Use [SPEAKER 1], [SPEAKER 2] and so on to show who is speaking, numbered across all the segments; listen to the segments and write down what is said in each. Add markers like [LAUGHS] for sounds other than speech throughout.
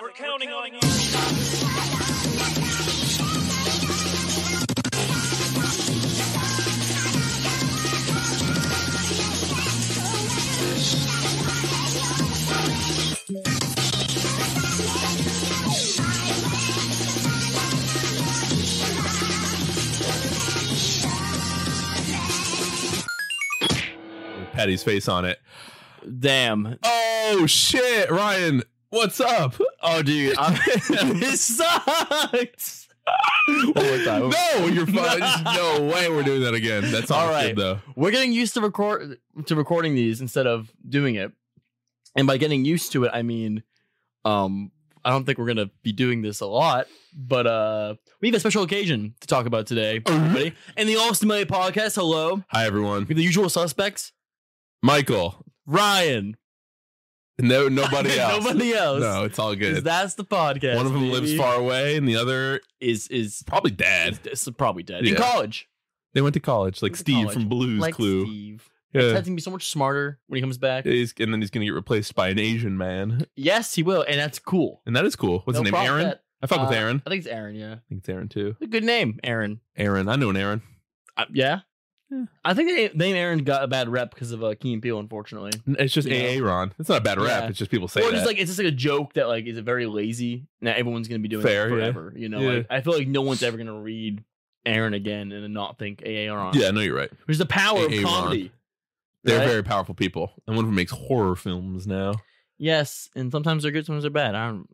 [SPEAKER 1] We're counting on you.
[SPEAKER 2] with Patty's face on it.
[SPEAKER 3] [LAUGHS]
[SPEAKER 2] [LAUGHS]
[SPEAKER 3] Damn.
[SPEAKER 2] Oh shit, Ryan, what's up?
[SPEAKER 3] Oh, dude, I'm, this sucks. One more time.
[SPEAKER 2] No, you're
[SPEAKER 3] [LAUGHS]
[SPEAKER 2] fine. no way, we're doing that again. That's all
[SPEAKER 3] All
[SPEAKER 2] right
[SPEAKER 3] right.
[SPEAKER 2] though.
[SPEAKER 3] We're getting used to record to recording these instead of doing it. And by getting used to it, I mean, um, I don't think we're gonna be doing this a lot, but uh, we have a special occasion to talk about today,
[SPEAKER 2] Uh-huh.
[SPEAKER 3] everybody. And the All Stimulated Podcast. Hello,
[SPEAKER 2] Hi
[SPEAKER 3] We
[SPEAKER 2] everyone,
[SPEAKER 3] have the usual suspects,
[SPEAKER 2] Michael.
[SPEAKER 3] Ryan.
[SPEAKER 2] No, nobody else.
[SPEAKER 3] [LAUGHS] Nobody else.
[SPEAKER 2] No, it's all
[SPEAKER 3] 'Cause
[SPEAKER 2] good.
[SPEAKER 3] that's the podcast.
[SPEAKER 2] One of them lives
[SPEAKER 3] baby.
[SPEAKER 2] far away, and the other
[SPEAKER 3] Is is
[SPEAKER 2] probably dad.
[SPEAKER 3] is, is probably dead
[SPEAKER 2] Yeah.
[SPEAKER 3] in college.
[SPEAKER 2] They went to college, like
[SPEAKER 3] Went to
[SPEAKER 2] Steve
[SPEAKER 3] college.
[SPEAKER 2] from Blue's
[SPEAKER 3] like
[SPEAKER 2] Clue.
[SPEAKER 3] Steve. Ted's
[SPEAKER 2] Yeah.
[SPEAKER 3] gonna be so much smarter when he comes back.
[SPEAKER 2] He's, and then he's gonna get replaced by an Asian man,
[SPEAKER 3] Yes, he will, and that's cool.
[SPEAKER 2] and that is cool. What's
[SPEAKER 3] No
[SPEAKER 2] his name?
[SPEAKER 3] problem with
[SPEAKER 2] Aaron.
[SPEAKER 3] that.
[SPEAKER 2] I fuck with
[SPEAKER 3] Uh,
[SPEAKER 2] Aaron.
[SPEAKER 3] I think it's Aaron. Yeah,
[SPEAKER 2] I think it's Aaron too.
[SPEAKER 3] a good name, Aaron.
[SPEAKER 2] Aaron, I know an Aaron.
[SPEAKER 3] Uh, yeah?
[SPEAKER 2] Yeah.
[SPEAKER 3] I think the name Aaron got a bad rep because of uh, Keen Peele, unfortunately.
[SPEAKER 2] It's just
[SPEAKER 3] You know?
[SPEAKER 2] Aaron. It's not a bad rap.
[SPEAKER 3] Yeah.
[SPEAKER 2] It's just people say
[SPEAKER 3] or
[SPEAKER 2] that.
[SPEAKER 3] just like it's just like a joke that like is it very lazy. Now everyone's gonna be doing
[SPEAKER 2] Fair,
[SPEAKER 3] it
[SPEAKER 2] yeah.
[SPEAKER 3] forever. You know, like, I feel like no one's ever gonna read Aaron again and then not think Aaron.
[SPEAKER 2] yeah, no, you're right.
[SPEAKER 3] which is the power
[SPEAKER 2] Aaron.
[SPEAKER 3] of comedy.
[SPEAKER 2] They're
[SPEAKER 3] right?
[SPEAKER 2] very powerful people. And one of them makes horror films now.
[SPEAKER 3] yes, and sometimes they're good, sometimes they're bad. I don't,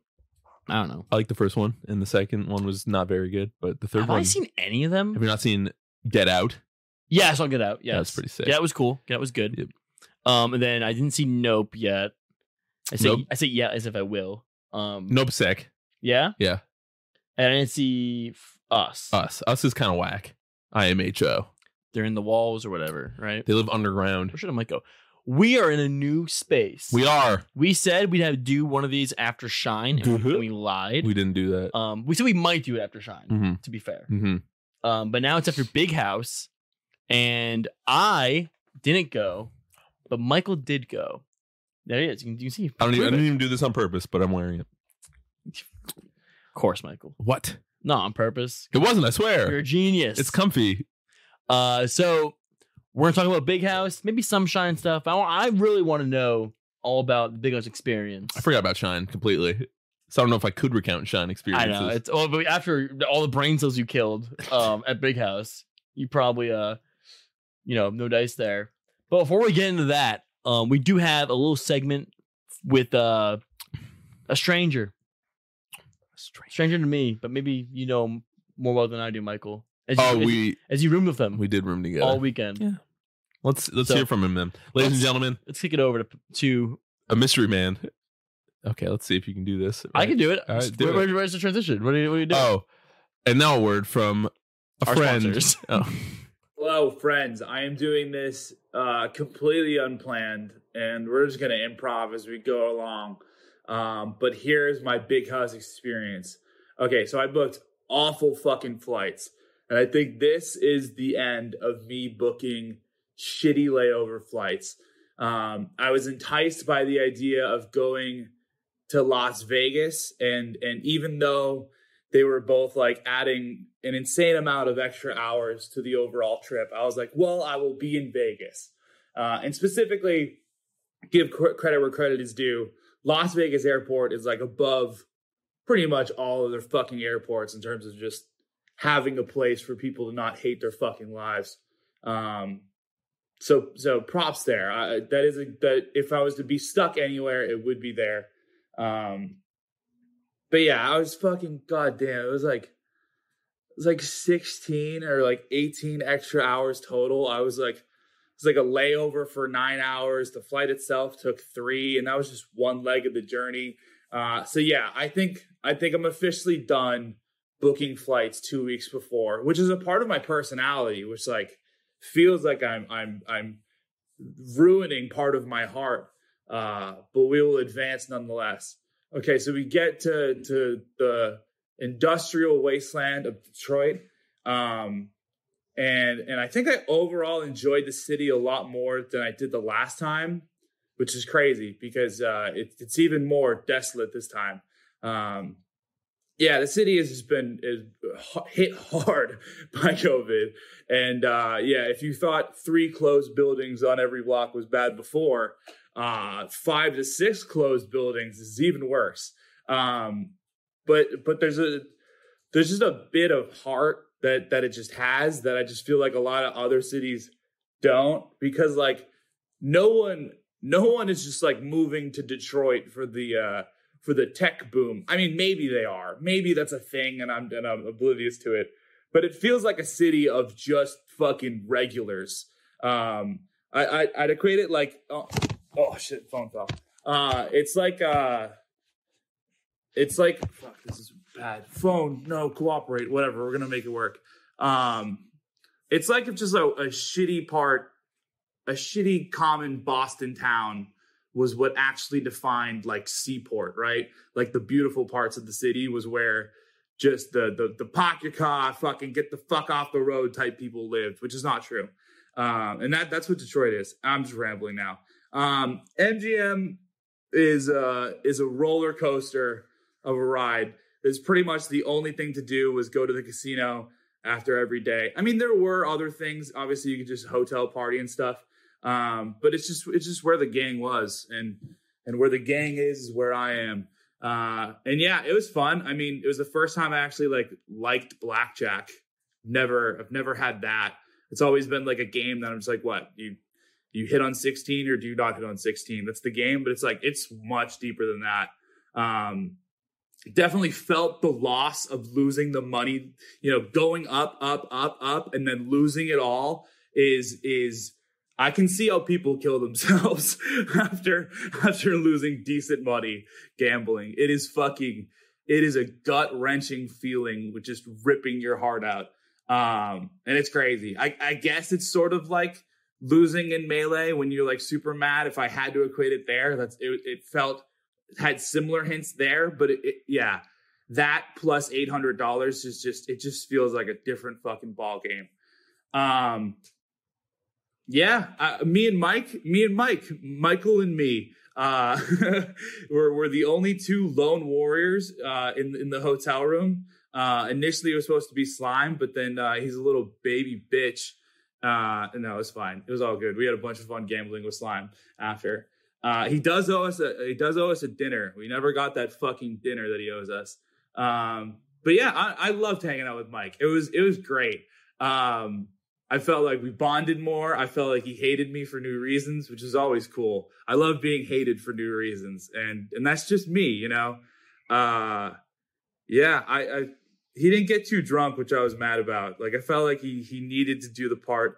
[SPEAKER 3] I don't know.
[SPEAKER 2] I like the first one, and the second one was not very good, but the third
[SPEAKER 3] Have
[SPEAKER 2] one.
[SPEAKER 3] I seen any of them?
[SPEAKER 2] have you not seen Get Out?
[SPEAKER 3] Yeah, I saw Get Out. Yeah,
[SPEAKER 2] That was pretty sick.
[SPEAKER 3] Yeah, it was cool. That was good.
[SPEAKER 2] Yep.
[SPEAKER 3] Um, and then I didn't see Nope yet. I say
[SPEAKER 2] Nope.
[SPEAKER 3] I say yeah as if I will. Um,
[SPEAKER 2] Nope, sick.
[SPEAKER 3] Yeah.
[SPEAKER 2] Yeah.
[SPEAKER 3] And I didn't see f- Us.
[SPEAKER 2] Us. Us is kind of whack. IMHO.
[SPEAKER 3] They're in the walls or whatever, right?
[SPEAKER 2] They live
[SPEAKER 3] Where
[SPEAKER 2] underground.
[SPEAKER 3] should I might go? We are in a new space.
[SPEAKER 2] We are.
[SPEAKER 3] We said we'd have to do one of these after Shine, and
[SPEAKER 2] Mhm.
[SPEAKER 3] we, and we lied.
[SPEAKER 2] We didn't do that.
[SPEAKER 3] um, we said we might do it after Shine.
[SPEAKER 2] Mhm.
[SPEAKER 3] To be fair,
[SPEAKER 2] hmm
[SPEAKER 3] um, but now it's after Big House, and I didn't go, but Michael did go. There he is. You can, you can see.
[SPEAKER 2] I don't even. I
[SPEAKER 3] Prove it.
[SPEAKER 2] didn't even do this on purpose, but I'm wearing it.
[SPEAKER 3] Of course, Michael.
[SPEAKER 2] What?
[SPEAKER 3] Not on purpose.
[SPEAKER 2] It wasn't. I
[SPEAKER 3] You're
[SPEAKER 2] swear.
[SPEAKER 3] a genius.
[SPEAKER 2] It's comfy.
[SPEAKER 3] uh, so we're gonna talk about Big House, maybe some Shine stuff. I, wa- I really want to know all about the Big House experience.
[SPEAKER 2] I forgot about Shine completely. So I don't know if I could recount Shine
[SPEAKER 3] I
[SPEAKER 2] experiences.
[SPEAKER 3] know it's oh, but after all the brain cells you killed um, at Big House, you probably uh, you know, no dice there. But before we get into that, um, we do have a little segment with uh, a stranger, stranger to me, but maybe you know him more well than I do, Michael. As you,
[SPEAKER 2] Oh,
[SPEAKER 3] as-
[SPEAKER 2] we
[SPEAKER 3] as you room with them
[SPEAKER 2] we uh, did room together.
[SPEAKER 3] all weekend.
[SPEAKER 2] Yeah. let's let's
[SPEAKER 3] So-
[SPEAKER 2] hear from him then, ladies and
[SPEAKER 3] Let's-
[SPEAKER 2] gentlemen.
[SPEAKER 3] Let's kick it over to to.
[SPEAKER 2] A mystery man. Okay, let's see if you can do this.
[SPEAKER 3] I can do it.
[SPEAKER 2] All right, do
[SPEAKER 3] Where-
[SPEAKER 2] it.
[SPEAKER 3] where- Where's the transition? What are you, what are you doing?
[SPEAKER 2] Oh, and now a word from a
[SPEAKER 3] Our
[SPEAKER 2] friend.
[SPEAKER 3] sponsors.
[SPEAKER 2] [LAUGHS] Oh,
[SPEAKER 4] Hello, friends. I am doing this uh, completely unplanned, and we're just going to improv as we go along. Um, but here's my big house experience. Okay, so I booked awful fucking flights, and I think this is the end of me booking shitty layover flights. Um, I was enticed by the idea of going to Las Vegas, and and even though they were both like adding an insane amount of extra hours to the overall trip. I was like, well, I will be in Vegas. Uh, and specifically, give cr- credit where credit is due. Las Vegas airport is like above pretty much all of their fucking airports in terms of just having a place for people to not hate their fucking lives. Um, so, so props there. I, that is a, that if I was to be stuck anywhere, it would be there. Um, but yeah, I was fucking goddamn. It was like it was like sixteen or like eighteen extra hours total. I was like it was like a layover for nine hours. The flight itself took three, and that was just one leg of the journey. Uh, so yeah, I think I think I'm officially done booking flights two weeks before, which is a part of my personality, which like feels like I'm I'm I'm ruining part of my heart. Uh, but we will advance nonetheless. Okay, so we get to to the industrial wasteland of Detroit, um, and and I think I overall enjoyed the city a lot more than I did the last time, which is crazy because uh, it, it's even more desolate this time. Um, yeah, the city has just been is h- hit hard [LAUGHS] by COVID, and uh, yeah, if you thought three closed buildings on every block was bad before, uh, five to six closed buildings is even worse. Um, but but there's a there's just a bit of heart that that it just has that I just feel like a lot of other cities don't because like no one no one is just like moving to Detroit for the uh for the tech boom. I mean maybe they are. Maybe that's a thing and I'm and I'm oblivious to it. But it feels like a city of just fucking regulars. Um I, I I'd equate it like oh, oh shit, phone fell. Uh it's like uh it's like fuck this is bad phone no cooperate whatever we're gonna make it work um it's like if just a, a shitty part a shitty common boston town was what actually defined like seaport right like the beautiful parts of the city was where just the the, the park your car fucking get the fuck off the road type people lived which is not true um and that that's what detroit is i'm just rambling now um mgm is uh is a roller coaster of a ride. It's pretty much the only thing to do was go to the casino after every day. I mean, there were other things. Obviously, you could just hotel party and stuff. Um, but it's just it's just where the gang was, and and where the gang is is where I am. Uh, and yeah, it was fun. I mean, it was the first time I actually like liked blackjack. Never, I've never had that. It's always been like a game that I'm just like, what you you hit on 16 or do you not hit on 16? That's the game, but it's like it's much deeper than that. Um, definitely felt the loss of losing the money you know going up up up up and then losing it all is is i can see how people kill themselves [LAUGHS] after after losing decent money gambling it is fucking it is a gut wrenching feeling with just ripping your heart out um and it's crazy i i guess it's sort of like losing in melee when you're like super mad if i had to equate it there that's it, it felt had similar hints there, but it, it, yeah, that plus eight hundred dollars is just it just feels like a different fucking ball game. Um, yeah, uh, me and Mike, me and Mike, Michael and me, uh, [LAUGHS] were were the only two lone warriors uh, in in the hotel room. Uh, initially, it was supposed to be slime, but then uh, he's a little baby bitch. Uh, and no, it was fine. It was all good. We had a bunch of fun gambling with slime after. Uh, he does owe us a he does owe us a dinner. We never got that fucking dinner that he owes us. Um, but yeah, I, I loved hanging out with Mike. It was it was great. Um, I felt like we bonded more. I felt like he hated me for new reasons, which is always cool. I love being hated for new reasons, and and that's just me, you know. Uh, yeah, I, I he didn't get too drunk, which I was mad about. Like I felt like he he needed to do the part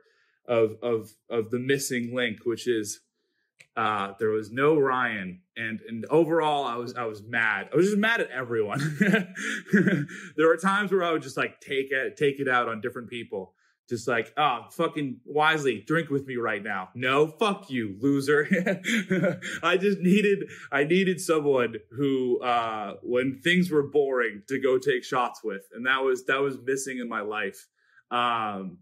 [SPEAKER 4] of of of the missing link, which is uh, there was no Ryan, and and overall, I was I was mad. I was just mad at everyone. [LAUGHS] there were times where I would just like take it take it out on different people, just like oh fucking wisely drink with me right now. No, fuck you, loser. [LAUGHS] I just needed I needed someone who uh, when things were boring to go take shots with, and that was that was missing in my life. Um,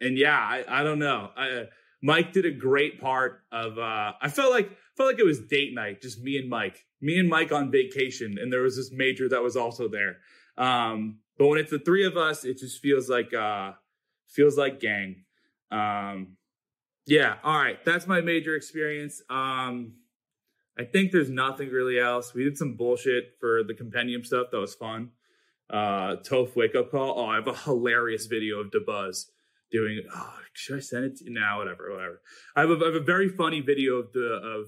[SPEAKER 4] and yeah, I I don't know. I, uh, Mike did a great part of. Uh, I felt like felt like it was date night, just me and Mike, me and Mike on vacation, and there was this major that was also there. Um, but when it's the three of us, it just feels like uh, feels like gang. Um, yeah, all right, that's my major experience. Um, I think there's nothing really else. We did some bullshit for the compendium stuff that was fun. Uh, Toph wake up call. Oh, I have a hilarious video of DeBuzz doing oh, should I send it to now? Whatever, whatever. I have, a, I have a very funny video of the of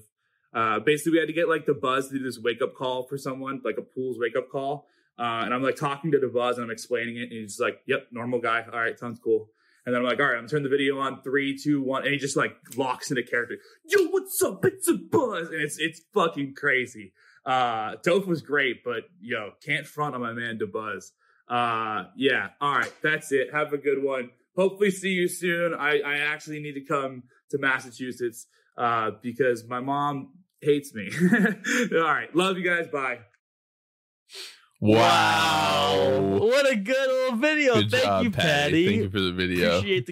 [SPEAKER 4] uh, basically we had to get like the buzz to do this wake up call for someone, like a pool's wake up call. Uh, and I'm like talking to the buzz and I'm explaining it, and he's just like, "Yep, normal guy. All right, sounds cool." And then I'm like, "All right, I'm turning the video on three, two, one," and he just like locks into character. Yo, what's up? It's a buzz, and it's it's fucking crazy. Uh, Dope was great, but yo, can't front on my man to buzz. Uh, yeah. All right, that's it. Have a good one hopefully see you soon. I, I actually need to come to Massachusetts uh, because [LAUGHS] my mom hates me. All right. Love you guys. Bye.
[SPEAKER 2] Oh, Wow.
[SPEAKER 3] What a good little video.
[SPEAKER 2] Good
[SPEAKER 3] Thank
[SPEAKER 2] job,
[SPEAKER 3] you, Patty.
[SPEAKER 2] Thank you for the video.
[SPEAKER 3] Appreciate the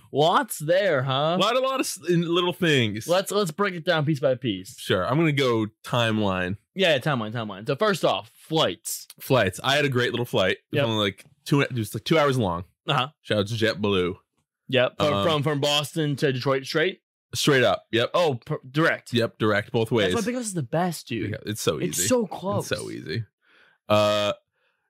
[SPEAKER 2] Mhm.
[SPEAKER 3] Lots there, huh?
[SPEAKER 2] A lot, a lot of s- little things.
[SPEAKER 3] Let's let's break it down piece by piece.
[SPEAKER 2] sure. I'm gonna go timeline
[SPEAKER 3] Yeah, timeline, timeline. So first off, flights.
[SPEAKER 2] flights. I had a great little flight. It was
[SPEAKER 3] Yep.
[SPEAKER 2] only like two. It was like two hours long.
[SPEAKER 3] Uh-huh.
[SPEAKER 2] Shout out to JetBlue.
[SPEAKER 3] Yep. From
[SPEAKER 2] Um,
[SPEAKER 3] from, from Boston to Detroit straight.
[SPEAKER 2] Straight up. Yep.
[SPEAKER 3] Oh, per- direct.
[SPEAKER 2] Yep. Direct both ways.
[SPEAKER 3] That's why Big House is the best, dude.
[SPEAKER 2] Yeah, It's so easy.
[SPEAKER 3] It's so close.
[SPEAKER 2] It's so easy. Uh,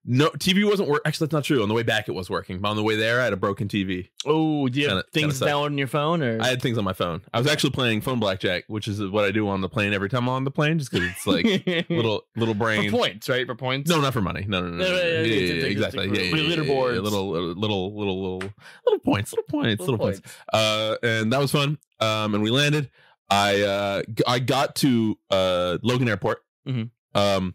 [SPEAKER 2] no, TV wasn't work. Actually, that's not true. On the way back, it was working. But on the way there, I had a broken TV.
[SPEAKER 3] Oh, do you have
[SPEAKER 2] Kinda-
[SPEAKER 3] things
[SPEAKER 2] kinda sucks.
[SPEAKER 3] downloaded on your phone or
[SPEAKER 2] I had things on my phone. I was actually playing phone blackjack, which is what I do on the plane every time I'm on the plane, just because it's [LAUGHS]
[SPEAKER 3] [LAUGHS]
[SPEAKER 2] like little little
[SPEAKER 3] for
[SPEAKER 2] brain.
[SPEAKER 3] points, right? For points.
[SPEAKER 2] No, not for money. No, no, no, no,
[SPEAKER 3] Yeah,
[SPEAKER 2] no.
[SPEAKER 3] yeah, yeah,
[SPEAKER 2] Yeah,
[SPEAKER 3] it's
[SPEAKER 2] yeah,
[SPEAKER 3] a
[SPEAKER 2] yeah,
[SPEAKER 3] thing, it's a
[SPEAKER 2] exactly.
[SPEAKER 3] thing.
[SPEAKER 2] Yeah, yeah,
[SPEAKER 3] Little
[SPEAKER 2] yeah, yeah,
[SPEAKER 3] leaderboards.
[SPEAKER 2] yeah, little, little, little, little, little points, little points, little points. Uh, and that was fun. Um, and we landed. I uh, g- I got to uh, Logan Airport.
[SPEAKER 3] Mhm.
[SPEAKER 2] Um,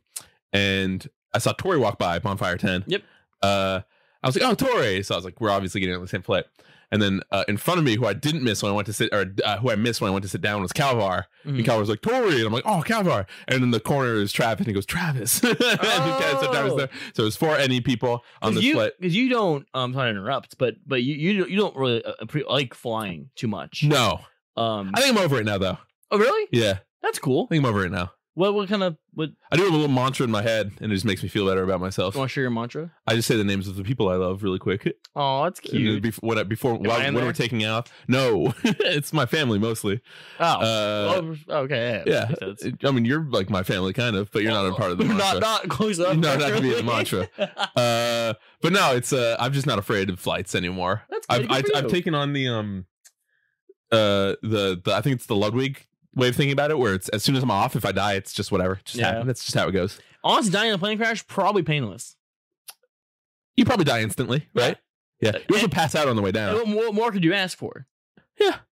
[SPEAKER 2] and I saw Tori walk by Bonfire Ten.
[SPEAKER 3] Yep.
[SPEAKER 2] Uh, I was like, oh, Tori. So I was like, we're obviously getting on the same flight. And then uh, in front of me, who I didn't miss when I went to sit, or uh, who I missed when I went to sit down, was Calvar.
[SPEAKER 3] Mhm.
[SPEAKER 2] And Calvar's like Tori, and I'm like, oh, Calvar. And in the corner is Travis, and he goes Travis. [LAUGHS] and he kinda said Travis
[SPEAKER 3] Oh.
[SPEAKER 2] there. So it was four NE people on
[SPEAKER 3] Because
[SPEAKER 2] this
[SPEAKER 3] you,
[SPEAKER 2] flight.
[SPEAKER 3] Because you don't, um, sorry to interrupt, but but you you don't, you don't really uh, pre- like flying too much.
[SPEAKER 2] No,
[SPEAKER 3] Um.
[SPEAKER 2] I think I'm over it now, though.
[SPEAKER 3] oh, really?
[SPEAKER 2] Yeah,
[SPEAKER 3] That's cool.
[SPEAKER 2] I think I'm over it now.
[SPEAKER 3] What what kind of what?
[SPEAKER 2] I do have a little mantra in my head, and it just makes me feel better about myself.
[SPEAKER 3] You want to share your mantra?
[SPEAKER 2] I just say the names of the people I love really quick. And
[SPEAKER 3] Oh, that's
[SPEAKER 2] then
[SPEAKER 3] cute.
[SPEAKER 2] bef- when I- before
[SPEAKER 3] I
[SPEAKER 2] while-
[SPEAKER 3] in
[SPEAKER 2] when
[SPEAKER 3] there?
[SPEAKER 2] we're taking off, no, [LAUGHS] it's my family mostly.
[SPEAKER 3] oh,
[SPEAKER 2] Uh,
[SPEAKER 3] oh, okay.
[SPEAKER 2] yeah.
[SPEAKER 3] makes sense.
[SPEAKER 2] I mean, you're like my family, kind of, but you're not a part of the mantra.
[SPEAKER 3] Not not close up.
[SPEAKER 2] No, not to be in the mantra. uh, but no, it's uh, I'm just not afraid of flights anymore.
[SPEAKER 3] [LAUGHS] That's
[SPEAKER 2] I've
[SPEAKER 3] good. Good
[SPEAKER 2] I,
[SPEAKER 3] for
[SPEAKER 2] I've
[SPEAKER 3] you.
[SPEAKER 2] taken on the um uh the, the I think it's the Ludwig way of thinking about it, where it's as soon as I'm off, if I die, it's just whatever. It Just
[SPEAKER 3] Yeah.
[SPEAKER 2] happen. That's just how it goes.
[SPEAKER 3] Honestly, dying in a plane crash probably painless.
[SPEAKER 2] You probably die instantly,
[SPEAKER 3] Yeah. Uh,
[SPEAKER 2] right? Yeah. You also pass out on the way down.
[SPEAKER 3] What, what more could you ask for?
[SPEAKER 2] [LAUGHS]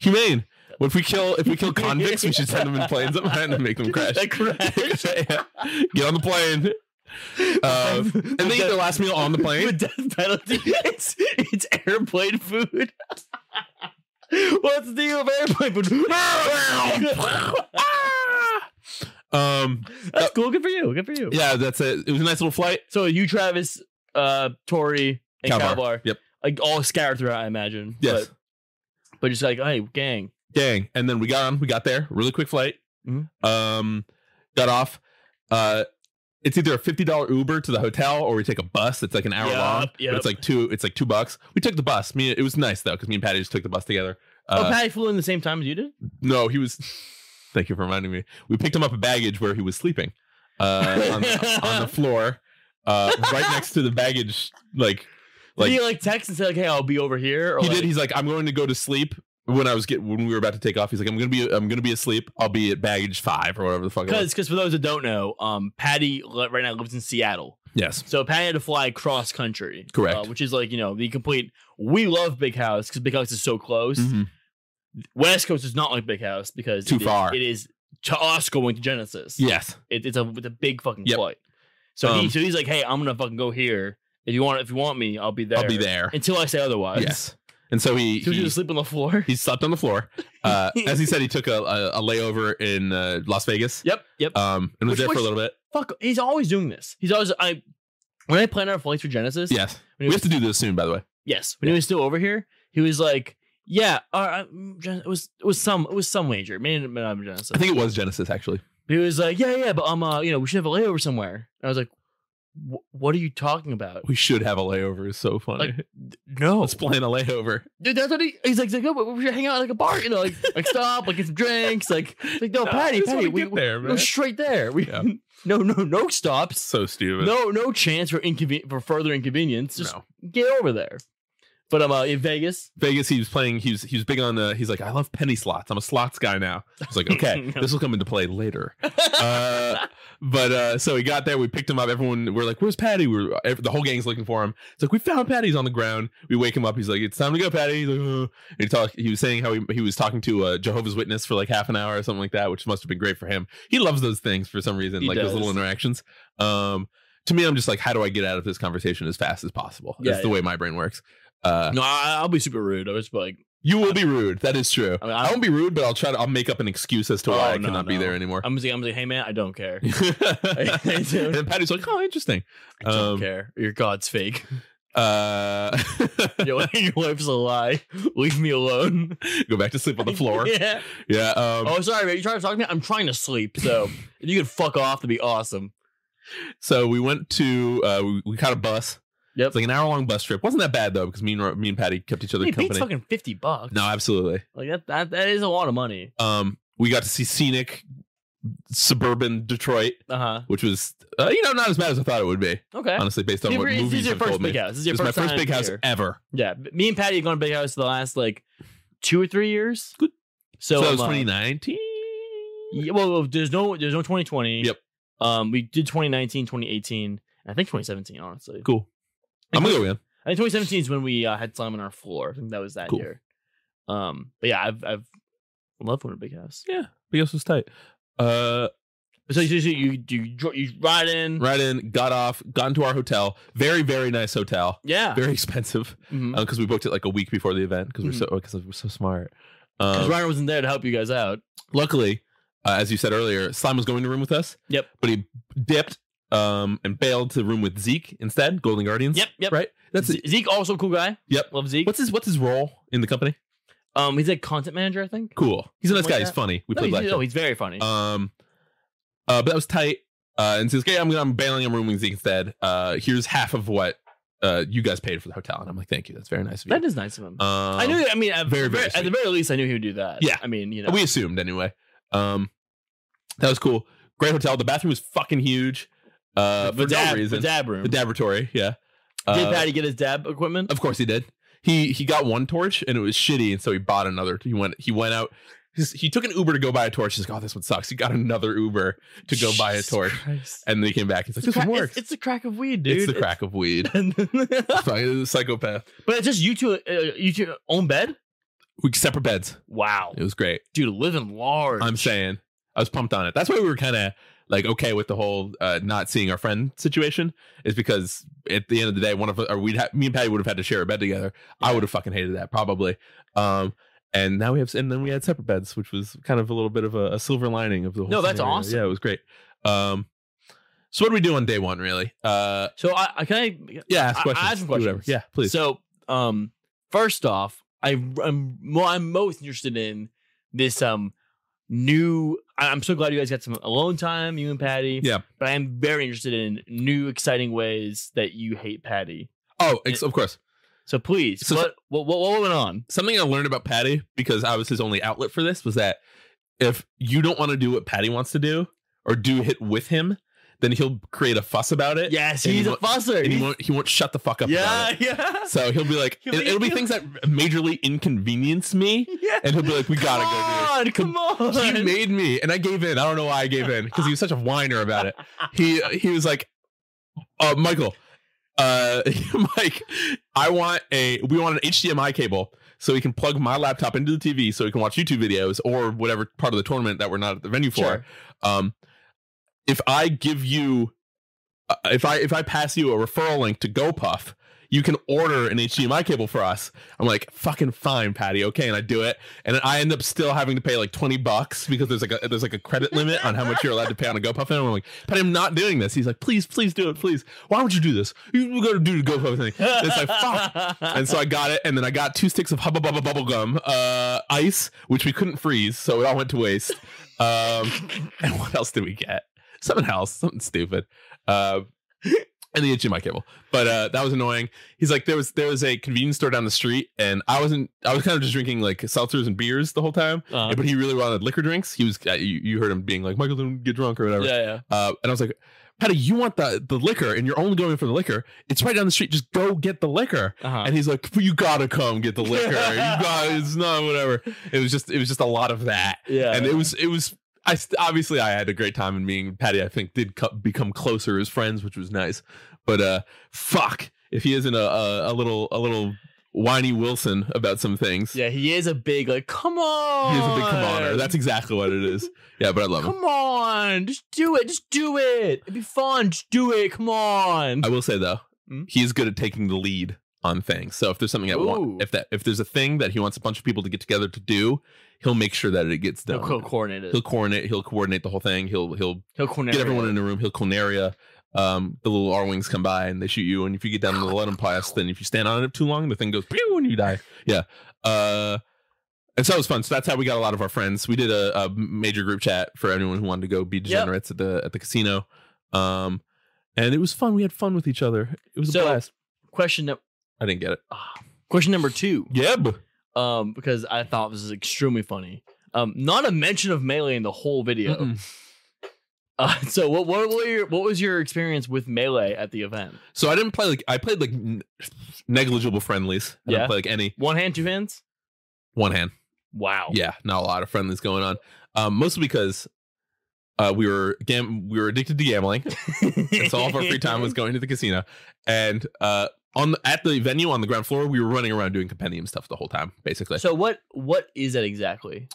[SPEAKER 2] Humane. Well, if we kill if we
[SPEAKER 3] [LAUGHS]
[SPEAKER 2] kill convicts, we should send them in planes up behind and make them crash.
[SPEAKER 3] They crash.
[SPEAKER 2] [LAUGHS]
[SPEAKER 3] [LAUGHS]
[SPEAKER 2] Yeah. Get on the plane. Uh,
[SPEAKER 3] and
[SPEAKER 2] and they eat their last meal on the plane.
[SPEAKER 3] The death penalty. [LAUGHS] It's, it's airplane food. [LAUGHS] What's the deal of airplane food?
[SPEAKER 2] Ah! [LAUGHS] um
[SPEAKER 3] [LAUGHS] That's cool. Good for you. Good for you.
[SPEAKER 2] yeah, that's it. It was a nice little flight.
[SPEAKER 3] So you, Travis, uh, Tori, and
[SPEAKER 2] Calvar.
[SPEAKER 3] Calvar.
[SPEAKER 2] Yep.
[SPEAKER 3] Like all scattered throughout, I imagine.
[SPEAKER 2] Yes.
[SPEAKER 3] But, but just like, hey, gang.
[SPEAKER 2] Dang. And then we got on, we got there, really quick flight.
[SPEAKER 3] Mhm.
[SPEAKER 2] Um, got off. Uh, it's either a fifty dollar Uber to the hotel or we take a bus. It's like an hour
[SPEAKER 3] Yup,
[SPEAKER 2] long,
[SPEAKER 3] yup.
[SPEAKER 2] but it's uh, like two. It's like two bucks. We took the bus. Me, it was nice though because me and Patty just took the bus together. Uh,
[SPEAKER 3] oh, Patty flew in the same time as you did?
[SPEAKER 2] No, he was. Thank you for reminding me. We picked him up a baggage where he was sleeping uh, on, the, on the [LAUGHS] floor, uh, right next to the baggage. Like,
[SPEAKER 3] Like,
[SPEAKER 2] like
[SPEAKER 3] did he like text and say, like, hey, I'll be over here? Or
[SPEAKER 2] he
[SPEAKER 3] like,
[SPEAKER 2] did. He's like, I'm going to go to sleep. When I was get when we were about to take off, he's like, I'm gonna be I'm gonna be asleep. I'll be at baggage five or whatever the fuck. It was.
[SPEAKER 3] Because for those that don't know, um, Patty li- right now lives in Seattle.
[SPEAKER 2] Yes,
[SPEAKER 3] So Patty had to fly cross country.
[SPEAKER 2] Correct.
[SPEAKER 3] Uh, which is like, you know, the complete. We love Big House because Big House is so close.
[SPEAKER 2] Mhm.
[SPEAKER 3] West Coast is not like Big House because
[SPEAKER 2] Too
[SPEAKER 3] it is-
[SPEAKER 2] far.
[SPEAKER 3] it is to us going to Genesis.
[SPEAKER 2] yes.
[SPEAKER 3] It, it's a it's a big fucking
[SPEAKER 2] Yep.
[SPEAKER 3] flight. So he
[SPEAKER 2] Um,
[SPEAKER 3] so he's like, hey, I'm gonna fucking go here. If you want if you want me, I'll be there.
[SPEAKER 2] I'll be there.
[SPEAKER 3] until I say otherwise.
[SPEAKER 2] Yes, and so he
[SPEAKER 3] So he,
[SPEAKER 2] he,
[SPEAKER 3] just sleep on the floor.
[SPEAKER 2] he slept on the
[SPEAKER 3] [LAUGHS]
[SPEAKER 2] floor. Uh, as he said, he took a, a, a layover in uh, Las Vegas.
[SPEAKER 3] yep. Yep.
[SPEAKER 2] Um, and was
[SPEAKER 3] Which-
[SPEAKER 2] there for a
[SPEAKER 3] which-
[SPEAKER 2] little bit.
[SPEAKER 3] Uh, Fuck. He's always doing this. He's always I. When I plan our flights for Genesis,
[SPEAKER 2] Yes, we
[SPEAKER 3] when he
[SPEAKER 2] have
[SPEAKER 3] was,
[SPEAKER 2] to do this soon, by the way.
[SPEAKER 3] yes, when he was still over here, he was like, "Yeah, all right, mm, Gen- it was it was some it was some wager, maybe not- maybe not Genesis."
[SPEAKER 2] I think it was Genesis actually.
[SPEAKER 3] He was like, "Yeah, yeah, but um, uh, you know, we should have a layover somewhere." And I was like, "Wh- "What are you talking about?"
[SPEAKER 2] We should have a layover. It's so funny.
[SPEAKER 3] Like, No,
[SPEAKER 2] Let's plan a layover.
[SPEAKER 3] Dude, that's what he, he's like. he's like, "Oh, but we should hang out at like a bar, you know,
[SPEAKER 2] [LAUGHS]
[SPEAKER 3] like like stop, like get some drinks, like like no,
[SPEAKER 2] No, I
[SPEAKER 3] Oh, Patty,
[SPEAKER 2] just
[SPEAKER 3] Patty,
[SPEAKER 2] wanna
[SPEAKER 3] we,
[SPEAKER 2] get
[SPEAKER 3] we-
[SPEAKER 2] there,
[SPEAKER 3] we
[SPEAKER 2] man."
[SPEAKER 3] go straight there. We
[SPEAKER 2] Yeah.
[SPEAKER 3] [LAUGHS] no no no stops,
[SPEAKER 2] So stupid.
[SPEAKER 3] no no chance for inconven- for further inconvenience. Just
[SPEAKER 2] No.
[SPEAKER 3] get over there. But I'm uh, in Vegas.
[SPEAKER 2] Vegas. He was playing. He was he was big on the. He's like, I love penny slots. I'm a slots guy now. I was like,
[SPEAKER 3] [LAUGHS]
[SPEAKER 2] okay, this will come into play later. Uh, but uh, so he got there. We picked him up. Everyone, we're like, where's Patty? We're ev- the whole gang's looking for him. It's like we found Patty's on the ground. We wake him up. He's like, it's time to go, Patty. He's like, "Ugh." And he talk. He was saying how he, he was talking to a Jehovah's Witness for like half an hour or something like that, which must have been great for him. He loves those things for some reason,
[SPEAKER 3] He
[SPEAKER 2] like
[SPEAKER 3] does.
[SPEAKER 2] those little interactions. Um, to me, I'm just like, how do I get out of this conversation as fast as possible?
[SPEAKER 3] Yeah,
[SPEAKER 2] That's the
[SPEAKER 3] yeah.
[SPEAKER 2] way my brain works. Uh,
[SPEAKER 3] no, I, I'll be super rude. I was like,
[SPEAKER 2] You will be rude. That is true.
[SPEAKER 3] I
[SPEAKER 2] I,
[SPEAKER 3] mean, I'm-
[SPEAKER 2] won't be rude, but I'll try to. I'll make up an excuse as to
[SPEAKER 3] Oh,
[SPEAKER 2] why I
[SPEAKER 3] no,
[SPEAKER 2] cannot be
[SPEAKER 3] no.
[SPEAKER 2] there anymore. [LAUGHS]
[SPEAKER 3] I'm [LAUGHS] just, I'm just, hey man, I don't care. I do.
[SPEAKER 2] and then Patty's like, "Oh, interesting."
[SPEAKER 3] I don't
[SPEAKER 2] Um,
[SPEAKER 3] care. Your god's fake. [LAUGHS]
[SPEAKER 2] Uh, [LAUGHS]
[SPEAKER 3] Your, your life's a lie. Leave me alone.
[SPEAKER 2] go back to sleep on the
[SPEAKER 3] [LAUGHS]
[SPEAKER 2] floor.
[SPEAKER 3] Yeah.
[SPEAKER 2] Yeah. Um,
[SPEAKER 3] Oh, sorry, man. You trying to talk to me? I'm trying to sleep.
[SPEAKER 2] [LAUGHS]
[SPEAKER 3] So if you could fuck off, that'd be awesome.
[SPEAKER 2] So we went to uh, we, we caught a bus.
[SPEAKER 3] Yep.
[SPEAKER 2] It's like an hour long bus trip. wasn't that bad though because me and Ro- me and Patty kept each other
[SPEAKER 3] Hey, beats
[SPEAKER 2] company.
[SPEAKER 3] fucking fifty bucks.
[SPEAKER 2] no, absolutely.
[SPEAKER 3] like that, that. That is a lot of money.
[SPEAKER 2] Um, we got to see scenic suburban Detroit,
[SPEAKER 3] Uh huh.
[SPEAKER 2] which was uh, you know not as bad as I thought it would be.
[SPEAKER 3] Okay.
[SPEAKER 2] Honestly, based on
[SPEAKER 3] See,
[SPEAKER 2] what
[SPEAKER 3] this
[SPEAKER 2] movies
[SPEAKER 3] is your
[SPEAKER 2] have
[SPEAKER 3] first
[SPEAKER 2] told me.
[SPEAKER 3] big house. This is your
[SPEAKER 2] This is my first
[SPEAKER 3] time
[SPEAKER 2] big house
[SPEAKER 3] here.
[SPEAKER 2] ever.
[SPEAKER 3] Yeah, b- me and Patty have gone to big house the last like two or three years.
[SPEAKER 2] Good.
[SPEAKER 3] So,
[SPEAKER 2] So, it
[SPEAKER 3] um,
[SPEAKER 2] was
[SPEAKER 3] uh,
[SPEAKER 2] 2019.
[SPEAKER 3] yeah, well, well, there's no there's no 2020.
[SPEAKER 2] Yep.
[SPEAKER 3] Um, we did 2019, 2018, and I think 2017. Honestly,
[SPEAKER 2] Cool. I'm gonna go again.
[SPEAKER 3] I think 2017 is when we uh, had slime on our floor. I think that was that
[SPEAKER 2] Cool.
[SPEAKER 3] year. Um, but yeah, I've I've loved going to big house.
[SPEAKER 2] Big house was tight. Uh,
[SPEAKER 3] So, so, so you you dr- you ride in.
[SPEAKER 2] right in, got off, got into our hotel. Very very nice hotel.
[SPEAKER 3] Yeah.
[SPEAKER 2] Very Uh, expensive.
[SPEAKER 3] Mhm.
[SPEAKER 2] because we booked it like a week before the event because we're so because we're so smart.
[SPEAKER 3] 'Cause
[SPEAKER 2] Um,
[SPEAKER 3] Mm-hmm. Ryan wasn't there to help you guys out.
[SPEAKER 2] Luckily, uh, as you said earlier, Slime was going to room with us.
[SPEAKER 3] Yep.
[SPEAKER 2] but he dipped um, and bailed to room with Zeke instead. Golden Guardians.
[SPEAKER 3] Yep. Yep.
[SPEAKER 2] Right. That's
[SPEAKER 3] Ze- Zeke also a cool guy.
[SPEAKER 2] Yep.
[SPEAKER 3] Love Zeke.
[SPEAKER 2] what's his what's his role in the company?
[SPEAKER 3] um, he's like content manager, I think.
[SPEAKER 2] Cool. He's a nice
[SPEAKER 3] Something
[SPEAKER 2] guy.
[SPEAKER 3] like
[SPEAKER 2] He's
[SPEAKER 3] that.
[SPEAKER 2] funny. We
[SPEAKER 3] No,
[SPEAKER 2] played
[SPEAKER 3] he's,
[SPEAKER 2] like
[SPEAKER 3] no, he's very funny.
[SPEAKER 2] um, uh, but that was tight. Uh, and says, "Okay, I'm I'm bailing. I'm rooming with Zeke instead. Uh, here's half of what uh you guys paid for the hotel." And I'm like, "Thank you. That's very nice of you."
[SPEAKER 3] that is nice of him.
[SPEAKER 2] Um,
[SPEAKER 3] I knew. I mean, at,
[SPEAKER 2] very, very
[SPEAKER 3] very, at the
[SPEAKER 2] sweet.
[SPEAKER 3] very least, I knew he would do that.
[SPEAKER 2] Yeah.
[SPEAKER 3] I mean, you know,
[SPEAKER 2] We assumed anyway. Um, that was cool. Great hotel. The bathroom was fucking huge. Uh,
[SPEAKER 3] the
[SPEAKER 2] for
[SPEAKER 3] dab,
[SPEAKER 2] no reason.
[SPEAKER 3] the dab room.
[SPEAKER 2] The laboratory. Yeah.
[SPEAKER 3] Did
[SPEAKER 2] Uh,
[SPEAKER 3] Patty get his dab equipment?
[SPEAKER 2] of course he did. He he got one torch and it was shitty, and so he bought another. He went he went out. His, he took an Uber to go buy a torch. He's like, oh, this one sucks. He got another Uber to go buy a
[SPEAKER 3] Jesus
[SPEAKER 2] torch,
[SPEAKER 3] Christ.
[SPEAKER 2] and then he came back. He's like,
[SPEAKER 3] It's,
[SPEAKER 2] this
[SPEAKER 3] a
[SPEAKER 2] one
[SPEAKER 3] crack-
[SPEAKER 2] works.
[SPEAKER 3] it's, it's the crack of weed, dude.
[SPEAKER 2] It's the
[SPEAKER 3] [LAUGHS]
[SPEAKER 2] crack of weed.
[SPEAKER 3] but
[SPEAKER 2] Fucking psychopath.
[SPEAKER 3] it's just you two, uh, you two own bed.
[SPEAKER 2] We separate beds.
[SPEAKER 3] Wow,
[SPEAKER 2] It was great.
[SPEAKER 3] dude, living large.
[SPEAKER 2] I'm saying. I was pumped on it. That's why we were kind of like okay with the whole uh, not seeing our friend situation is because at the end of the day, one of us, or we'd ha- me and Patty would have had to share a bed together. I would have fucking hated that probably. Um, and now we have, and then we had separate beds, which was kind of a little bit of a, a silver lining of the whole.
[SPEAKER 3] No, that's
[SPEAKER 2] scenario.
[SPEAKER 3] awesome.
[SPEAKER 2] Yeah, it was great. Um, so what do we do on day one, really? Uh,
[SPEAKER 3] So I, I can
[SPEAKER 2] yeah, ask
[SPEAKER 3] I- I
[SPEAKER 2] questions.
[SPEAKER 3] have some
[SPEAKER 2] do whatever.
[SPEAKER 3] questions.
[SPEAKER 2] Yeah,
[SPEAKER 3] I.
[SPEAKER 2] please.
[SPEAKER 3] So um, first off, I I'm mo- I'm most interested in this um new. I- I'm so glad you guys got some alone time, you and Patty.
[SPEAKER 2] Yeah.
[SPEAKER 3] But I am very interested in new, exciting ways that you hate Patty.
[SPEAKER 2] oh, ex- of course.
[SPEAKER 3] So please,
[SPEAKER 2] So-
[SPEAKER 3] what, what what what went on?
[SPEAKER 2] something I learned about Patty because I was his only outlet for this was that if you don't want to do what Patty wants to do or do it with him, then he'll create a fuss about it.
[SPEAKER 3] Yes,
[SPEAKER 2] And he
[SPEAKER 3] he's a
[SPEAKER 2] won't-
[SPEAKER 3] fusser.
[SPEAKER 2] and he
[SPEAKER 3] He's-
[SPEAKER 2] won't he won't shut the fuck up.
[SPEAKER 3] yeah,
[SPEAKER 2] about it.
[SPEAKER 3] yeah. [LAUGHS]
[SPEAKER 2] So he'll be like,
[SPEAKER 3] He'll
[SPEAKER 2] it,
[SPEAKER 3] be-
[SPEAKER 2] will be things that majorly inconvenience me,
[SPEAKER 3] yeah.
[SPEAKER 2] and he'll be like, we gotta go.
[SPEAKER 3] go. Come on, come
[SPEAKER 2] Dude.
[SPEAKER 3] on.
[SPEAKER 2] He made me, and I gave in. I don't know why I gave in because he was such a whiner about it. He he was like, uh, Michael, uh, [LAUGHS] Mike, I want a we want an HDMI cable so we can plug my laptop into the TV so we can watch YouTube videos or whatever part of the tournament that we're not at the venue for.
[SPEAKER 3] Sure.
[SPEAKER 2] Um, if I give you, uh, if I if I pass you a referral link to GoPuff, you can order an HDMI cable for us. I'm like, fucking fine, Patty. Okay, and I do it, and I end up still having to pay like 20 bucks because there's like a there's like a credit limit on how much you're allowed to pay on a GoPuff. And I'm like, Patty, I'm not doing this. He's like, please, please do it, please. Why would you do this? You got to do the GoPuff thing. And it's like, fuck.
[SPEAKER 3] [LAUGHS]
[SPEAKER 2] And so I got it, and then I got two sticks of Hubba Bubba bubble gum, uh, ice, which we couldn't freeze, so it all went to waste. Um, [LAUGHS] and what else did we get? Something else, something stupid. Uh, and the HDMI cable, but uh, that was annoying. He's like, there was there was a convenience store down the street, and I wasn't. I was kind of just drinking like seltzers and beers the whole time.
[SPEAKER 3] Uh,
[SPEAKER 2] But he really wanted liquor drinks. He was. Uh, you, you heard him being like, Michael, don't get drunk or
[SPEAKER 3] yeah,
[SPEAKER 2] whatever.
[SPEAKER 3] yeah.
[SPEAKER 2] Uh, and I was like, Patty, you want the the liquor, and you're only going for the liquor. It's right down the street. Just go get the liquor.
[SPEAKER 3] Uh-huh.
[SPEAKER 2] And he's like, "But you gotta come get the
[SPEAKER 3] [LAUGHS]
[SPEAKER 2] liquor. You got it's not whatever. It was just it was just a lot of that,
[SPEAKER 3] yeah.
[SPEAKER 2] and it was it was. I st- obviously I had a great time, and me and Patty I think did co- become closer as friends, which was nice. But uh, fuck, if he isn't a, a a little a little whiny Wilson about some things,
[SPEAKER 3] yeah, he is a big like. Come on,
[SPEAKER 2] he is a big commoner. That's exactly what it is. Yeah, but I love him.
[SPEAKER 3] Come on, just do it. Just do it. It'd be fun. Just do it. Come on.
[SPEAKER 2] I will say though,
[SPEAKER 3] Hmm?
[SPEAKER 2] he's good at taking the lead on things. So if there's something that
[SPEAKER 3] Ooh.
[SPEAKER 2] want, if that if there's a thing that he wants a bunch of people to get together to do, he'll make sure that it gets done.
[SPEAKER 3] He'll co coordinate it.
[SPEAKER 2] He'll coordinate. He'll coordinate the whole thing. He'll he'll
[SPEAKER 3] He'll coordinate
[SPEAKER 2] get everyone in the room. He'll culnaria. Um, the little R wings come by and they shoot you. And if you get down
[SPEAKER 3] Oh,
[SPEAKER 2] to the let 'em pass, then if you stand on it too long, the thing goes pew and you die. Yeah. Uh, and so it was fun. So that's how we got a lot of our friends. We did a, a major group chat for anyone who wanted to go be degenerates at the at the casino. Um, and it was fun. We had fun with each other. It was
[SPEAKER 3] So-
[SPEAKER 2] a blast.
[SPEAKER 3] Question num-
[SPEAKER 2] I didn't get it.
[SPEAKER 3] question number two.
[SPEAKER 2] Yeb.
[SPEAKER 3] Um, because I thought this is extremely funny. Um, not a mention of melee in the whole video.
[SPEAKER 2] Mm-mm.
[SPEAKER 3] Uh, [LAUGHS] so what what were your, what was your experience with melee at the event?
[SPEAKER 2] So I didn't play like I played like n- negligible friendlies. I
[SPEAKER 3] Yeah.
[SPEAKER 2] didn't play like any
[SPEAKER 3] One hand, two hands.
[SPEAKER 2] one hand.
[SPEAKER 3] Wow.
[SPEAKER 2] Yeah, not a lot of friendlies going on. Um, mostly because uh, we were gam- we were addicted to gambling. and so all of our free
[SPEAKER 3] [LAUGHS]
[SPEAKER 2] time was going to the casino, and uh, on the, at the venue on the ground floor, we were running around doing compendium stuff the whole time, basically. So,
[SPEAKER 3] So what what is that exactly?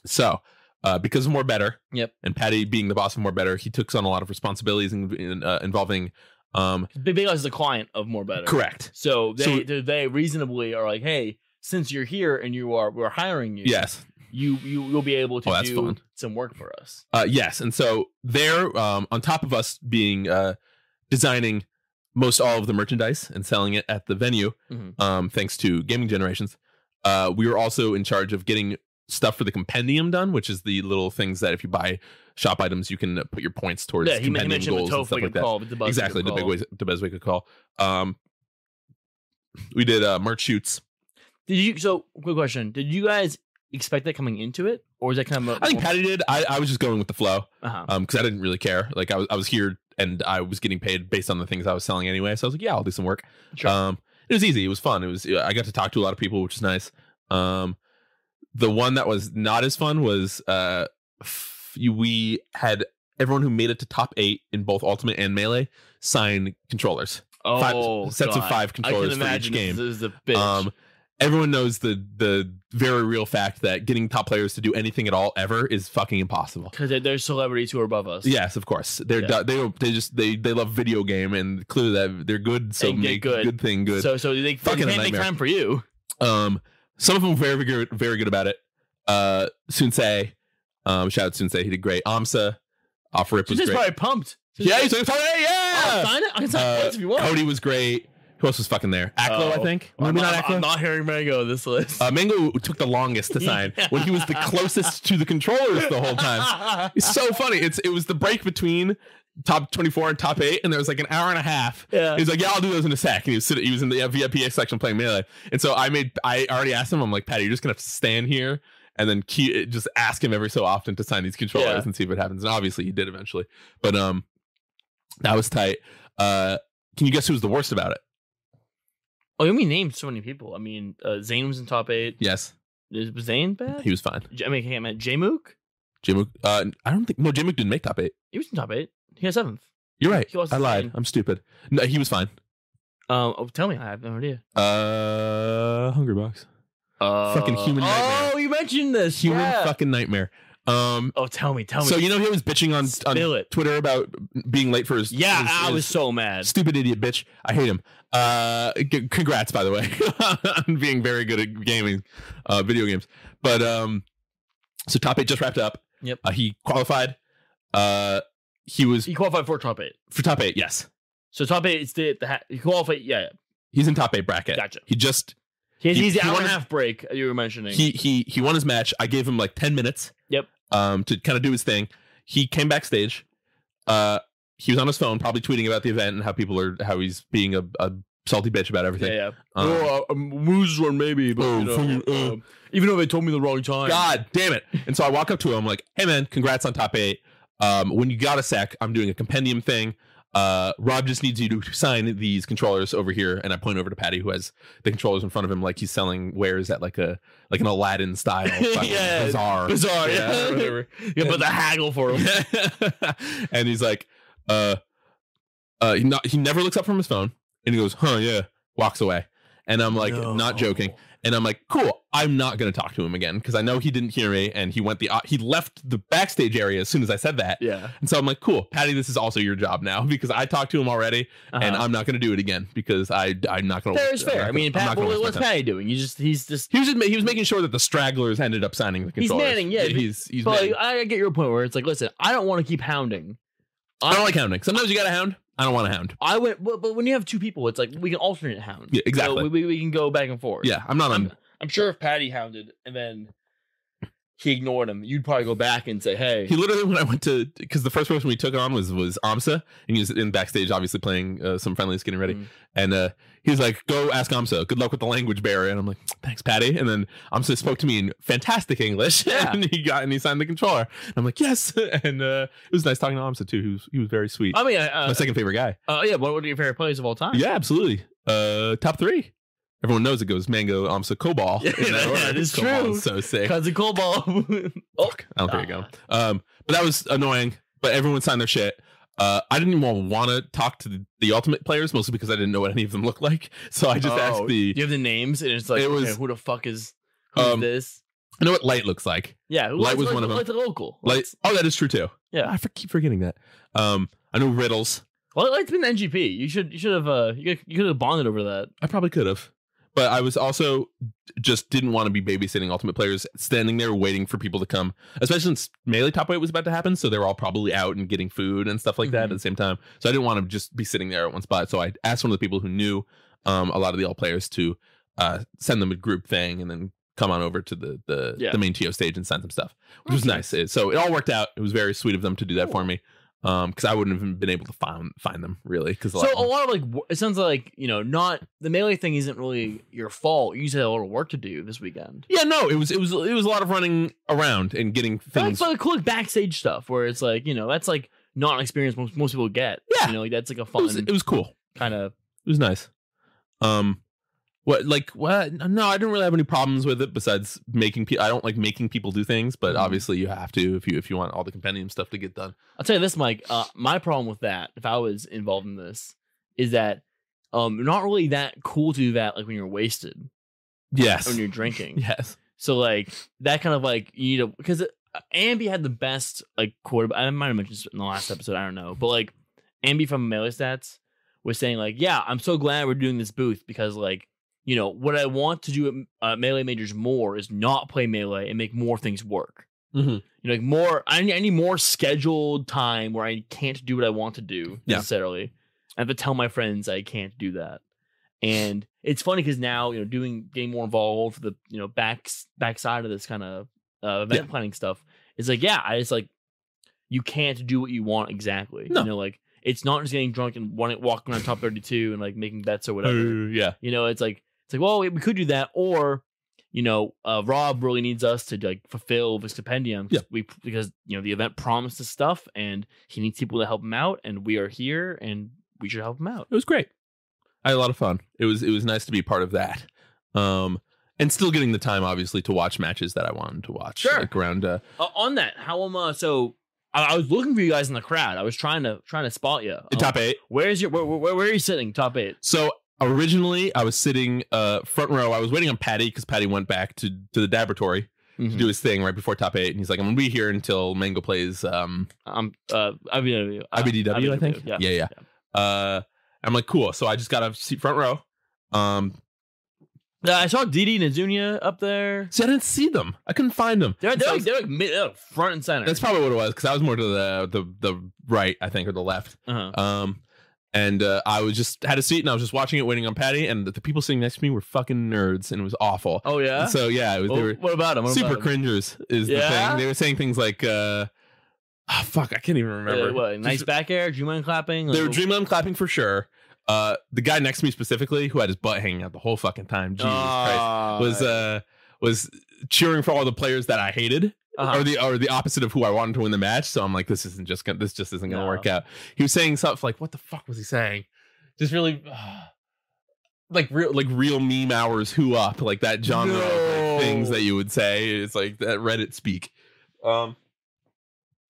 [SPEAKER 2] uh, because of more better,
[SPEAKER 3] Yep.
[SPEAKER 2] and Patty being the boss of more better, he took on a lot of responsibilities in, in, uh, involving. Um,
[SPEAKER 3] Big Big House is a client of More Better.
[SPEAKER 2] correct.
[SPEAKER 3] So they
[SPEAKER 2] So-
[SPEAKER 3] they- they reasonably are like, hey, since you're here and you are we're hiring you.
[SPEAKER 2] Yes.
[SPEAKER 3] You you will be able to
[SPEAKER 2] Oh, that's
[SPEAKER 3] do
[SPEAKER 2] fun.
[SPEAKER 3] some work for us.
[SPEAKER 2] Uh, yes, and so they're um, on top of us being uh, designing most all of the merchandise and selling it at the venue,
[SPEAKER 3] Mhm.
[SPEAKER 2] um, thanks to Gaming Generations. Uh, we were also in charge of getting stuff for the compendium done, which is the little things that if you buy shop items, you can uh, put your points towards
[SPEAKER 3] Yeah, he, men-
[SPEAKER 2] compendium
[SPEAKER 3] he mentioned the
[SPEAKER 2] goals and
[SPEAKER 3] tofu
[SPEAKER 2] stuff
[SPEAKER 3] like
[SPEAKER 2] like that.
[SPEAKER 3] call, but the bus we
[SPEAKER 2] exactly,
[SPEAKER 3] could
[SPEAKER 2] the big
[SPEAKER 3] call.
[SPEAKER 2] ways, the best way to call. Um, we did uh, merch shoots.
[SPEAKER 3] Did you so quick question? Did you guys expect that coming into it, or is that kind of? a-
[SPEAKER 2] I think Patty did. I, I was just going with the flow.
[SPEAKER 3] Uh-huh.
[SPEAKER 2] um because i didn't really care like I was, I was here and i was getting paid based on the things i was selling anyway so i was like yeah i'll do some work
[SPEAKER 3] Sure.
[SPEAKER 2] um it was easy it was fun it was i got to talk to a lot of people which is nice um the one that was not as fun was uh f- you- we had everyone who made it to top eight in both ultimate and melee sign controllers five-
[SPEAKER 3] Oh,
[SPEAKER 2] sets of five controllers for each game.
[SPEAKER 3] This is a bitch.
[SPEAKER 2] um everyone knows the the very real fact that getting top players to do anything at all ever is fucking impossible
[SPEAKER 3] because there's celebrities who are above us.
[SPEAKER 2] Yes, of course. They're do-
[SPEAKER 3] Yeah.
[SPEAKER 2] they they just they they love video game and clearly that they're good. So
[SPEAKER 3] And get
[SPEAKER 2] make
[SPEAKER 3] good.
[SPEAKER 2] good. thing good.
[SPEAKER 3] So so they, they
[SPEAKER 2] Fucking
[SPEAKER 3] can't
[SPEAKER 2] a
[SPEAKER 3] make
[SPEAKER 2] nightmare.
[SPEAKER 3] time for you.
[SPEAKER 2] um, some of them very very good, very good about it. Uh, Sunsei, um, shout out Sunsei, he did great. Amsa, off rip
[SPEAKER 3] So
[SPEAKER 2] was
[SPEAKER 3] this
[SPEAKER 2] great.
[SPEAKER 3] probably Oh, pumped. So
[SPEAKER 2] yeah,
[SPEAKER 3] this-
[SPEAKER 2] he's like, "Hey,
[SPEAKER 3] I'll
[SPEAKER 2] yeah.
[SPEAKER 3] sign it. I can sign
[SPEAKER 2] Uh,
[SPEAKER 3] it if you want.
[SPEAKER 2] Cody was great. Who else was fucking there? Aklo,
[SPEAKER 3] Oh.
[SPEAKER 2] I think.
[SPEAKER 3] I'm,
[SPEAKER 2] Maybe not
[SPEAKER 3] not, I'm
[SPEAKER 2] Aklo.
[SPEAKER 3] not hearing Mango on this list.
[SPEAKER 2] uh, Mango took the longest to sign
[SPEAKER 3] [LAUGHS]
[SPEAKER 2] when he was the closest to the controllers the whole time.
[SPEAKER 3] [LAUGHS]
[SPEAKER 2] It's so funny. It's it was the break between top twenty four and top eight, and there was like an hour and a half.
[SPEAKER 3] yeah.
[SPEAKER 2] He was like, "Yeah, I'll do those in a sec." And he was sitting, he was in the VIP section playing melee, and so I made I already asked him. I'm like, "Patty, you're just gonna have to stand here and then key, just ask him every so often to sign these controllers
[SPEAKER 3] Yeah.
[SPEAKER 2] and see if it happens." And obviously, he did eventually. But um, that was tight. Uh, can you guess who was the worst about it?
[SPEAKER 3] Oh, you mean named so many people. I mean, uh, Zane was in top eight.
[SPEAKER 2] Yes,
[SPEAKER 3] Is was Zane bad?
[SPEAKER 2] he was fine.
[SPEAKER 3] J- I mean, I meant J Mook.
[SPEAKER 2] Jim, uh, I don't think no, Jim didn't make top eight.
[SPEAKER 3] He was in top eight. He had seventh.
[SPEAKER 2] You're right.
[SPEAKER 3] He lost
[SPEAKER 2] I
[SPEAKER 3] his
[SPEAKER 2] lied.
[SPEAKER 3] name.
[SPEAKER 2] I'm stupid. No, he was fine.
[SPEAKER 3] Um, oh, tell me, I have no idea.
[SPEAKER 2] Uh, hungry box.
[SPEAKER 3] Uh,
[SPEAKER 2] Fucking human
[SPEAKER 3] Oh,
[SPEAKER 2] nightmare.
[SPEAKER 3] you mentioned this.
[SPEAKER 2] Human
[SPEAKER 3] yeah.
[SPEAKER 2] fucking nightmare. Um,
[SPEAKER 3] Oh, tell me, tell me.
[SPEAKER 2] so you know he was bitching on, on
[SPEAKER 3] Spill it.
[SPEAKER 2] Twitter about being late for his.
[SPEAKER 3] Yeah,
[SPEAKER 2] his-
[SPEAKER 3] I
[SPEAKER 2] his
[SPEAKER 3] was so mad.
[SPEAKER 2] stupid idiot bitch. I hate him. Uh, c- congrats by the way [LAUGHS] on being very good at gaming, uh, video games. But um, so top eight just wrapped up.
[SPEAKER 3] Yep.
[SPEAKER 2] Uh, he qualified. Uh, he was
[SPEAKER 3] He qualified for top eight.
[SPEAKER 2] for top eight. Yes,
[SPEAKER 3] So top eight is the, the ha- he qualified. Yeah, yeah.
[SPEAKER 2] he's in top eight bracket.
[SPEAKER 3] Gotcha.
[SPEAKER 2] He just
[SPEAKER 3] He's,
[SPEAKER 2] He-
[SPEAKER 3] he's the
[SPEAKER 2] he
[SPEAKER 3] hour and
[SPEAKER 2] wanted-
[SPEAKER 3] a half break uh, you were mentioning.
[SPEAKER 2] he he he won his match. I gave him like ten minutes.
[SPEAKER 3] Yep.
[SPEAKER 2] Um, to kind of do his thing. He came backstage. Uh, he was on his phone, probably tweeting about the event and how people are how he's being a, a salty bitch about
[SPEAKER 3] yeah,
[SPEAKER 2] everything.
[SPEAKER 3] yeah.
[SPEAKER 2] Um,
[SPEAKER 3] oh, I'm loser maybe,
[SPEAKER 2] but, you know, uh,
[SPEAKER 3] um, even though they told me the wrong time. [LAUGHS]
[SPEAKER 2] God damn it! And so I walk up to him like, "Hey man, congrats on top eight. Um, when you got a sec, I'm doing a compendium thing. Uh, Rob just needs you to sign these controllers over here." And I point over to Patty, who has the controllers in front of him, like he's selling wares at like a like an Aladdin
[SPEAKER 3] [LAUGHS]
[SPEAKER 2] style fucking
[SPEAKER 3] Yeah.
[SPEAKER 2] bazaar.
[SPEAKER 3] Bizarre. Yeah,
[SPEAKER 2] Yeah,
[SPEAKER 3] [LAUGHS]
[SPEAKER 2] whatever.
[SPEAKER 3] yeah, but the haggle
[SPEAKER 2] [LAUGHS]
[SPEAKER 3] for him.
[SPEAKER 2] and he's like, uh, uh, he, not, he never looks up from his phone and he goes, huh, yeah, walks away. And I'm like, not joking. And I'm like, cool. I'm not going to talk to him again because I know he didn't hear me, and he went the he left the backstage area as soon as I said that.
[SPEAKER 3] Yeah.
[SPEAKER 2] And so I'm like, cool, Patty, this is also your job now [LAUGHS] because I talked to him already, and
[SPEAKER 3] Uh-huh.
[SPEAKER 2] I'm not going to do it again because I I'm not going to.
[SPEAKER 3] fair is fair. I mean, Pat, what- what's Patty doing? He just he's just.
[SPEAKER 2] He was just ma- he was making sure that the stragglers ended up signing the
[SPEAKER 3] He's
[SPEAKER 2] controllers.
[SPEAKER 3] manning, yeah, but-
[SPEAKER 2] he's he's
[SPEAKER 3] But
[SPEAKER 2] manning.
[SPEAKER 3] I get your point where it's like, listen, I don't want to keep hounding.
[SPEAKER 2] I don't like hounding. Sometimes you got to hound. I don't want to hound.
[SPEAKER 3] I went, but, but when you have two people, it's like we can alternate hound.
[SPEAKER 2] Yeah, exactly.
[SPEAKER 3] So we, we, we can go back and forth.
[SPEAKER 2] Yeah, I'm not on.
[SPEAKER 3] I'm, I'm sure if Patty hounded and then he ignored him, you'd probably go back and say, hey,
[SPEAKER 2] [LAUGHS] He literally, when I went to, because the first person we took on was was Amsa, and he was in backstage, obviously playing uh, some friendlies, getting ready.
[SPEAKER 3] Mm.
[SPEAKER 2] And uh, he was like, "Go ask Amsa. Good luck with the language barrier." And I'm like, "Thanks, Patty." And then Amsa spoke to me in fantastic English, [LAUGHS]
[SPEAKER 3] Yeah.
[SPEAKER 2] and he got and he signed the controller. And I'm like, "Yes!" [LAUGHS] And uh, it was nice talking to Amsa too. He was he was very sweet.
[SPEAKER 3] I mean,
[SPEAKER 2] My
[SPEAKER 3] uh,
[SPEAKER 2] second favorite guy.
[SPEAKER 3] uh, yeah, what what are your favorite plays of all time?
[SPEAKER 2] Yeah, absolutely. Uh, top three. Everyone knows it goes Mango, Amsa, Cobalt.
[SPEAKER 3] [LAUGHS] Yeah,
[SPEAKER 2] in
[SPEAKER 3] that
[SPEAKER 2] [LAUGHS] order.
[SPEAKER 3] is
[SPEAKER 2] Cobalt
[SPEAKER 3] true.
[SPEAKER 2] is So sick.
[SPEAKER 3] Because of Cobalt. oh, ah.
[SPEAKER 2] I don't think you go. Um, but that was annoying. But everyone signed their shit. Uh, I didn't even want to talk to the, the ultimate players, mostly because I didn't know what any of them looked like. [LAUGHS] So I just asked the,
[SPEAKER 3] You have the names, and it's like,
[SPEAKER 2] It was-
[SPEAKER 3] okay, who the fuck is who's
[SPEAKER 2] Um,
[SPEAKER 3] this?
[SPEAKER 2] I know what light looks like.
[SPEAKER 3] Yeah, who
[SPEAKER 2] Light
[SPEAKER 3] like-
[SPEAKER 2] was
[SPEAKER 3] like-
[SPEAKER 2] one of them.
[SPEAKER 3] Like the local.
[SPEAKER 2] Light. Oh, that is true too.
[SPEAKER 3] Yeah.
[SPEAKER 2] I for- keep forgetting that. Um, I know riddles.
[SPEAKER 3] Well, Light's been NGP. You should you should have uh you could, you could have bonded over that.
[SPEAKER 2] I probably could have, but I was also just didn't want to be babysitting ultimate players, standing there waiting for people to come, especially since melee top weight was about to happen. So they were all probably out and getting food and stuff like that at
[SPEAKER 3] Mhm.
[SPEAKER 2] the same time. So I didn't want to just be sitting there at one spot. So I asked one of the people who knew um, a lot of the all players to uh, send them a group thing and then come on over to the the,
[SPEAKER 3] Yeah.
[SPEAKER 2] the main TO stage and send them stuff, which was
[SPEAKER 3] Okay.
[SPEAKER 2] nice. It- so it all worked out. It was very sweet of them to do that for
[SPEAKER 3] Cool.
[SPEAKER 2] me. Um, because I wouldn't have been able to find find them really. Because
[SPEAKER 3] So a lot of like wo- it sounds like you know not the melee thing isn't really your fault. You just had a lot of work to do this weekend.
[SPEAKER 2] Yeah, no, it was it was it was a lot of running around and getting things.
[SPEAKER 3] That's like cool like, backstage stuff where it's like you know that's like not an experience most, most people get.
[SPEAKER 2] Yeah.
[SPEAKER 3] you know like, that's like a
[SPEAKER 2] it, was,
[SPEAKER 3] fun
[SPEAKER 2] it was cool.
[SPEAKER 3] kind of
[SPEAKER 2] It was nice. Um, what like what? No, I didn't really have any problems with it besides making people. I don't like making people do things, but
[SPEAKER 3] Mhm.
[SPEAKER 2] obviously you have to if you if you want all the compendium stuff to get done.
[SPEAKER 3] I'll tell you this, Mike. Uh, my problem with that, if I was involved in this, is that um, not really that cool to do that like when you're wasted,
[SPEAKER 2] Yes, [LAUGHS]
[SPEAKER 3] when you're drinking.
[SPEAKER 2] yes,
[SPEAKER 3] So like that kind of like you know because Ambi uh, had the best like quarterback. I might have mentioned this in the last episode. I don't know, but like Ambi from Melee Stats was saying like, yeah, I'm so glad we're doing this booth because like you know what I want to do at uh, Melee Majors more is not play Melee and make more things work.
[SPEAKER 2] Mhm.
[SPEAKER 3] You know, like more. I need, I need more scheduled time where I can't do what I want to do
[SPEAKER 2] Yeah.
[SPEAKER 3] necessarily. I have to tell my friends I can't do that. And it's funny because now you know doing getting more involved for the you know back backside of this kind of uh, event planning stuff is like yeah I just like you can't do what you want exactly
[SPEAKER 2] No.
[SPEAKER 3] you know like it's not just getting drunk and wanting, walking on top thirty two and like making bets or whatever
[SPEAKER 2] Uh, yeah.
[SPEAKER 3] you know it's like it's like well we, we could do that or you know uh, Rob really needs us to like fulfill the stipendium 'cause
[SPEAKER 2] Yeah.
[SPEAKER 3] we because you know the event promises stuff and he needs people to help him out and we are here and we should help him out
[SPEAKER 2] It was great. I had a lot of fun. It was it was nice to be part of that. Um, and still getting the time obviously to watch matches that I wanted to watch.
[SPEAKER 3] Sure.
[SPEAKER 2] like around. Uh,
[SPEAKER 3] Uh, on that, how am uh, so? I, I was looking for you guys in the crowd. I was trying to trying to spot you.
[SPEAKER 2] the
[SPEAKER 3] Um,
[SPEAKER 2] top eight.
[SPEAKER 3] Where's your where, where, where are you sitting? Top eight.
[SPEAKER 2] So originally, I was sitting uh, front row. I was waiting on Patty because Patty went back to to the laboratory to
[SPEAKER 3] Mm-hmm.
[SPEAKER 2] do his thing right before top eight, and he's like, "I'm gonna be here until Mango plays um,
[SPEAKER 3] I'm uh IBW. uh,
[SPEAKER 2] IBDW, I think.
[SPEAKER 3] Yeah.
[SPEAKER 2] yeah, yeah. Uh, I'm like, "Cool." So I just got a seat front row. Um,
[SPEAKER 3] Uh, I saw Didi and Azunia up there.
[SPEAKER 2] see, I didn't see them. I couldn't find them.
[SPEAKER 3] They're
[SPEAKER 2] So
[SPEAKER 3] they're
[SPEAKER 2] I
[SPEAKER 3] like,
[SPEAKER 2] was-
[SPEAKER 3] they're like mid, they're like front and center.
[SPEAKER 2] that's probably what it was because I was more to the the the right, I think, or the left.
[SPEAKER 3] uh-huh.
[SPEAKER 2] Um, and uh, I was just had a seat and I was just watching it, waiting on Patty, and the, the people sitting next to me were fucking nerds, and it was awful.
[SPEAKER 3] Oh yeah.
[SPEAKER 2] And so yeah, it was.
[SPEAKER 3] Well,
[SPEAKER 2] they were,
[SPEAKER 3] what about him? What
[SPEAKER 2] Super
[SPEAKER 3] about him?
[SPEAKER 2] cringers is the
[SPEAKER 3] Yeah?
[SPEAKER 2] thing. They were saying things like, uh, ah, fuck, I can't even remember.
[SPEAKER 3] Uh, what, nice
[SPEAKER 2] Just-
[SPEAKER 3] back air. Do you mind clapping?
[SPEAKER 2] they were
[SPEAKER 3] Like,
[SPEAKER 2] dreaming on clapping for sure. Uh, the guy next to me specifically, who had his butt hanging out the whole fucking time, Jesus Christ,
[SPEAKER 3] ah,
[SPEAKER 2] was uh was cheering for all the players that I hated,
[SPEAKER 3] uh-huh.
[SPEAKER 2] or the or the opposite of who I wanted to win the match. So I'm like, this isn't just gonna, this just isn't gonna
[SPEAKER 3] No.
[SPEAKER 2] work out. He was saying stuff like, what the fuck was he saying? Just really. [SIGHS] like real, like real meme hours. Who up? Like that genre of
[SPEAKER 3] No.
[SPEAKER 2] like, things that you would say. It's like that Reddit speak. Um,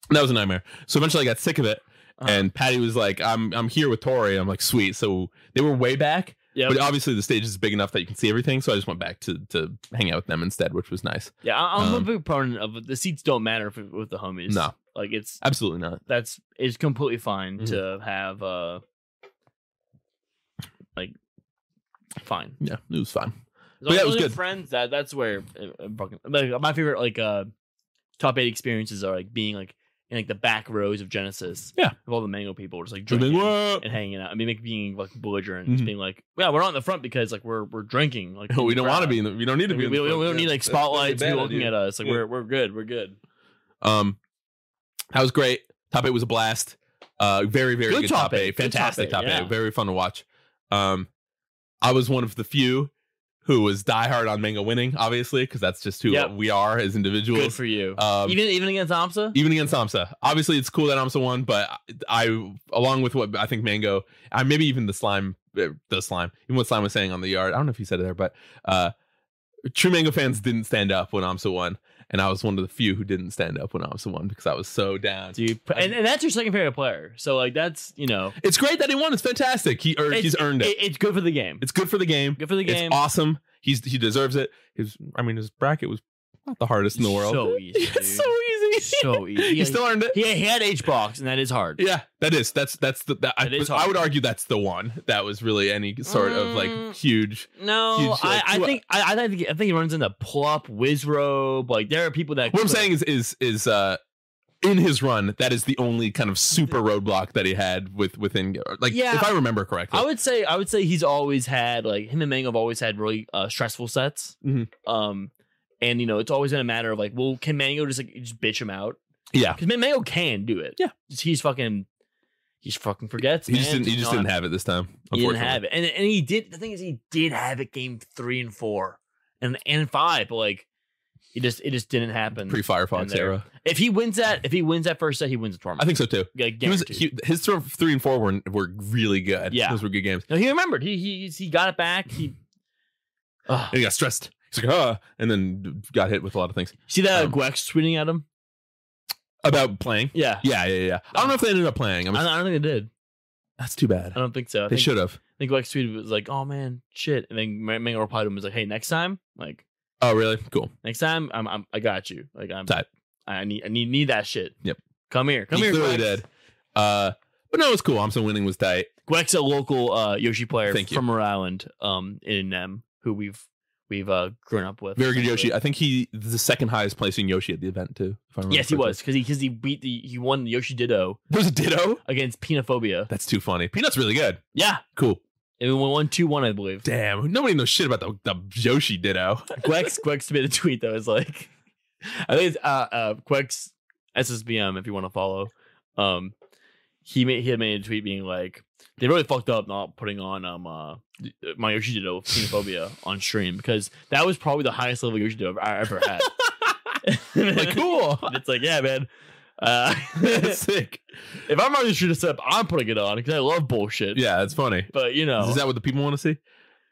[SPEAKER 2] that was a nightmare. So eventually, I got sick of it,
[SPEAKER 3] Uh-huh.
[SPEAKER 2] and Patty was like, "I'm I'm here with Tori." I'm like, "Sweet." So they were way back,
[SPEAKER 3] Yep.
[SPEAKER 2] But uh, obviously, the stage is big enough that you can see everything. So I just went back to to hang out with them instead, which was nice.
[SPEAKER 3] Yeah, I, I'm a
[SPEAKER 2] Um,
[SPEAKER 3] big proponent of the seats don't matter if, with the homies.
[SPEAKER 2] No. Mm-hmm.
[SPEAKER 3] like it's
[SPEAKER 2] Absolutely not.
[SPEAKER 3] that's it's completely fine to have uh like fine.
[SPEAKER 2] Yeah, it was fine.
[SPEAKER 3] As
[SPEAKER 2] But
[SPEAKER 3] long
[SPEAKER 2] yeah, it
[SPEAKER 3] as
[SPEAKER 2] was
[SPEAKER 3] you're
[SPEAKER 2] good.
[SPEAKER 3] Friends, that that's where it- it fucking- like, my favorite like uh top eight experiences are like being like in like the back rows of Genesis.
[SPEAKER 2] Yeah.
[SPEAKER 3] of all the mango people just like
[SPEAKER 2] Drinking,
[SPEAKER 3] drinking.
[SPEAKER 2] "Whoa."
[SPEAKER 3] and hanging out. I mean, like being like belligerent, and just
[SPEAKER 2] Mhm.
[SPEAKER 3] being like, "Yeah, we're not in the front because like we're we're drinking. Like
[SPEAKER 2] [LAUGHS] we
[SPEAKER 3] in the
[SPEAKER 2] don't want to
[SPEAKER 3] crowd.
[SPEAKER 2] be. In the, we don't need to
[SPEAKER 3] Like,
[SPEAKER 2] be.
[SPEAKER 3] we,
[SPEAKER 2] in
[SPEAKER 3] we,
[SPEAKER 2] the
[SPEAKER 3] we
[SPEAKER 2] front.
[SPEAKER 3] don't
[SPEAKER 2] Yeah.
[SPEAKER 3] need like
[SPEAKER 2] That's- that's a
[SPEAKER 3] spotlights
[SPEAKER 2] bad
[SPEAKER 3] people looking
[SPEAKER 2] idea.
[SPEAKER 3] at us. Like
[SPEAKER 2] Yeah.
[SPEAKER 3] we're we're good. We're good.
[SPEAKER 2] Um, that was great. Top eight was a blast. Uh, very very
[SPEAKER 3] Good
[SPEAKER 2] good,
[SPEAKER 3] top
[SPEAKER 2] top,
[SPEAKER 3] eight.
[SPEAKER 2] eight.
[SPEAKER 3] Good top
[SPEAKER 2] Fantastic
[SPEAKER 3] eight,
[SPEAKER 2] top eight.
[SPEAKER 3] yeah.
[SPEAKER 2] Very fun to watch. Um, I was one of the few who was diehard on Mango winning, obviously, because that's just who
[SPEAKER 3] Yep.
[SPEAKER 2] we are as individuals.
[SPEAKER 3] Good for you.
[SPEAKER 2] um,
[SPEAKER 3] even even against Amsa.
[SPEAKER 2] even against Amsa. Obviously, it's cool that Amsa won, but I, along with what I think Mango, I maybe even the slime, uh, the slime, even what slime was saying on the yard. I don't know if he said it there, but uh, true Mango fans didn't stand up when Amsa won, and I was one of the few who didn't stand up when Amsa won because I was so down.
[SPEAKER 3] Dude, and, and that's your second favorite player. So like that's you know
[SPEAKER 2] It's great that he won. It's fantastic. He earned, he's earned it.
[SPEAKER 3] It's good for the game.
[SPEAKER 2] It's good for the game.
[SPEAKER 3] good for the game.
[SPEAKER 2] It's awesome. He's he deserves it. His I mean his bracket was not the hardest in the world. [LAUGHS]
[SPEAKER 3] So easy. Dude.
[SPEAKER 2] it's so easy.
[SPEAKER 3] so
[SPEAKER 2] [LAUGHS]
[SPEAKER 3] easy.
[SPEAKER 2] he still earned it.
[SPEAKER 3] he, he had H box, and that is hard.
[SPEAKER 2] Yeah, that is. That's that's the. That, I,
[SPEAKER 3] It is
[SPEAKER 2] I would
[SPEAKER 3] hard.
[SPEAKER 2] argue that's the one that was really any sort of
[SPEAKER 3] Mm.
[SPEAKER 2] like huge.
[SPEAKER 3] No,
[SPEAKER 2] Huge,
[SPEAKER 3] I,
[SPEAKER 2] like,
[SPEAKER 3] I
[SPEAKER 2] two-
[SPEAKER 3] think I, I think I think he runs into Plup, Wizrobe. Like there are people that
[SPEAKER 2] What I'm saying is is is uh in his run that is the only kind of super roadblock that he had with within like
[SPEAKER 3] Mm-hmm. Yeah.
[SPEAKER 2] if I remember correctly.
[SPEAKER 3] I would say I would say he's always had like him and Mango have always had really uh, stressful sets.
[SPEAKER 2] Mhm.
[SPEAKER 3] Um, and you know it's always been a matter of like, well, can Mango just like just bitch him out?
[SPEAKER 2] yeah,
[SPEAKER 3] Because Mango can do it.
[SPEAKER 2] Yeah.
[SPEAKER 3] Just- he's fucking, he just fucking forgets.
[SPEAKER 2] he just
[SPEAKER 3] man.
[SPEAKER 2] didn't. He just
[SPEAKER 3] not-
[SPEAKER 2] didn't have it this time.
[SPEAKER 3] He didn't
[SPEAKER 2] unfortunately.
[SPEAKER 3] have it, and and he did. The thing is, he did have it game three and four, and and five, but like, it just it just didn't happen.
[SPEAKER 2] Pre
[SPEAKER 3] And
[SPEAKER 2] Firefox
[SPEAKER 3] there-
[SPEAKER 2] era.
[SPEAKER 3] if he wins that, if he wins that first set, he wins the tournament.
[SPEAKER 2] I think so too.
[SPEAKER 3] Like,
[SPEAKER 2] He was
[SPEAKER 3] guaranteed.
[SPEAKER 2] he, his throw three and four were were really good.
[SPEAKER 3] Yeah.
[SPEAKER 2] those were good games.
[SPEAKER 3] no, he remembered. He he he got it
[SPEAKER 2] [SIGHS]
[SPEAKER 3] back. He. Ugh.
[SPEAKER 2] And he got stressed. He's like, ah, and then got hit with a lot of things
[SPEAKER 3] See that uh,
[SPEAKER 2] Um,
[SPEAKER 3] Gwex tweeting at him?
[SPEAKER 2] about playing.
[SPEAKER 3] Yeah.
[SPEAKER 2] Yeah, yeah, yeah. I don't know if they ended up playing. I'm,
[SPEAKER 3] Uh, I, I don't think they did.
[SPEAKER 2] that's too bad.
[SPEAKER 3] I don't think so. I
[SPEAKER 2] They
[SPEAKER 3] think,
[SPEAKER 2] should have.
[SPEAKER 3] I think Gwex tweeted was like, "Oh man, shit," and then Ma- Mango replied to him was like, "Hey, next time, like
[SPEAKER 2] Oh, really? Cool.
[SPEAKER 3] next time, I'm, I'm I got you. Like I'm
[SPEAKER 2] Tight.
[SPEAKER 3] I need I need need that shit.
[SPEAKER 2] Yep.
[SPEAKER 3] Come here. Come
[SPEAKER 2] he
[SPEAKER 3] here.
[SPEAKER 2] clearly
[SPEAKER 3] Gwex.
[SPEAKER 2] did. Uh, but no, it was cool. Amson winning was tight.
[SPEAKER 3] Gwex, a local uh, Yoshi player
[SPEAKER 2] Thank you.
[SPEAKER 3] from Rhode Island, um, in Nem, who we've we've uh grown up with.
[SPEAKER 2] Very good
[SPEAKER 3] essentially.
[SPEAKER 2] Yoshi. I think he the second highest placing Yoshi at the event too. If I remember
[SPEAKER 3] Yes, he
[SPEAKER 2] correctly.
[SPEAKER 3] was because he because he beat the he won the Yoshi Ditto
[SPEAKER 2] There's a Ditto.
[SPEAKER 3] against Penophobia.
[SPEAKER 2] That's too funny. Peanut's really good.
[SPEAKER 3] Yeah,
[SPEAKER 2] Cool.
[SPEAKER 3] and we won one two one I believe.
[SPEAKER 2] Damn, nobody knows shit about the, the Yoshi Ditto. [LAUGHS]
[SPEAKER 3] Quex Quex made a tweet that was like, I think it's uh, uh Quex SSBM if you want to follow. Um, he made he had made a tweet being like, they really fucked up not putting on um uh my Yoshi Ditto
[SPEAKER 2] [LAUGHS]
[SPEAKER 3] xenophobia on stream because that was probably the highest level Yoshi Ditto I ever
[SPEAKER 2] [LAUGHS]
[SPEAKER 3] had.
[SPEAKER 2] like, cool.
[SPEAKER 3] And it's like yeah, man. Uh, [LAUGHS]
[SPEAKER 2] That's
[SPEAKER 3] if
[SPEAKER 2] sick.
[SPEAKER 3] I'm already shooting this up, I'm putting it on because I love bullshit.
[SPEAKER 2] Yeah, that's funny.
[SPEAKER 3] but you know,
[SPEAKER 2] Is that what the people want to see?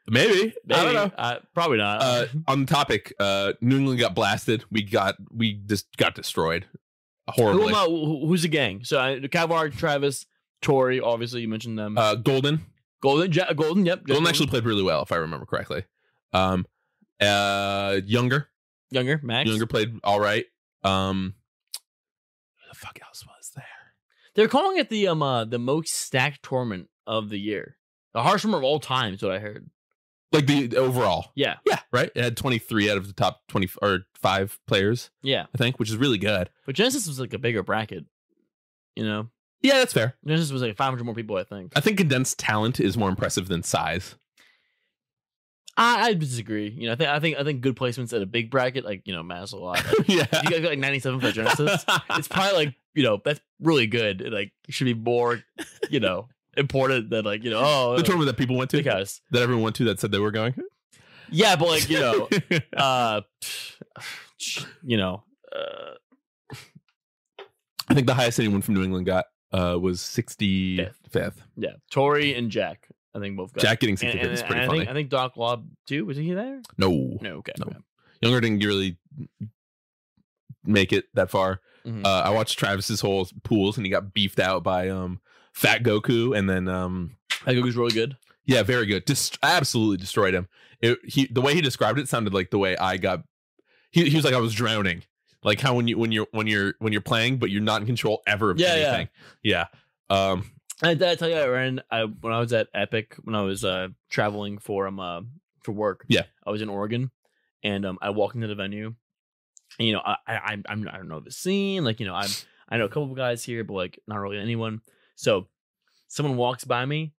[SPEAKER 2] Maybe. I
[SPEAKER 3] Oh. maybe,
[SPEAKER 2] don't know.
[SPEAKER 3] uh, probably not.
[SPEAKER 2] Uh, on the topic, uh, New England got blasted. We got we just got destroyed
[SPEAKER 3] Who
[SPEAKER 2] horribly.
[SPEAKER 3] am I- who- who's the gang? So I, Kavard, Travis, Tori. Obviously, you mentioned them.
[SPEAKER 2] Uh, Golden
[SPEAKER 3] Golden, Ja- Golden. Yep,
[SPEAKER 2] Golden actually played really well, if I remember correctly. Um, uh, younger,
[SPEAKER 3] younger. Max.
[SPEAKER 2] younger played all right. Um, who the fuck else was there?
[SPEAKER 3] They're calling it the um uh, the most stacked tournament of the year, the hardest tournament of all time. Is what I heard.
[SPEAKER 2] Like the overall,
[SPEAKER 3] Yeah,
[SPEAKER 2] yeah, right. It had twenty three out of the top twenty or five players,
[SPEAKER 3] yeah.
[SPEAKER 2] I think, which is really good.
[SPEAKER 3] But Genesis was like a bigger bracket. You know,
[SPEAKER 2] Yeah, that's fair.
[SPEAKER 3] Genesis was like 500 more people. I think.
[SPEAKER 2] I think condensed talent is more impressive than size. [LAUGHS]
[SPEAKER 3] I, I disagree. You know, I think I think I think good placements at a big bracket like you know matters a
[SPEAKER 2] [LAUGHS]
[SPEAKER 3] lot. Like,
[SPEAKER 2] yeah,
[SPEAKER 3] you guys got like 97 for Genesis.
[SPEAKER 2] [LAUGHS]
[SPEAKER 3] it's probably like you know that's really good. It, like should be more,
[SPEAKER 2] [LAUGHS]
[SPEAKER 3] you know, important than like you know oh
[SPEAKER 2] the tournament that people went to,
[SPEAKER 3] because
[SPEAKER 2] that everyone went to, that said they were going.
[SPEAKER 3] yeah, but like you
[SPEAKER 2] [LAUGHS]
[SPEAKER 3] know, uh, you know, uh,
[SPEAKER 2] I think the highest anyone from New England got uh, was sixty fifth.
[SPEAKER 3] yeah, Tori and Jack, I think both got
[SPEAKER 2] Jack getting
[SPEAKER 3] And,
[SPEAKER 2] sixty
[SPEAKER 3] and,
[SPEAKER 2] fifth is pretty
[SPEAKER 3] and I
[SPEAKER 2] funny.
[SPEAKER 3] think I think Doc Lob too. Was he there?
[SPEAKER 2] no,
[SPEAKER 3] No, okay.
[SPEAKER 2] No.
[SPEAKER 3] okay.
[SPEAKER 2] Younger didn't really make it that far.
[SPEAKER 3] Mhm.
[SPEAKER 2] Uh, I watched Travis's whole pools, and he got beefed out by um Fat Goku, and then um
[SPEAKER 3] I think it was really good.
[SPEAKER 2] Yeah, very good. Just absolutely destroyed him. It, he, the way he described it sounded like the way I got. He, he was like I was drowning, like how when you when you're when you're when you're playing, but you're not in control ever of
[SPEAKER 3] Yeah, yeah.
[SPEAKER 2] anything. Yeah. Um. [LAUGHS]
[SPEAKER 3] I, did I tell you I ran I when I was at Epic when I was uh traveling for um uh, for work.
[SPEAKER 2] Yeah.
[SPEAKER 3] I was in Oregon, and um I walked into the venue. And, you know I I I'm, I'm I don't know the scene like you know I'm I know a couple of guys here but like not really anyone. So someone walks by me,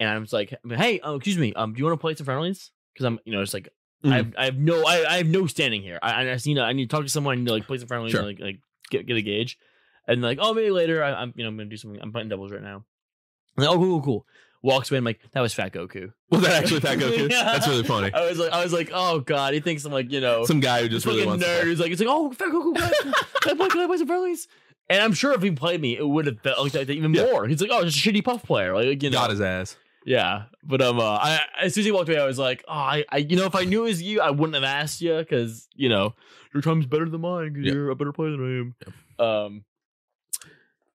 [SPEAKER 3] and I'm just like hey oh, excuse me um do you want to play some friendlies because I'm you know it's like
[SPEAKER 2] Mm.
[SPEAKER 3] I have I have no I, I have no standing here. I I just need to, I need to talk to someone. I need to like play some friendly
[SPEAKER 2] Sure.
[SPEAKER 3] like like get get a gauge, and like oh maybe later I, I'm you know I'm gonna do something. I'm playing doubles right now. And, oh cool, cool cool. Walks away. I'm like that was Fat Goku.
[SPEAKER 2] Was that actually
[SPEAKER 3] [LAUGHS]
[SPEAKER 2] Fat Goku? That's really funny.
[SPEAKER 3] I was like I was like oh god he thinks I'm like you know
[SPEAKER 2] Some guy who just
[SPEAKER 3] Oh, fucking
[SPEAKER 2] really wants.
[SPEAKER 3] nerd
[SPEAKER 2] To play.
[SPEAKER 3] who's like it's like oh Fat Goku can I,
[SPEAKER 2] [LAUGHS]
[SPEAKER 3] can I play can I play some friendlies? And I'm sure if he played me it would have felt like that even
[SPEAKER 2] Yeah.
[SPEAKER 3] more. He's like oh just a shitty puff player like you know
[SPEAKER 2] Got his ass.
[SPEAKER 3] yeah, but um, uh, I as soon as he walked away, I was like, oh, I, I you know, if I knew it was you, I wouldn't have asked you because you know your time's better than mine 'cause
[SPEAKER 2] Yeah.
[SPEAKER 3] you're a better player than I am. Um,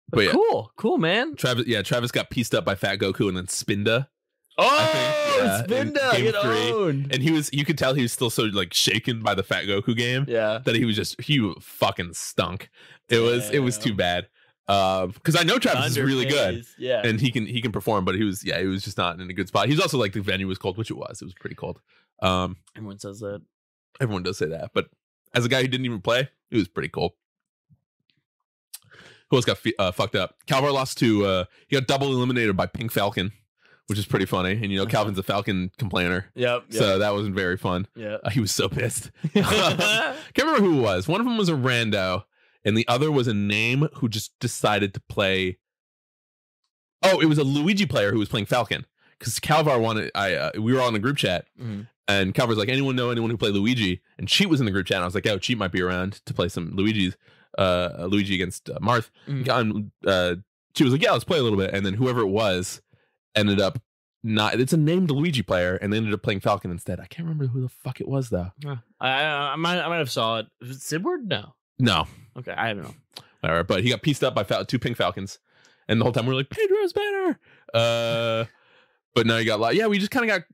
[SPEAKER 3] but
[SPEAKER 2] But yeah.
[SPEAKER 3] cool, cool, man.
[SPEAKER 2] Travis, yeah, Travis got pieced up by Fat Goku and then Spinda,
[SPEAKER 3] Oh,
[SPEAKER 2] yeah, in
[SPEAKER 3] Spinda,
[SPEAKER 2] game
[SPEAKER 3] get
[SPEAKER 2] three.
[SPEAKER 3] owned.
[SPEAKER 2] and he was. You could tell he was still so like shaken by the Fat Goku game.
[SPEAKER 3] yeah,
[SPEAKER 2] that he was just he fucking stunk. It was it was
[SPEAKER 3] Damn.
[SPEAKER 2] too bad. Um, because I know Travis is really good
[SPEAKER 3] Underpays, Yeah,
[SPEAKER 2] and he can he can perform, but he was yeah he was just not in a good spot. He's also like the venue was cold, which it was. It was pretty cold. Um,
[SPEAKER 3] everyone says that.
[SPEAKER 2] everyone does say that, but as a guy who didn't even play, it was pretty cold. Who else got fe- uh, fucked up? Calvar lost to uh he got double eliminated by Pink Falcon, which is pretty funny. And you know Calvin's a Falcon complainer,
[SPEAKER 3] Yep, yep,
[SPEAKER 2] so that wasn't very fun.
[SPEAKER 3] yeah.
[SPEAKER 2] Uh, he was so pissed. [LAUGHS] Can't remember who it was. One of them was a rando, and the other was a name who just decided to play. Oh, it was a Luigi player who was playing Falcon because Calvar wanted. I uh, we were all in a group chat,
[SPEAKER 3] [LAUGHS] Mhm.
[SPEAKER 2] and Calvar's like, "Anyone know anyone who played Luigi?" And Cheat was in the group chat. And I was like, "Oh, Cheat might be around to play some Luigi's, uh, Luigi against uh, Marth."
[SPEAKER 3] Mhm.
[SPEAKER 2] And uh, she was like, "Yeah, let's play a little bit." And then whoever it was ended up not. It's a named Luigi player, and they ended up playing Falcon instead. I can't remember who the fuck it was though.
[SPEAKER 3] Uh, I, I I might I might have saw it. Was it Squidward? No.
[SPEAKER 2] No,
[SPEAKER 3] Okay, I don't know.
[SPEAKER 2] Or, but he got pieced up by fal- two pink falcons, and the whole time we are like, Pedro's better. Uh, but now you got like, yeah, we just kind of got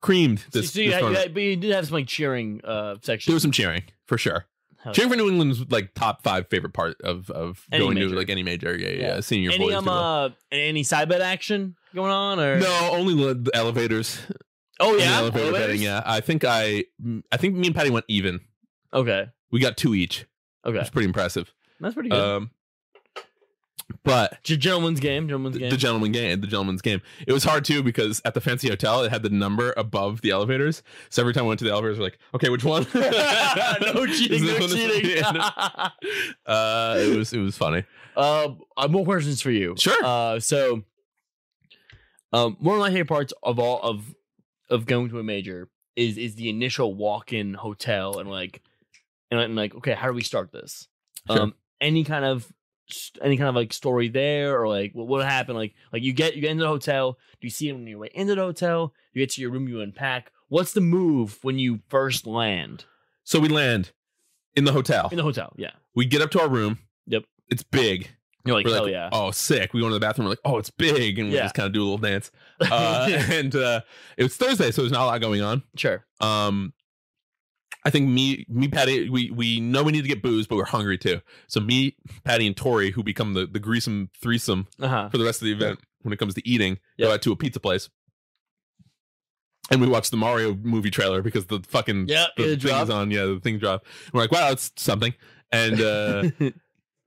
[SPEAKER 2] creamed.
[SPEAKER 3] So-
[SPEAKER 2] This,
[SPEAKER 3] so you,
[SPEAKER 2] this
[SPEAKER 3] had- you
[SPEAKER 2] tournament.
[SPEAKER 3] had- but you did have some like cheering uh section.
[SPEAKER 2] there was some cheering for sure.
[SPEAKER 3] Hell
[SPEAKER 2] Cheering
[SPEAKER 3] yeah.
[SPEAKER 2] for New England's like top five favorite part of of
[SPEAKER 3] Any
[SPEAKER 2] going
[SPEAKER 3] major.
[SPEAKER 2] to like any major. Yeah, yeah,
[SPEAKER 3] Yeah.
[SPEAKER 2] yeah. Seeing your
[SPEAKER 3] any
[SPEAKER 2] boys.
[SPEAKER 3] um
[SPEAKER 2] do well.
[SPEAKER 3] uh, any side bet action going on or
[SPEAKER 2] no, only le- the elevators.
[SPEAKER 3] Oh
[SPEAKER 2] Only
[SPEAKER 3] yeah,
[SPEAKER 2] elevator
[SPEAKER 3] Elevators?
[SPEAKER 2] betting. Yeah, I think I, I think me and Patty went even.
[SPEAKER 3] Okay,
[SPEAKER 2] We got two each.
[SPEAKER 3] okay,
[SPEAKER 2] It's pretty impressive.
[SPEAKER 3] that's pretty good.
[SPEAKER 2] Um, but
[SPEAKER 3] G- gentleman's game, gentleman's
[SPEAKER 2] the
[SPEAKER 3] game.
[SPEAKER 2] the [LAUGHS] gentleman game the gentleman's game it was hard too because at the fancy hotel it had the number above the elevators so every time we went to the elevators we're like okay which
[SPEAKER 3] [LAUGHS]
[SPEAKER 2] one
[SPEAKER 3] [LAUGHS]
[SPEAKER 2] [LAUGHS]
[SPEAKER 3] no
[SPEAKER 2] Is this
[SPEAKER 3] cheating, no
[SPEAKER 2] one- [LAUGHS]
[SPEAKER 3] cheating. [LAUGHS]
[SPEAKER 2] Yeah, no. uh it was it was funny
[SPEAKER 3] uh, uh, more questions for you.
[SPEAKER 2] Sure.
[SPEAKER 3] Uh, so, um, one of my favorite parts of all of of going to a major is is the initial walk in hotel and like and I'm like, okay, how do we start this?
[SPEAKER 2] Sure.
[SPEAKER 3] Um, any kind of st- any kind of like story there or like what what happened? Like like you get you get into the hotel, do you see him on your way into the hotel? You get to your room, you unpack. What's the move when you first land
[SPEAKER 2] so we land in the hotel
[SPEAKER 3] in the hotel? Yeah,
[SPEAKER 2] we get up to our room
[SPEAKER 3] Yep.
[SPEAKER 2] it's big
[SPEAKER 3] you're like,
[SPEAKER 2] we're
[SPEAKER 3] hell
[SPEAKER 2] like
[SPEAKER 3] yeah,
[SPEAKER 2] oh sick we go to the bathroom we're like oh it's big and we
[SPEAKER 3] Yeah.
[SPEAKER 2] just kind of do a little
[SPEAKER 3] [LAUGHS]
[SPEAKER 2] dance uh, and uh it was thursday so there's not a lot going on
[SPEAKER 3] sure,
[SPEAKER 2] um I think me, me, Patty, we we know we need to get booze, but we're hungry too. So me, Patty, and Tori, who become the the gruesome threesome
[SPEAKER 3] uh huh,
[SPEAKER 2] for the rest of the event when it comes to eating,
[SPEAKER 3] Yeah.
[SPEAKER 2] go out to a pizza place, and we watch the Mario movie trailer because the fucking
[SPEAKER 3] yeah,
[SPEAKER 2] the
[SPEAKER 3] it
[SPEAKER 2] thing
[SPEAKER 3] dropped.
[SPEAKER 2] is on, yeah, the thing dropped. We're like, wow, that's something, and
[SPEAKER 3] [LAUGHS]
[SPEAKER 2] uh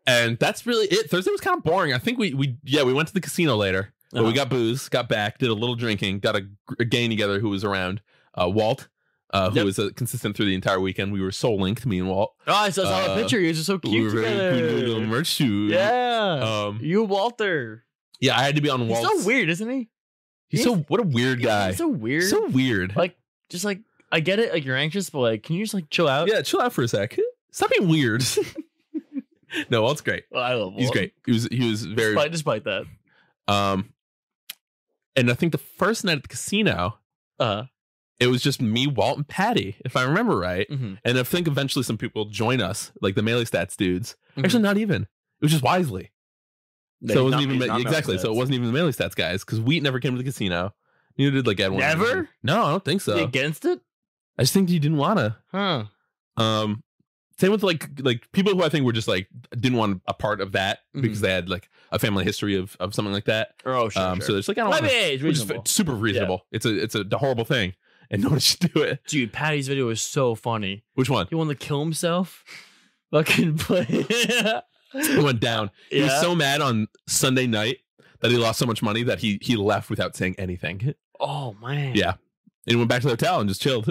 [SPEAKER 2] and that's really it. Thursday was kind of boring. I think we we yeah we went to the casino later, but
[SPEAKER 3] Uh-huh.
[SPEAKER 2] we got booze, got back, did a little drinking, got a, a gang together who was around. Uh, Walt, uh, who
[SPEAKER 3] Yep.
[SPEAKER 2] was uh, consistent through the entire weekend. We were soul linked, me and Walt.
[SPEAKER 3] Oh, I saw, I saw the
[SPEAKER 2] Uh,
[SPEAKER 3] picture. You guys are so
[SPEAKER 2] we
[SPEAKER 3] cute
[SPEAKER 2] were very
[SPEAKER 3] together.
[SPEAKER 2] cool little merch shoot.
[SPEAKER 3] yeah.
[SPEAKER 2] Um.
[SPEAKER 3] you, Walter.
[SPEAKER 2] Yeah, I had to be on
[SPEAKER 3] He's
[SPEAKER 2] Walt.
[SPEAKER 3] so weird, isn't he?
[SPEAKER 2] He's so what a weird guy.
[SPEAKER 3] He's so weird.
[SPEAKER 2] So weird.
[SPEAKER 3] Like, just like, I get it. Like, you're anxious, but like, can you just like chill out?
[SPEAKER 2] Uh, yeah, chill out for a sec. Stop being weird.
[SPEAKER 3] [LAUGHS]
[SPEAKER 2] [LAUGHS] no, Walt's great.
[SPEAKER 3] Well, I love Walt.
[SPEAKER 2] He's great. He was he was very
[SPEAKER 3] Despite, despite that.
[SPEAKER 2] um. And I think the first night at the casino, Uh-huh.
[SPEAKER 3] Uh,
[SPEAKER 2] it was just me, Walt, and Patty, if I remember right.
[SPEAKER 3] mhm.
[SPEAKER 2] And I think eventually some people join us, like the melee stats dudes.
[SPEAKER 3] Mhm.
[SPEAKER 2] Actually, not even. It was just Wisely. so
[SPEAKER 3] Yeah, he's
[SPEAKER 2] it wasn't
[SPEAKER 3] not-
[SPEAKER 2] even
[SPEAKER 3] he's not
[SPEAKER 2] exactly. So it
[SPEAKER 3] narcissist.
[SPEAKER 2] wasn't even the melee stats guys because Wheat never came to the casino. Neither did like Edwin.
[SPEAKER 3] Never?
[SPEAKER 2] Anderson. No, I don't think so.
[SPEAKER 3] You against it?
[SPEAKER 2] I just think you didn't want to.
[SPEAKER 3] Huh.
[SPEAKER 2] Um, same with like like people who I think were just like didn't want a part of that because they had like a family history of of something like that.
[SPEAKER 3] Oh, Mm-hmm. sure.
[SPEAKER 2] um,
[SPEAKER 3] sure.
[SPEAKER 2] so it's like I don't
[SPEAKER 3] My
[SPEAKER 2] want
[SPEAKER 3] age,
[SPEAKER 2] which is
[SPEAKER 3] reasonable.
[SPEAKER 2] super reasonable. It's a it's a horrible thing, and no one [LAUGHS] should do it.
[SPEAKER 3] Dude, Patty's video is so funny.
[SPEAKER 2] Which one?
[SPEAKER 3] He wanted to kill himself. [LAUGHS] Fucking play. [LAUGHS] yeah.
[SPEAKER 2] He went down. He was so mad on Sunday night that he lost so much money that he he left without saying anything.
[SPEAKER 3] oh man.
[SPEAKER 2] Yeah. And he went back to the hotel and just chilled.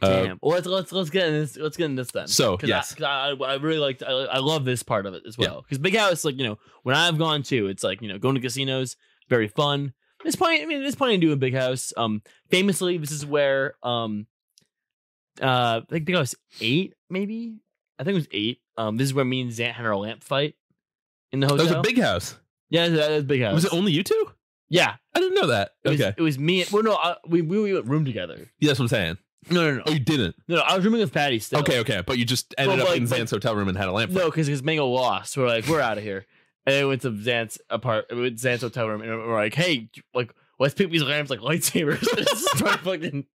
[SPEAKER 2] Uh,
[SPEAKER 3] Damn. well, let's let's let's get in this. Let's get in this then.
[SPEAKER 2] So,
[SPEAKER 3] 'Cause I-
[SPEAKER 2] yes.
[SPEAKER 3] 'cause I, I, really like I, I love this part of it as
[SPEAKER 2] Yeah.
[SPEAKER 3] well because Big House like you know when I've gone to it's like you know going to casinos very fun. There's plenty. I mean, there's plenty to do in Big House. Um, famously, this is where um, uh, I think Big House eight maybe I think it was eight. Um, this is where me and Zant had our lamp fight in the
[SPEAKER 2] that
[SPEAKER 3] hotel.
[SPEAKER 2] was a big house.
[SPEAKER 3] yeah, that was Big House.
[SPEAKER 2] Was it only you two?
[SPEAKER 3] yeah,
[SPEAKER 2] I didn't know that.
[SPEAKER 3] it was,
[SPEAKER 2] okay.
[SPEAKER 3] it was me. And, well, no, I, we we were in a room together.
[SPEAKER 2] Yeah, that's what I'm saying.
[SPEAKER 3] No, no, no,
[SPEAKER 2] Oh, you didn't.
[SPEAKER 3] no, no. I was rooming with Patty still.
[SPEAKER 2] Okay, okay. But you just ended
[SPEAKER 3] Well,
[SPEAKER 2] up
[SPEAKER 3] like-
[SPEAKER 2] in
[SPEAKER 3] but-
[SPEAKER 2] Zan's hotel room and had a lamp.
[SPEAKER 3] No, because Mango lost. We're like, we're out of here. And then we went to Zant's apart, we went to Zant's hotel room, and we're like, hey, like, let's pick these lamps like lightsabers. [LAUGHS]
[SPEAKER 2] [LAUGHS]
[SPEAKER 3] and just start fucking.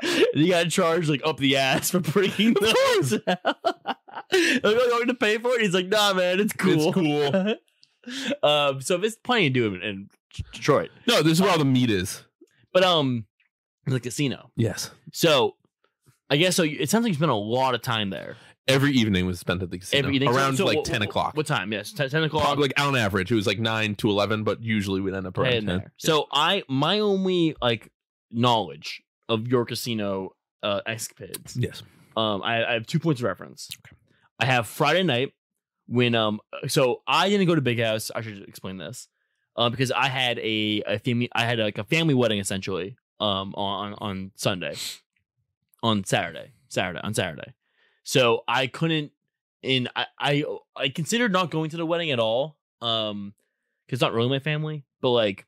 [SPEAKER 3] And you got charged like up the ass for breaking those. out. [LAUGHS] like, oh, going to pay for it. He's like, nah, man, it's cool.
[SPEAKER 2] It's cool.
[SPEAKER 3] [LAUGHS] um, so it's plenty to do in, in Detroit,
[SPEAKER 2] No, this is where all the meat
[SPEAKER 3] [LAUGHS]
[SPEAKER 2] is.
[SPEAKER 3] but um, the casino.
[SPEAKER 2] Yes.
[SPEAKER 3] So, I guess so. It sounds like you spent a lot of time there.
[SPEAKER 2] Every evening was spent at the casino.
[SPEAKER 3] Every evening. So-
[SPEAKER 2] around
[SPEAKER 3] so
[SPEAKER 2] like
[SPEAKER 3] what-
[SPEAKER 2] 10 o'clock.
[SPEAKER 3] What time? Yes, ten, 10 o'clock.
[SPEAKER 2] Probably, like on average, it was like 9 to 11, but usually we'd end up around
[SPEAKER 3] Right
[SPEAKER 2] 10.
[SPEAKER 3] in there. So I my only like knowledge of your casino uh escapades.
[SPEAKER 2] Yes.
[SPEAKER 3] Um I, I have two points of reference. I have Friday night when um so I didn't go to Big House, I should explain this. Um because I had a, a family I had like a family wedding essentially um on on Sunday. On Saturday. Saturday on Saturday. So I couldn't and I I, I considered not going to the wedding at all. Um because it's not really my family, but like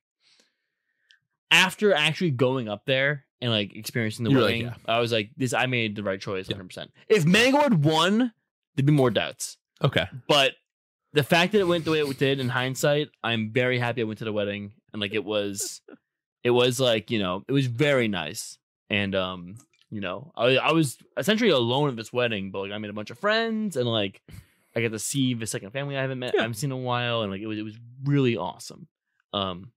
[SPEAKER 3] after actually going up there and like experiencing the
[SPEAKER 2] You're like,
[SPEAKER 3] wedding,
[SPEAKER 2] yeah.
[SPEAKER 3] I was like, this I made the right choice,
[SPEAKER 2] Yeah.
[SPEAKER 3] 100. percent If Mango had won, there'd be more doubts.
[SPEAKER 2] Okay.
[SPEAKER 3] But the fact that it went the way it did in hindsight, I'm very happy I went to the wedding and like it was, it was like you know it was very nice and um you know I I was essentially alone at this wedding, but like I made a bunch of friends and like I got to see the second family I haven't met
[SPEAKER 2] Yeah.
[SPEAKER 3] I haven't seen in a while and like it was it was really awesome. Um,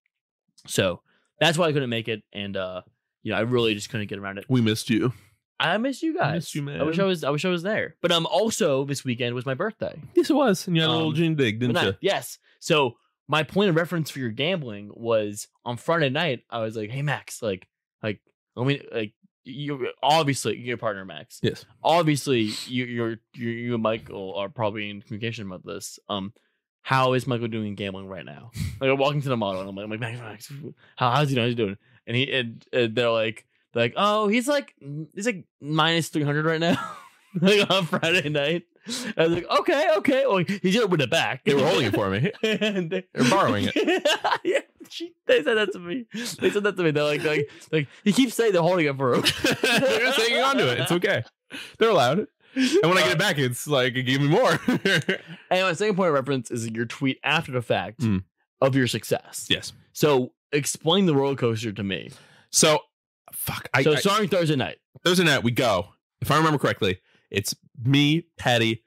[SPEAKER 3] so that's why I couldn't make it and uh you know I really just couldn't get around it.
[SPEAKER 2] We missed you.
[SPEAKER 3] I miss you guys.
[SPEAKER 2] I miss you,
[SPEAKER 3] I wish I
[SPEAKER 2] man.
[SPEAKER 3] was I wish I was there. But um also this weekend was my birthday.
[SPEAKER 2] Yes, it was. And you had a
[SPEAKER 3] Um,
[SPEAKER 2] little gin dig,
[SPEAKER 3] But
[SPEAKER 2] didn't
[SPEAKER 3] not-
[SPEAKER 2] you?
[SPEAKER 3] yes. So my point of reference for your gambling was on Friday night. I was like, "Hey Max, like, like, let me like you obviously your partner Max.
[SPEAKER 2] Yes.
[SPEAKER 3] Obviously you you're, you you and Michael are probably in communication about this. Um, how is Michael doing in gambling right now? Like I'm walking to the model and I'm like, I'm like Max, Max, how, how's he doing? How's he doing? And he and, and they're like they're like oh he's like he's like minus three hundred right now. [LAUGHS] like on Friday night. I was like, okay, okay. Well, he did it with it back.
[SPEAKER 2] They were holding it for me.
[SPEAKER 3] [LAUGHS] and they,
[SPEAKER 2] They're borrowing it.
[SPEAKER 3] [LAUGHS] yeah, she, they said that to me. They said that to me. They're like, like, like he keeps saying they're holding it for him.
[SPEAKER 2] [LAUGHS] They're just hanging on to it. It's okay. They're allowed. And when I get it back, it's like, give me more. [LAUGHS]
[SPEAKER 3] And my second point of reference is your tweet after the fact
[SPEAKER 2] Mm.
[SPEAKER 3] of your success.
[SPEAKER 2] yes.
[SPEAKER 3] So explain the roller coaster to me.
[SPEAKER 2] So, fuck. I,
[SPEAKER 3] so
[SPEAKER 2] I,
[SPEAKER 3] starting Thursday night.
[SPEAKER 2] Thursday night, we go. If I remember correctly, it's me, Patty,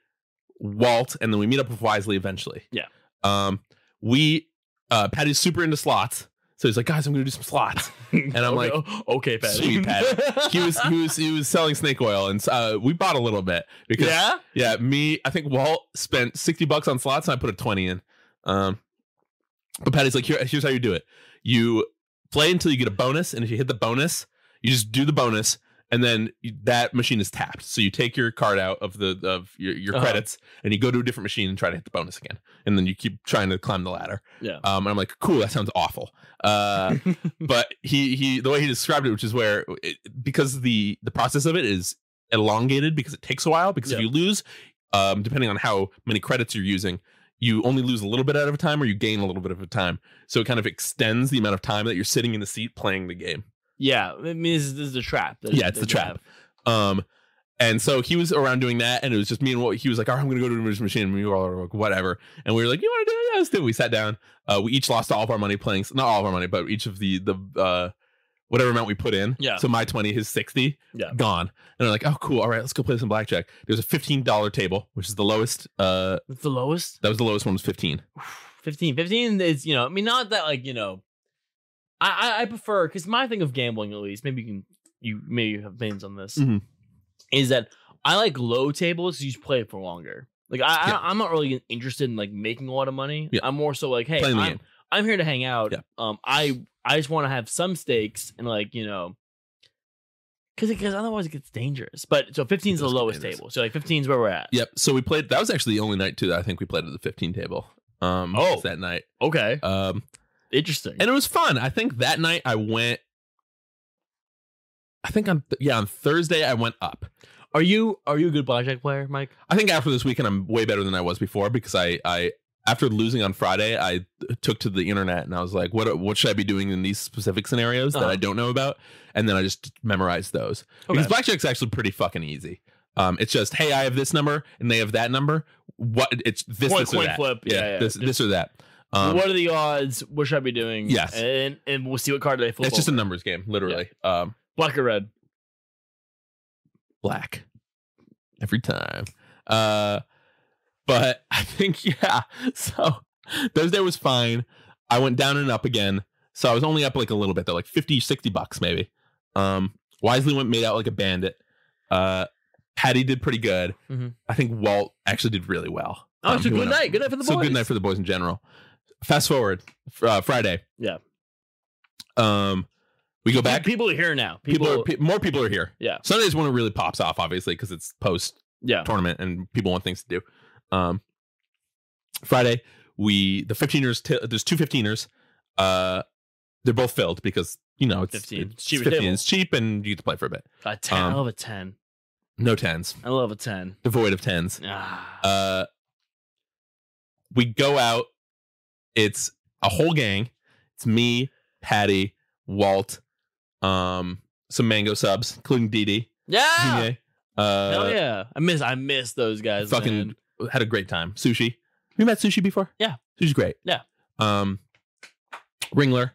[SPEAKER 2] Walt, and then we meet up with Wisely eventually.
[SPEAKER 3] Yeah.
[SPEAKER 2] Um, we, uh, Patty's super into slots. So he's like, guys, I'm going to do some slots.
[SPEAKER 3] And
[SPEAKER 2] I'm
[SPEAKER 3] like, [LAUGHS] okay, Patty.
[SPEAKER 2] sweet Patty. He
[SPEAKER 3] [LAUGHS]
[SPEAKER 2] was, he was, he was selling snake oil and, uh, we bought a little bit because
[SPEAKER 3] yeah.
[SPEAKER 2] Yeah, me. I think Walt spent sixty bucks on slots, and I put a twenty in. Um, but Patty's like, Here, here's how you do it: you play until you get a bonus, and if you hit the bonus, you just do the bonus, and then you, that machine is tapped. So you take your card out of the of your, your
[SPEAKER 3] Uh-huh.
[SPEAKER 2] credits, and you go to a different machine and try to hit the bonus again, and then you keep trying to climb the ladder.
[SPEAKER 3] Yeah.
[SPEAKER 2] Um, and I'm like, cool, that sounds awful. Uh,
[SPEAKER 3] [LAUGHS]
[SPEAKER 2] but he he the way he described it which is where it, because the the process of it is elongated because it takes a while because if
[SPEAKER 3] Yeah.
[SPEAKER 2] you lose um depending on how many credits you're using you only lose a little bit out of time or you gain a little bit of a time so it kind of extends the amount of time that you're sitting in the seat playing the game
[SPEAKER 3] Yeah. I mean, this is, this is a trap. that-
[SPEAKER 2] Yeah, it's
[SPEAKER 3] that
[SPEAKER 2] the
[SPEAKER 3] they
[SPEAKER 2] trap. um And so he was around doing that, and it was just me and what he was like, "All right, I'm gonna go to the machine." And we were all like, "Whatever." And we were like, "You want to do it? Yeah, let's do it." We sat down. Uh, we each lost all of our money playing, not all of our money, but each of the the uh, whatever amount we put in.
[SPEAKER 3] Yeah.
[SPEAKER 2] So my twenty, his sixty,
[SPEAKER 3] Yeah.
[SPEAKER 2] gone. And I'm like, "Oh, cool. All right, let's go play some blackjack." There's a fifteen dollar table, which is the lowest. Uh,
[SPEAKER 3] That's the lowest.
[SPEAKER 2] that was the lowest one was fifteen.
[SPEAKER 3] [SIGHS] 15 15 is you know i mean not that like you know i i, I prefer because my thing of gambling at least maybe you can you maybe you have opinions on this
[SPEAKER 2] Mhm.
[SPEAKER 3] is that i like low tables so you just play it for longer like I,
[SPEAKER 2] Yeah.
[SPEAKER 3] I i'm not really interested in like making a lot of money
[SPEAKER 2] Yeah.
[SPEAKER 3] i'm more so like hey
[SPEAKER 2] Playing the
[SPEAKER 3] I'm,
[SPEAKER 2] game.
[SPEAKER 3] I'm here to hang out
[SPEAKER 2] Yeah.
[SPEAKER 3] um i i just want to have some stakes and like you know because because otherwise it gets dangerous but so 15 is the
[SPEAKER 2] does get
[SPEAKER 3] lowest
[SPEAKER 2] dangerous.
[SPEAKER 3] table so like 15 is where we're at
[SPEAKER 2] Yep. So we played. That was actually the only night too that I think we played at the fifteen table. Um,
[SPEAKER 3] Oh.
[SPEAKER 2] that night.
[SPEAKER 3] okay
[SPEAKER 2] Um,
[SPEAKER 3] interesting
[SPEAKER 2] and it was fun. I think that night I went. I think on th- yeah on Thursday I went up.
[SPEAKER 3] are you are you a good blackjack player mike
[SPEAKER 2] I think after this weekend I'm way better than I was before because I I after losing on Friday I took to the internet and I was like what what should I be doing in these specific scenarios that
[SPEAKER 3] Uh-huh.
[SPEAKER 2] I don't know about and then I just memorized those because
[SPEAKER 3] Okay.
[SPEAKER 2] blackjack's actually pretty fucking easy. Um, it's just hey I have this number and they have that number. What it's this
[SPEAKER 3] Coin-
[SPEAKER 2] this or
[SPEAKER 3] coin
[SPEAKER 2] that.
[SPEAKER 3] flip.
[SPEAKER 2] Yeah,
[SPEAKER 3] Yeah, yeah.
[SPEAKER 2] this this or that. Um,
[SPEAKER 3] what are the odds? What should I be doing?
[SPEAKER 2] Yes.
[SPEAKER 3] and and we'll see what card they flip.
[SPEAKER 2] it's just a
[SPEAKER 3] over.
[SPEAKER 2] numbers game literally. Um,
[SPEAKER 3] black or red.
[SPEAKER 2] black every time. Uh, but [LAUGHS] I think yeah. So Thursday was fine. I went down and up again. So I was only up like a little bit though, like 50, 60 bucks maybe. Um, Wisely went made out like a bandit. Uh, Patty did pretty good.
[SPEAKER 3] Mhm.
[SPEAKER 2] I think Walt actually did really well. Um,
[SPEAKER 3] Oh, it's a
[SPEAKER 2] he
[SPEAKER 3] good
[SPEAKER 2] went up-
[SPEAKER 3] night. Good night for the
[SPEAKER 2] so
[SPEAKER 3] boys.
[SPEAKER 2] good night for the boys in general. Fast forward, fr- uh, Friday.
[SPEAKER 3] Yeah.
[SPEAKER 2] Um, we go back.
[SPEAKER 3] People are here now.
[SPEAKER 2] People,
[SPEAKER 3] People,
[SPEAKER 2] are pe- more people are here.
[SPEAKER 3] Yeah.
[SPEAKER 2] Sundays when it really pops off, obviously, because it's post
[SPEAKER 3] yeah.
[SPEAKER 2] tournament and people want things to do. Um, Friday, we the 15ers. T- there's two 15ers. Uh, they're both filled because you know it's
[SPEAKER 3] 15.
[SPEAKER 2] It's
[SPEAKER 3] Cheaper
[SPEAKER 2] 15.
[SPEAKER 3] table.
[SPEAKER 2] It's cheap and you get to play for a bit.
[SPEAKER 3] A ten.
[SPEAKER 2] Um,
[SPEAKER 3] I love a ten.
[SPEAKER 2] No tens,
[SPEAKER 3] I love a ten.
[SPEAKER 2] devoid of tens.
[SPEAKER 3] Ah,
[SPEAKER 2] Uh, we go out. It's a whole gang. It's me, Patty, Walt, um, some mango subs, including Dee Dee.
[SPEAKER 3] yeah.
[SPEAKER 2] Junior. Uh,
[SPEAKER 3] Ah! Hell yeah. I miss. I miss those guys.
[SPEAKER 2] fucking
[SPEAKER 3] man.
[SPEAKER 2] uh, had a great time. Sushi. Have you met Sushi before?
[SPEAKER 3] Yeah.
[SPEAKER 2] Sushi's great.
[SPEAKER 3] Yeah.
[SPEAKER 2] Um Ringler.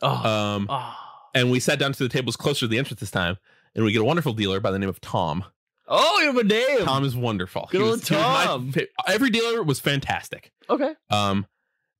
[SPEAKER 3] Oh,
[SPEAKER 2] Um
[SPEAKER 3] oh.
[SPEAKER 2] and we sat down to the tables closer to the entrance this time. And we get a wonderful dealer by the name of Tom.
[SPEAKER 3] oh, you have a name.
[SPEAKER 2] Tom is wonderful.
[SPEAKER 3] Good old
[SPEAKER 2] he my
[SPEAKER 3] Tom.
[SPEAKER 2] fa- every dealer was fantastic.
[SPEAKER 3] Okay.
[SPEAKER 2] Um,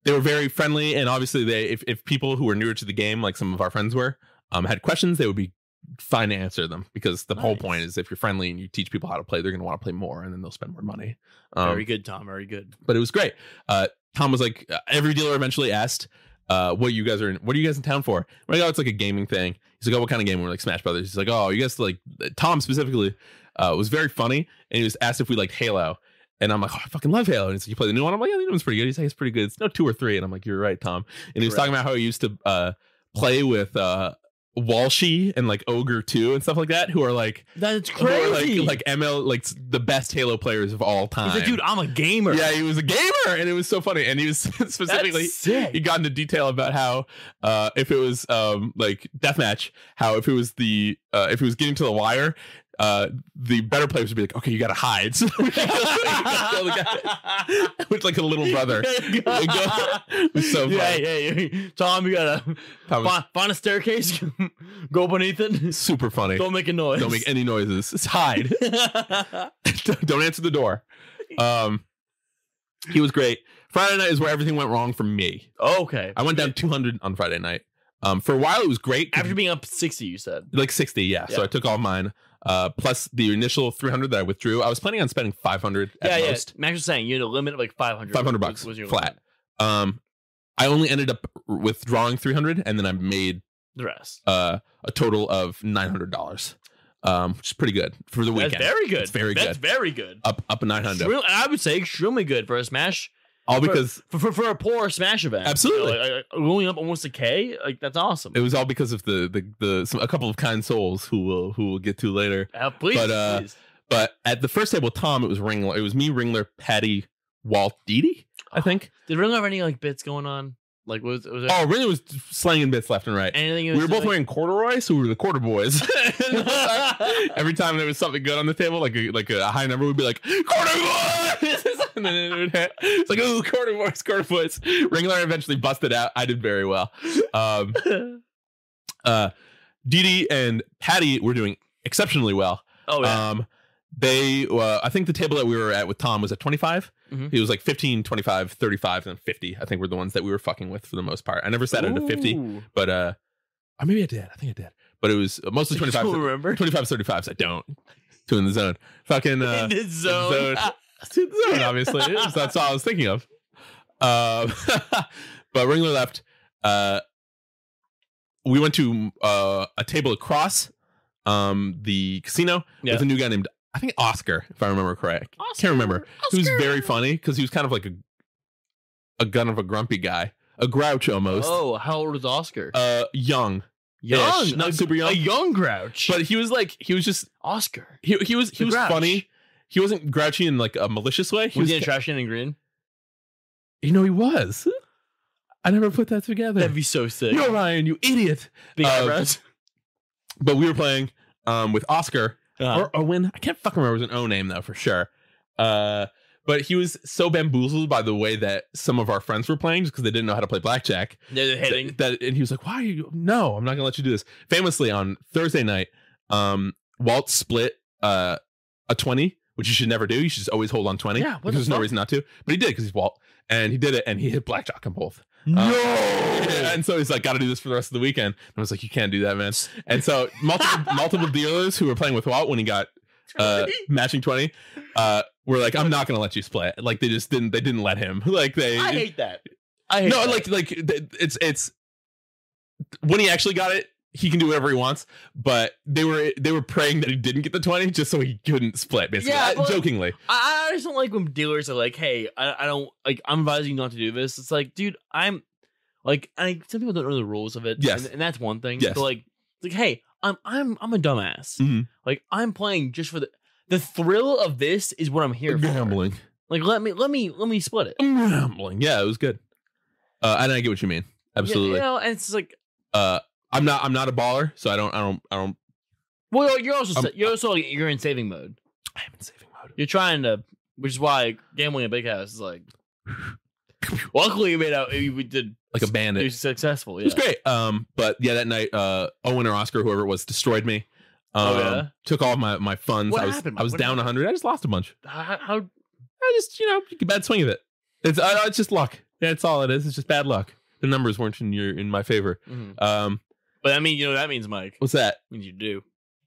[SPEAKER 2] they were very friendly, and obviously, they if, if people who were newer to the game, like some of our friends were, um, had questions, they would be fine to answer them because the whole
[SPEAKER 3] Nice.
[SPEAKER 2] point is if you're friendly and you teach people how to play, they're going to want to play more, and then they'll spend more money. Um,
[SPEAKER 3] Very good, Tom. Very good.
[SPEAKER 2] but it was great. Uh, Tom was like, uh, every dealer eventually asked, uh, "What you guys are? In, what are you guys in town for?" We're like, "Oh, it's like a gaming thing." He's like, "Oh, what kind of game?" We're like, "Smash Brothers." He's like, "Oh, you guys like?" Tom specifically uh, was very funny, and he was asked if we liked Halo. And I'm like, oh, I fucking love Halo. And he's like, you play the new one? I'm like, yeah, the new one's pretty good. He's like, it's pretty good. It's no two or three. And I'm like, you're right, Tom. And he was
[SPEAKER 3] Correct.
[SPEAKER 2] talking about how he used to uh, play with uh, Walshy and like Ogre 2 and stuff like that, who are like,
[SPEAKER 3] That's
[SPEAKER 2] who are,
[SPEAKER 3] crazy.
[SPEAKER 2] like, like ML, like s- the best Halo players of all time.
[SPEAKER 3] He's like, dude, I'm a gamer.
[SPEAKER 2] Yeah, he was a gamer, and it was so funny. And he was [LAUGHS] specifically
[SPEAKER 3] That's sick.
[SPEAKER 2] he
[SPEAKER 3] [LAUGHS]
[SPEAKER 2] got into detail about how uh, if it was um, like deathmatch, how if it was the uh, if it was getting to the wire, uh, the better players would be like, okay, you gotta hide, [LAUGHS] so we gotta- we gotta- [LAUGHS]
[SPEAKER 3] [LAUGHS]
[SPEAKER 2] which like a little [LAUGHS] brother. Like, go- It was so funny.
[SPEAKER 3] Yeah, yeah, yeah. Tom, you gotta
[SPEAKER 2] Tom was
[SPEAKER 3] find, find a staircase, [LAUGHS] go beneath it.
[SPEAKER 2] super funny.
[SPEAKER 3] Don't make a noise.
[SPEAKER 2] Don't make any noises. It's hide. [LAUGHS] Don't answer the door. Um, he was great. Friday night is where everything went wrong for me.
[SPEAKER 3] [LAUGHS] okay.
[SPEAKER 2] I went down 200 on Friday night. Um, for a while it was great. 'cause
[SPEAKER 3] After being up 60, you said.
[SPEAKER 2] like 60 yeah. so
[SPEAKER 3] Yeah.
[SPEAKER 2] i took all mine uh plus the initial 300 that i withdrew i was planning on spending 500 at
[SPEAKER 3] yeah,
[SPEAKER 2] most
[SPEAKER 3] yeah. Max was saying you had a limit of like 500.
[SPEAKER 2] 500
[SPEAKER 3] was-
[SPEAKER 2] bucks
[SPEAKER 3] was your
[SPEAKER 2] flat
[SPEAKER 3] limit.
[SPEAKER 2] um i only ended up withdrawing 300 and then i made
[SPEAKER 3] The rest.
[SPEAKER 2] uh a total of 900 dollars um which is pretty good for the weekend
[SPEAKER 3] That's very good.
[SPEAKER 2] It's very good
[SPEAKER 3] That's very good.
[SPEAKER 2] up up 900
[SPEAKER 3] Extremely- I would say extremely good for a smash,
[SPEAKER 2] all because
[SPEAKER 3] for, for, for a poor smash event.
[SPEAKER 2] Absolutely.
[SPEAKER 3] You know, like, like, going up almost a K, like that's awesome.
[SPEAKER 2] it was all because of the the the some, a couple of kind souls who will who will get to later
[SPEAKER 3] Uh, please,
[SPEAKER 2] But, uh,
[SPEAKER 3] please.
[SPEAKER 2] but at the first table tom it was ringler it was me ringler patty walt Didi, i think
[SPEAKER 3] Ah, Did Ringo have any like bits going on? Like was was there
[SPEAKER 2] Oh, really? It was slanging bits left and right.
[SPEAKER 3] anything? it
[SPEAKER 2] we were
[SPEAKER 3] was
[SPEAKER 2] both
[SPEAKER 3] like-
[SPEAKER 2] wearing corduroy, so we were the quarter boys. [LAUGHS] Every time there was something good on the table, like a, like a high number, we'd be like quarter boys, [LAUGHS] and then it would hit. it's like oh quarter boys, quarter boys. Ringler eventually busted out. I did very well. Um, uh, Dee Dee and Patty were doing exceptionally well.
[SPEAKER 3] [LAUGHS] oh yeah.
[SPEAKER 2] Um, they, uh, I think the table that we were at with Tom was at 25.
[SPEAKER 3] Mhm.
[SPEAKER 2] He was like 15, 25, 35, and then 50. I think were the ones that we were fucking with for the most part. I never sat at a 50
[SPEAKER 3] Ooh.
[SPEAKER 2] but uh or maybe i did i think i did but it was mostly
[SPEAKER 3] You
[SPEAKER 2] 25
[SPEAKER 3] don't [LAUGHS] remember?
[SPEAKER 2] 25 35s i don't two in the zone fucking [LAUGHS]
[SPEAKER 3] [LAUGHS]
[SPEAKER 2] uh
[SPEAKER 3] In his
[SPEAKER 2] zone.
[SPEAKER 3] zone.
[SPEAKER 2] two in the zone obviously It's- that's all i was thinking of um [LAUGHS] but ringler left uh we went to uh a table across um the casino
[SPEAKER 3] Yeah.
[SPEAKER 2] with a new guy named i think oscar if i remember correct can't remember he was very funny because he was kind of like a a gun of a grumpy guy a grouch almost
[SPEAKER 3] Oh, how old was Oscar?
[SPEAKER 2] uh young young, not
[SPEAKER 3] a,
[SPEAKER 2] super young.
[SPEAKER 3] a young grouch.
[SPEAKER 2] but he was like he was just
[SPEAKER 3] Oscar.
[SPEAKER 2] he, he was he
[SPEAKER 3] The
[SPEAKER 2] was
[SPEAKER 3] grouch.
[SPEAKER 2] funny he wasn't grouchy in like a malicious way he
[SPEAKER 3] Was
[SPEAKER 2] was,
[SPEAKER 3] he in trash and green?
[SPEAKER 2] you know he was i never put that together
[SPEAKER 3] That'd be so sick.
[SPEAKER 2] no ryan you idiot
[SPEAKER 3] Big
[SPEAKER 2] uh,
[SPEAKER 3] eyebrows.
[SPEAKER 2] but we were playing um with oscar
[SPEAKER 3] Uh,
[SPEAKER 2] or owen i can't fucking remember it was an o name though for sure uh but he was so bamboozled by the way that some of our friends were playing just because they didn't know how to play blackjack
[SPEAKER 3] [LAUGHS] they're
[SPEAKER 2] that- [LAUGHS]
[SPEAKER 3] hitting.
[SPEAKER 2] that and he was like why are you no i'm not gonna let you do this famously on thursday night um walt split uh a 20 which you should never do you should just always hold on 20
[SPEAKER 3] Yeah, what
[SPEAKER 2] because
[SPEAKER 3] the
[SPEAKER 2] there's no
[SPEAKER 3] fuck?
[SPEAKER 2] reason not to but he did because he's walt and he did it and he hit blackjack on both Um, and so he's like gotta do this for the rest of the weekend and i was like you can't do that man and so
[SPEAKER 3] [LAUGHS]
[SPEAKER 2] multiple multiple dealers who were playing with walt when he got [LAUGHS] uh matching 20 uh were like i'm not gonna let you split like they just didn't they didn't let him [LAUGHS] like they
[SPEAKER 3] I hate that. I hate
[SPEAKER 2] no
[SPEAKER 3] that.
[SPEAKER 2] like like th- it's it's when he actually got it he can do whatever he wants but they were they were praying that he didn't get the 20 just so he couldn't split basically
[SPEAKER 3] Yeah,
[SPEAKER 2] Uh,
[SPEAKER 3] well-
[SPEAKER 2] jokingly
[SPEAKER 3] I, I just don't like when dealers are like, "Hey, I, I don't like. I'm advising you not to do this." It's like, dude, I'm like, I some people don't know the rules of it.
[SPEAKER 2] Yes.
[SPEAKER 3] and, and that's one thing.
[SPEAKER 2] Yes.
[SPEAKER 3] but like, it's like, hey, I'm I'm I'm a dumbass.
[SPEAKER 2] Mhm.
[SPEAKER 3] Like, I'm playing just for the the thrill of this is what I'm here for.
[SPEAKER 2] gambling
[SPEAKER 3] Like, let me let me let me split it.
[SPEAKER 2] gambling yeah it was good uh and i get what you mean absolutely
[SPEAKER 3] You know, and it's just like,
[SPEAKER 2] uh i'm not i'm not a baller so i don't i don't i don't
[SPEAKER 3] well, you're also
[SPEAKER 2] Um,
[SPEAKER 3] sa- you're also like, you're in saving mode.
[SPEAKER 2] i'm in saving mode
[SPEAKER 3] You're trying to, which is why gambling in big house is like. [LAUGHS] Luckily, we made out. We did.
[SPEAKER 2] like a
[SPEAKER 3] We
[SPEAKER 2] bandit
[SPEAKER 3] were successful. Yeah.
[SPEAKER 2] It was great. Um, but yeah, that night, uh, Owen or Oscar, whoever it was, destroyed me. Um,
[SPEAKER 3] Oh, yeah?
[SPEAKER 2] took all of my my funds.
[SPEAKER 3] What
[SPEAKER 2] I was
[SPEAKER 3] happened?
[SPEAKER 2] I was
[SPEAKER 3] What
[SPEAKER 2] down a hundred. I just lost a bunch.
[SPEAKER 3] How, how
[SPEAKER 2] I just you know a bad swing of it. It's uh, it's just luck. That's all it is. It's just bad luck. The numbers weren't in your in my favor.
[SPEAKER 3] Mhm.
[SPEAKER 2] Um,
[SPEAKER 3] But I mean, you know, that means Mike
[SPEAKER 2] what's that?
[SPEAKER 3] means you do.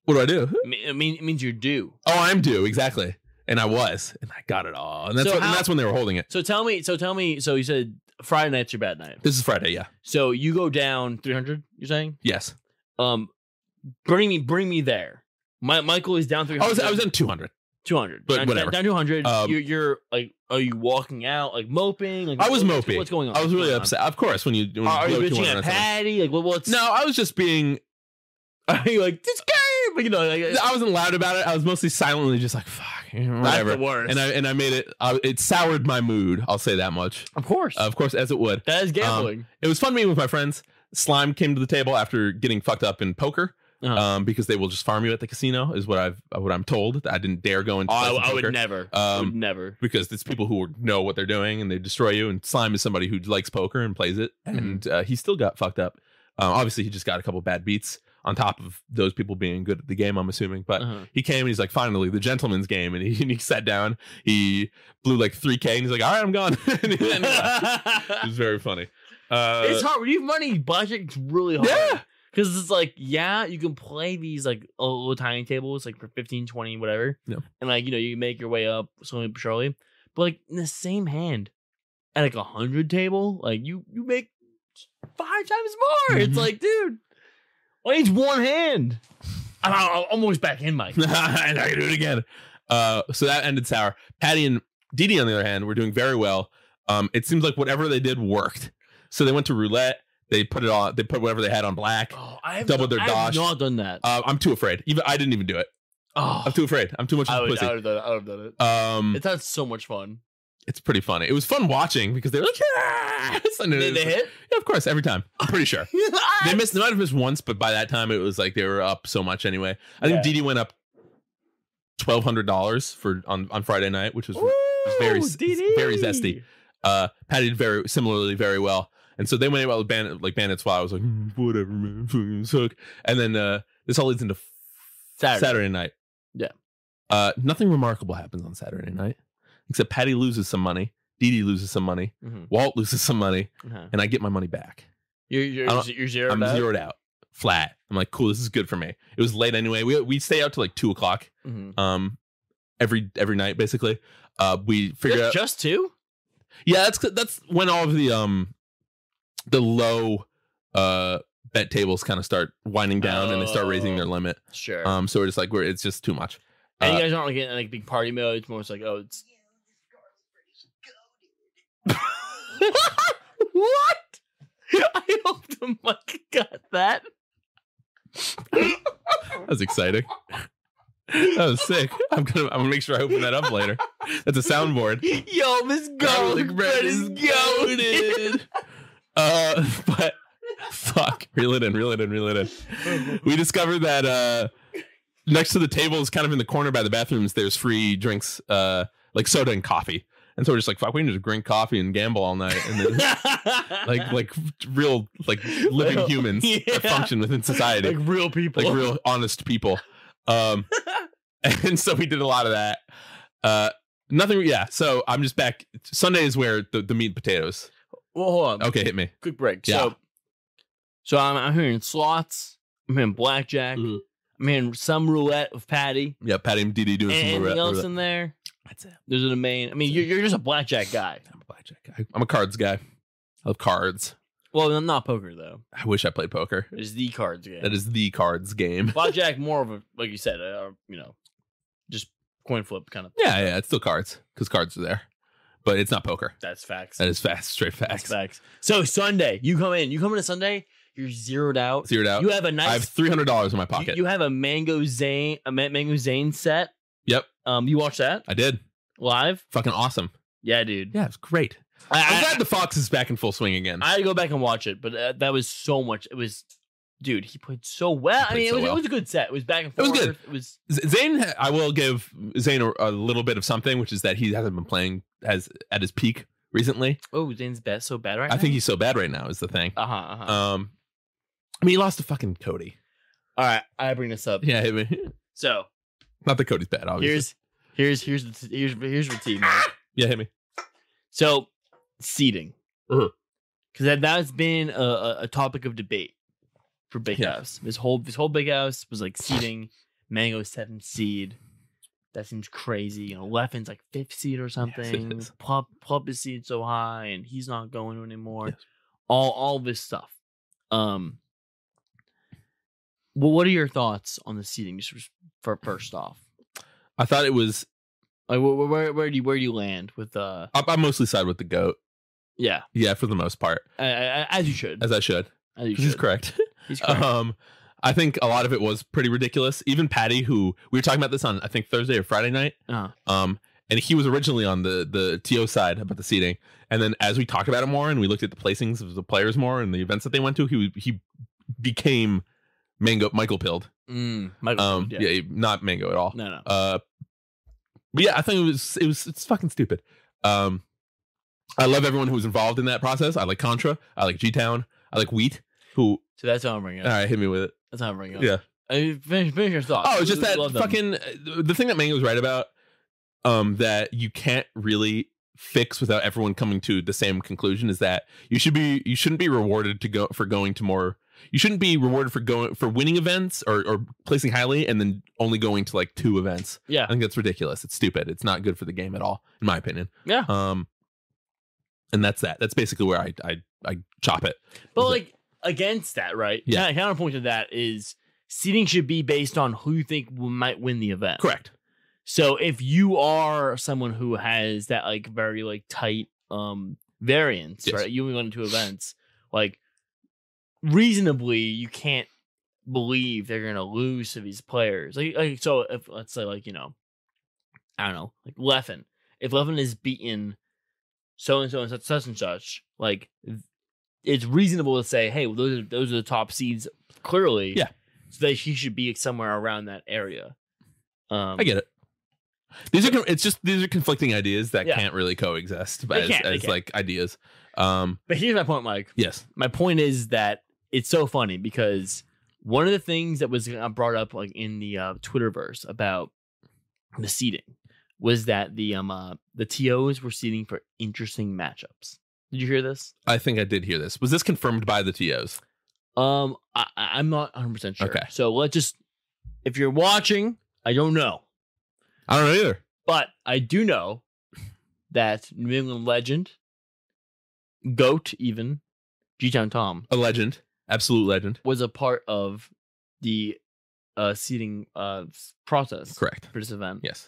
[SPEAKER 2] What do I do?
[SPEAKER 3] I mean, I mean, it means you're due.
[SPEAKER 2] Oh, I'm due exactly, and I was, and I got it all, and that's
[SPEAKER 3] So
[SPEAKER 2] what, and
[SPEAKER 3] how-
[SPEAKER 2] that's when they were holding it.
[SPEAKER 3] So tell me, so tell me, so you said Friday night's your bad night.
[SPEAKER 2] This is Friday, yeah.
[SPEAKER 3] So you go down 300. You're saying,
[SPEAKER 2] Yes,
[SPEAKER 3] um, bring me, bring me there. My Michael is down 300.
[SPEAKER 2] I was I was in 200.
[SPEAKER 3] 200,
[SPEAKER 2] but
[SPEAKER 3] down,
[SPEAKER 2] whatever.
[SPEAKER 3] Down 200.
[SPEAKER 2] Um,
[SPEAKER 3] you're, you're like, are you walking out like moping? Like,
[SPEAKER 2] I was
[SPEAKER 3] what's-
[SPEAKER 2] moping.
[SPEAKER 3] What's going on?
[SPEAKER 2] I was really
[SPEAKER 3] What's
[SPEAKER 2] upset, of course. When you when
[SPEAKER 3] going on? Are
[SPEAKER 2] blow
[SPEAKER 3] you bitching
[SPEAKER 2] 200 on
[SPEAKER 3] at
[SPEAKER 2] someone.
[SPEAKER 3] Patty? Like, what, what's
[SPEAKER 2] No, I was just being [LAUGHS]
[SPEAKER 3] Are you like this game? But, You know, like,
[SPEAKER 2] I wasn't loud about it. I was mostly silently just like fuck, [LAUGHS] whatever.
[SPEAKER 3] That's the worst.
[SPEAKER 2] And I and I made it. I, it soured my mood. I'll say that much.
[SPEAKER 3] of course,
[SPEAKER 2] Of Um, course, as it would.
[SPEAKER 3] that is gambling.
[SPEAKER 2] It was fun meeting with my friends. Slime came to the table after getting fucked up in poker,
[SPEAKER 3] Uh-huh.
[SPEAKER 2] um, because they will just farm you at the casino, is what I've what I'm told. I didn't dare go into
[SPEAKER 3] oh,
[SPEAKER 2] play
[SPEAKER 3] I, I
[SPEAKER 2] some poker
[SPEAKER 3] would never. I would
[SPEAKER 2] Um,
[SPEAKER 3] never.
[SPEAKER 2] because it's people who know what they're doing and they destroy you. And Slime is somebody who likes poker and plays it,
[SPEAKER 3] Mm-hmm.
[SPEAKER 2] and uh, he still got fucked up. Um, obviously, he just got a couple bad beats on top of those people being good at the game. I'm assuming, but
[SPEAKER 3] Uh-huh.
[SPEAKER 2] he came and he's like, finally, the gentleman's game. And he, [LAUGHS] and he sat down. He blew like 3K and he's like, all right, I'm
[SPEAKER 3] [LAUGHS]
[SPEAKER 2] gone. [LAUGHS] and he left. it was very funny. Uh,
[SPEAKER 3] it's hard when you have money. Blackjack's really hard.
[SPEAKER 2] Yeah.
[SPEAKER 3] Because it's like, yeah, you can play these like little tiny tables, like for 15, 20, whatever.
[SPEAKER 2] Yeah.
[SPEAKER 3] And like, you know, you make your way up slowly but surely. But like in the same hand, at like a hundred table, like you you make five times more. It's
[SPEAKER 2] Mhm.
[SPEAKER 3] like, dude, I need one hand. I'm, I'm almost back in,
[SPEAKER 2] [LAUGHS]
[SPEAKER 3] Mike.
[SPEAKER 2] and I can do it again. Uh, so that ended sour. Patty and Dee Dee, on the other hand, were doing very well. Um, it seems like whatever they did worked. So they went to roulette. They put it on. They put whatever they had on black.
[SPEAKER 3] Oh, I have
[SPEAKER 2] Double their
[SPEAKER 3] I have
[SPEAKER 2] dosh.
[SPEAKER 3] not done that.
[SPEAKER 2] Uh, I'm too afraid. Even I didn't even do it.
[SPEAKER 3] oh,
[SPEAKER 2] Uh, I'm too afraid. I'm too much of
[SPEAKER 3] I
[SPEAKER 2] a
[SPEAKER 3] would, I
[SPEAKER 2] pussy.
[SPEAKER 3] would have done it. I would have done it.
[SPEAKER 2] Um,
[SPEAKER 3] It sounds so much fun.
[SPEAKER 2] it's pretty funny. It was fun watching because they were like, [LAUGHS] yes! And it
[SPEAKER 3] Did
[SPEAKER 2] was
[SPEAKER 3] they
[SPEAKER 2] like-
[SPEAKER 3] hit?
[SPEAKER 2] Yeah, of course, every
[SPEAKER 3] [LAUGHS]
[SPEAKER 2] time. I'm pretty sure. they missed. They might have missed once, but by that time it was like they were up so much anyway. I think
[SPEAKER 4] Yeah.
[SPEAKER 2] Didi went up twelve hundred dollars for on on Friday night, which was very-
[SPEAKER 3] Ooh, DD.
[SPEAKER 2] very zesty. uh Patty did very similarly very well. And so they went out with Bandit, like Bandits Fly. I was like, "Hmm, whatever, man, [LAUGHS] fucking suck. And then uh this all leads into f-
[SPEAKER 3] Saturday.
[SPEAKER 2] Saturday night.
[SPEAKER 3] Yeah.
[SPEAKER 2] Uh nothing remarkable happens on Saturday night. Except Patty loses some money, Dee Dee loses some money,
[SPEAKER 3] Mhm.
[SPEAKER 2] Walt loses some money,
[SPEAKER 3] Uh-huh.
[SPEAKER 2] and I get my money back.
[SPEAKER 3] You're,
[SPEAKER 2] I
[SPEAKER 3] you're,
[SPEAKER 2] don't-
[SPEAKER 3] you're zeroed
[SPEAKER 2] I'm
[SPEAKER 3] out?
[SPEAKER 2] zeroed out. Flat. I'm like, cool, this is good for me. It was late anyway. We we stay out till like two o'clock
[SPEAKER 3] Mhm.
[SPEAKER 2] um every every night basically. Uh we figure out
[SPEAKER 3] Just two?
[SPEAKER 2] Yeah, that's that's when all of the um the low uh bet tables kind of start winding down and they start raising
[SPEAKER 3] Oh,
[SPEAKER 2] their limit.
[SPEAKER 3] Sure.
[SPEAKER 2] Um so we're just like we're it's just too much. [LAUGHS]
[SPEAKER 3] and
[SPEAKER 2] uh,
[SPEAKER 3] you guys aren't like in like big party mode. It's more just like, oh, it's. what? [LAUGHS] I hope the mic got that.
[SPEAKER 2] That was exciting. that was sick. I'm gonna I'm gonna make sure I open that up later. That's a
[SPEAKER 3] [LAUGHS]
[SPEAKER 2] soundboard.
[SPEAKER 3] Yo, Miss Gold, Brett is goaded.
[SPEAKER 2] goated. [LAUGHS] uh [LAUGHS] but fuck. Reel it in, reel it in, reel it in. we discovered that uh next to the tables kind of in the corner by the bathrooms there's free drinks uh like soda and coffee and so we're just like fuck we can just drink coffee and gamble all night and then [LAUGHS] like like real like living
[SPEAKER 3] Well,
[SPEAKER 2] humans
[SPEAKER 3] yeah.
[SPEAKER 2] that function within society
[SPEAKER 3] like real people.
[SPEAKER 2] like real honest people. Um, [LAUGHS] and so we did a lot of that. Uh, nothing. Yeah. So I'm just back. Sunday is where the, the meat and potatoes.
[SPEAKER 3] Well, hold on.
[SPEAKER 2] Okay, hit me.
[SPEAKER 3] Quick break.
[SPEAKER 2] Yeah.
[SPEAKER 3] So, so I'm, I'm hearing slots. I'm hearing blackjack.
[SPEAKER 2] Mhm.
[SPEAKER 3] I'm hearing some roulette with Patty.
[SPEAKER 2] Yeah, Patty and Didi doing
[SPEAKER 3] And
[SPEAKER 2] some
[SPEAKER 3] anything
[SPEAKER 2] roulette.
[SPEAKER 3] else
[SPEAKER 2] roulette.
[SPEAKER 3] in there?
[SPEAKER 2] That's it.
[SPEAKER 3] Those are the main. I mean, you're, you're just a blackjack guy.
[SPEAKER 2] I'm a blackjack guy. I'm a cards guy. I love cards.
[SPEAKER 3] Well, I'm not poker though.
[SPEAKER 2] I wish I played poker.
[SPEAKER 3] It's the cards game.
[SPEAKER 2] That is the cards game.
[SPEAKER 3] [LAUGHS] blackjack more of a like you said, uh, you know, just coin flip kind of.
[SPEAKER 2] Yeah, yeah. It's still cards because cards are there, but it's not poker.
[SPEAKER 3] That's facts.
[SPEAKER 2] That is fast, straight
[SPEAKER 3] That's
[SPEAKER 2] facts.
[SPEAKER 3] facts. So Sunday, you come in. You come in on Sunday. You're zeroed out.
[SPEAKER 2] Zeroed out.
[SPEAKER 3] You have a nice.
[SPEAKER 2] I have three hundred dollars in my
[SPEAKER 3] you-
[SPEAKER 2] pocket.
[SPEAKER 3] You, have a mango zane, a ma- mango zane set.
[SPEAKER 2] Yep.
[SPEAKER 3] Um, you watch that
[SPEAKER 2] I did.
[SPEAKER 3] live?
[SPEAKER 2] Fucking awesome.
[SPEAKER 3] Yeah, dude.
[SPEAKER 2] Yeah, it's great.
[SPEAKER 3] I,
[SPEAKER 2] I'm
[SPEAKER 3] I-
[SPEAKER 2] glad the fox is back in full swing again.
[SPEAKER 3] I had to go back and watch it, but uh, that was so much. It was, dude, he played so well. I
[SPEAKER 2] played
[SPEAKER 3] mean, it
[SPEAKER 2] so
[SPEAKER 3] was
[SPEAKER 2] well.
[SPEAKER 3] it was a good set. It was back and
[SPEAKER 2] It was
[SPEAKER 3] forth.
[SPEAKER 2] good.
[SPEAKER 3] It was
[SPEAKER 2] Z- Zane, ha- I will give Zane a, a little bit of something, which is that he hasn't been playing as at his peak recently.
[SPEAKER 3] oh, Zane's bad, so bad right
[SPEAKER 2] I think he's so bad right now is the thing.
[SPEAKER 3] Uh huh. Uh-huh.
[SPEAKER 2] Um, I mean, he lost to fucking Cody.
[SPEAKER 3] All right, I bring this up.
[SPEAKER 2] Yeah, I mean,
[SPEAKER 3] So
[SPEAKER 2] [LAUGHS] not that Cody's bad, obviously.
[SPEAKER 3] here's here's here's the t- here's here's your team. man.
[SPEAKER 2] yeah, hit me.
[SPEAKER 3] So seating,
[SPEAKER 2] Uh-huh.
[SPEAKER 3] because that that's been a, a, a topic of debate for Big
[SPEAKER 2] Yeah.
[SPEAKER 3] House. This whole this whole Big House was like seating Mango seventh seed. That seems crazy. You know, Leffen's like fifth seed or something.
[SPEAKER 2] is.
[SPEAKER 3] Plump Plump is seed so high, and he's not going anymore.
[SPEAKER 2] Yes.
[SPEAKER 3] All all this stuff. Um. Well, what are your thoughts on the seating? Just for first off,
[SPEAKER 2] I thought it was.
[SPEAKER 3] like where where, where do you where do you land with uh
[SPEAKER 2] I, I mostly side with the goat.
[SPEAKER 3] yeah
[SPEAKER 2] Yeah, for the most part,
[SPEAKER 3] I, I, as you should
[SPEAKER 2] as I should.
[SPEAKER 3] as Oh, you
[SPEAKER 2] 'cause He's
[SPEAKER 3] should [LAUGHS]
[SPEAKER 2] correct.
[SPEAKER 3] he's correct.
[SPEAKER 2] um, I think a lot of it was pretty ridiculous. Even Patty, who we were talking about this on, I think Thursday or Friday night.
[SPEAKER 3] Uh-huh.
[SPEAKER 2] Um, and he was originally on the the TO side about the seating, and then as we talked about it more and we looked at the placings of the players more and the events that they went to, he he became Mango Michael Pilled.
[SPEAKER 3] Michael
[SPEAKER 2] Um,
[SPEAKER 3] Jordan,
[SPEAKER 2] yeah. not Mango at all.
[SPEAKER 3] no no
[SPEAKER 2] Uh, but yeah, I think it was it was it's fucking stupid. Um, I love everyone who was involved in that process. I like Contra. I like G Town. I like Wheat. Who?
[SPEAKER 3] so that's how I'm bringing it
[SPEAKER 2] All
[SPEAKER 3] up
[SPEAKER 2] right, hit me with it.
[SPEAKER 3] that's how I'm bringing it up
[SPEAKER 2] Uh, Yeah.
[SPEAKER 3] I mean, finish, finish your thoughts
[SPEAKER 2] Oh, it's just
[SPEAKER 3] We
[SPEAKER 2] that
[SPEAKER 3] love them.
[SPEAKER 2] fucking uh, the thing that Mango's right about, um, that you can't really fix without everyone coming to the same conclusion is that you should be you shouldn't be rewarded to go for going to more you shouldn't be rewarded for going for winning events or, or placing highly and then only going to like two events.
[SPEAKER 3] yeah
[SPEAKER 2] I think that's ridiculous. It's stupid. It's not good for the game at all, in my opinion.
[SPEAKER 3] yeah
[SPEAKER 2] Um and that's that. That's basically where I I, I chop it.
[SPEAKER 3] but
[SPEAKER 2] is it-
[SPEAKER 3] like against that right
[SPEAKER 2] Yeah.
[SPEAKER 3] Counter- counterpoint to that is seating should be based on who you think w- might win the event
[SPEAKER 2] Correct.
[SPEAKER 3] so if you are someone who has that like very like tight um variance
[SPEAKER 2] Yes.
[SPEAKER 3] right you only went to events like reasonably you can't believe they're gonna lose to these players. Like, like so if let's say like, you know, I don't know, like Leffen. If Leffen is beaten so and so and such such and such. Like th- it's reasonable to say, hey, well, those are those are the top seeds clearly.
[SPEAKER 2] Yeah.
[SPEAKER 3] So that he should be somewhere around that area. Um,
[SPEAKER 2] I get it. These are con- it's just these are conflicting ideas that
[SPEAKER 3] Yeah.
[SPEAKER 2] can't really coexist
[SPEAKER 3] They
[SPEAKER 2] as,
[SPEAKER 3] can't, they
[SPEAKER 2] as
[SPEAKER 3] can't.
[SPEAKER 2] like ideas. Um,
[SPEAKER 3] But here's my point, Mike.
[SPEAKER 2] yes,
[SPEAKER 3] my point is that it's so funny because one of the things that was uh, brought up like in the uh, Twitterverse about the seeding was that the um uh, the tos were seeding for interesting matchups. Did you hear this?
[SPEAKER 2] I think I did hear this. Was this confirmed by the tos?
[SPEAKER 3] Um, I, I- I'm not 100 percent sure.
[SPEAKER 2] Okay.
[SPEAKER 3] So let's just if you're watching, I don't know,
[SPEAKER 2] I don't know either.
[SPEAKER 3] but I do know that New England legend, goat even, G Town Tom
[SPEAKER 2] A legend, absolute legend.
[SPEAKER 3] was a part of the uh seating uh s- process
[SPEAKER 2] Correct.
[SPEAKER 3] for this event.
[SPEAKER 2] Yes.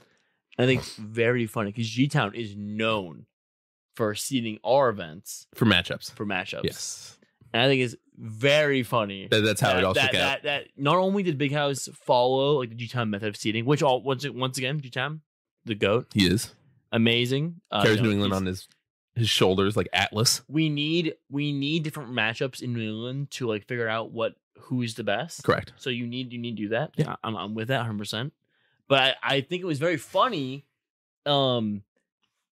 [SPEAKER 3] I
[SPEAKER 2] [LAUGHS]
[SPEAKER 3] think it's very funny because G Town is known for seating our events
[SPEAKER 2] For matchups.
[SPEAKER 3] for matchups.
[SPEAKER 2] Yes.
[SPEAKER 3] And I think it's very funny.
[SPEAKER 2] That, that's how
[SPEAKER 3] that,
[SPEAKER 2] it all
[SPEAKER 3] that,
[SPEAKER 2] shook out.
[SPEAKER 3] that, that not only did Big House follow like the G Town method of seating, which all once once again, G Town, the GOAT,
[SPEAKER 2] He is
[SPEAKER 3] amazing. Uh,
[SPEAKER 2] carries
[SPEAKER 3] you know,
[SPEAKER 2] New England
[SPEAKER 3] he's-
[SPEAKER 2] on his his shoulders like Atlas.
[SPEAKER 3] we need we need different matchups in New England to like figure out what who is the best.
[SPEAKER 2] Correct.
[SPEAKER 3] So you need you need to do that.
[SPEAKER 2] Yeah.
[SPEAKER 3] I- I'm, I'm with that 100. percent But I, I think it was very funny. Um,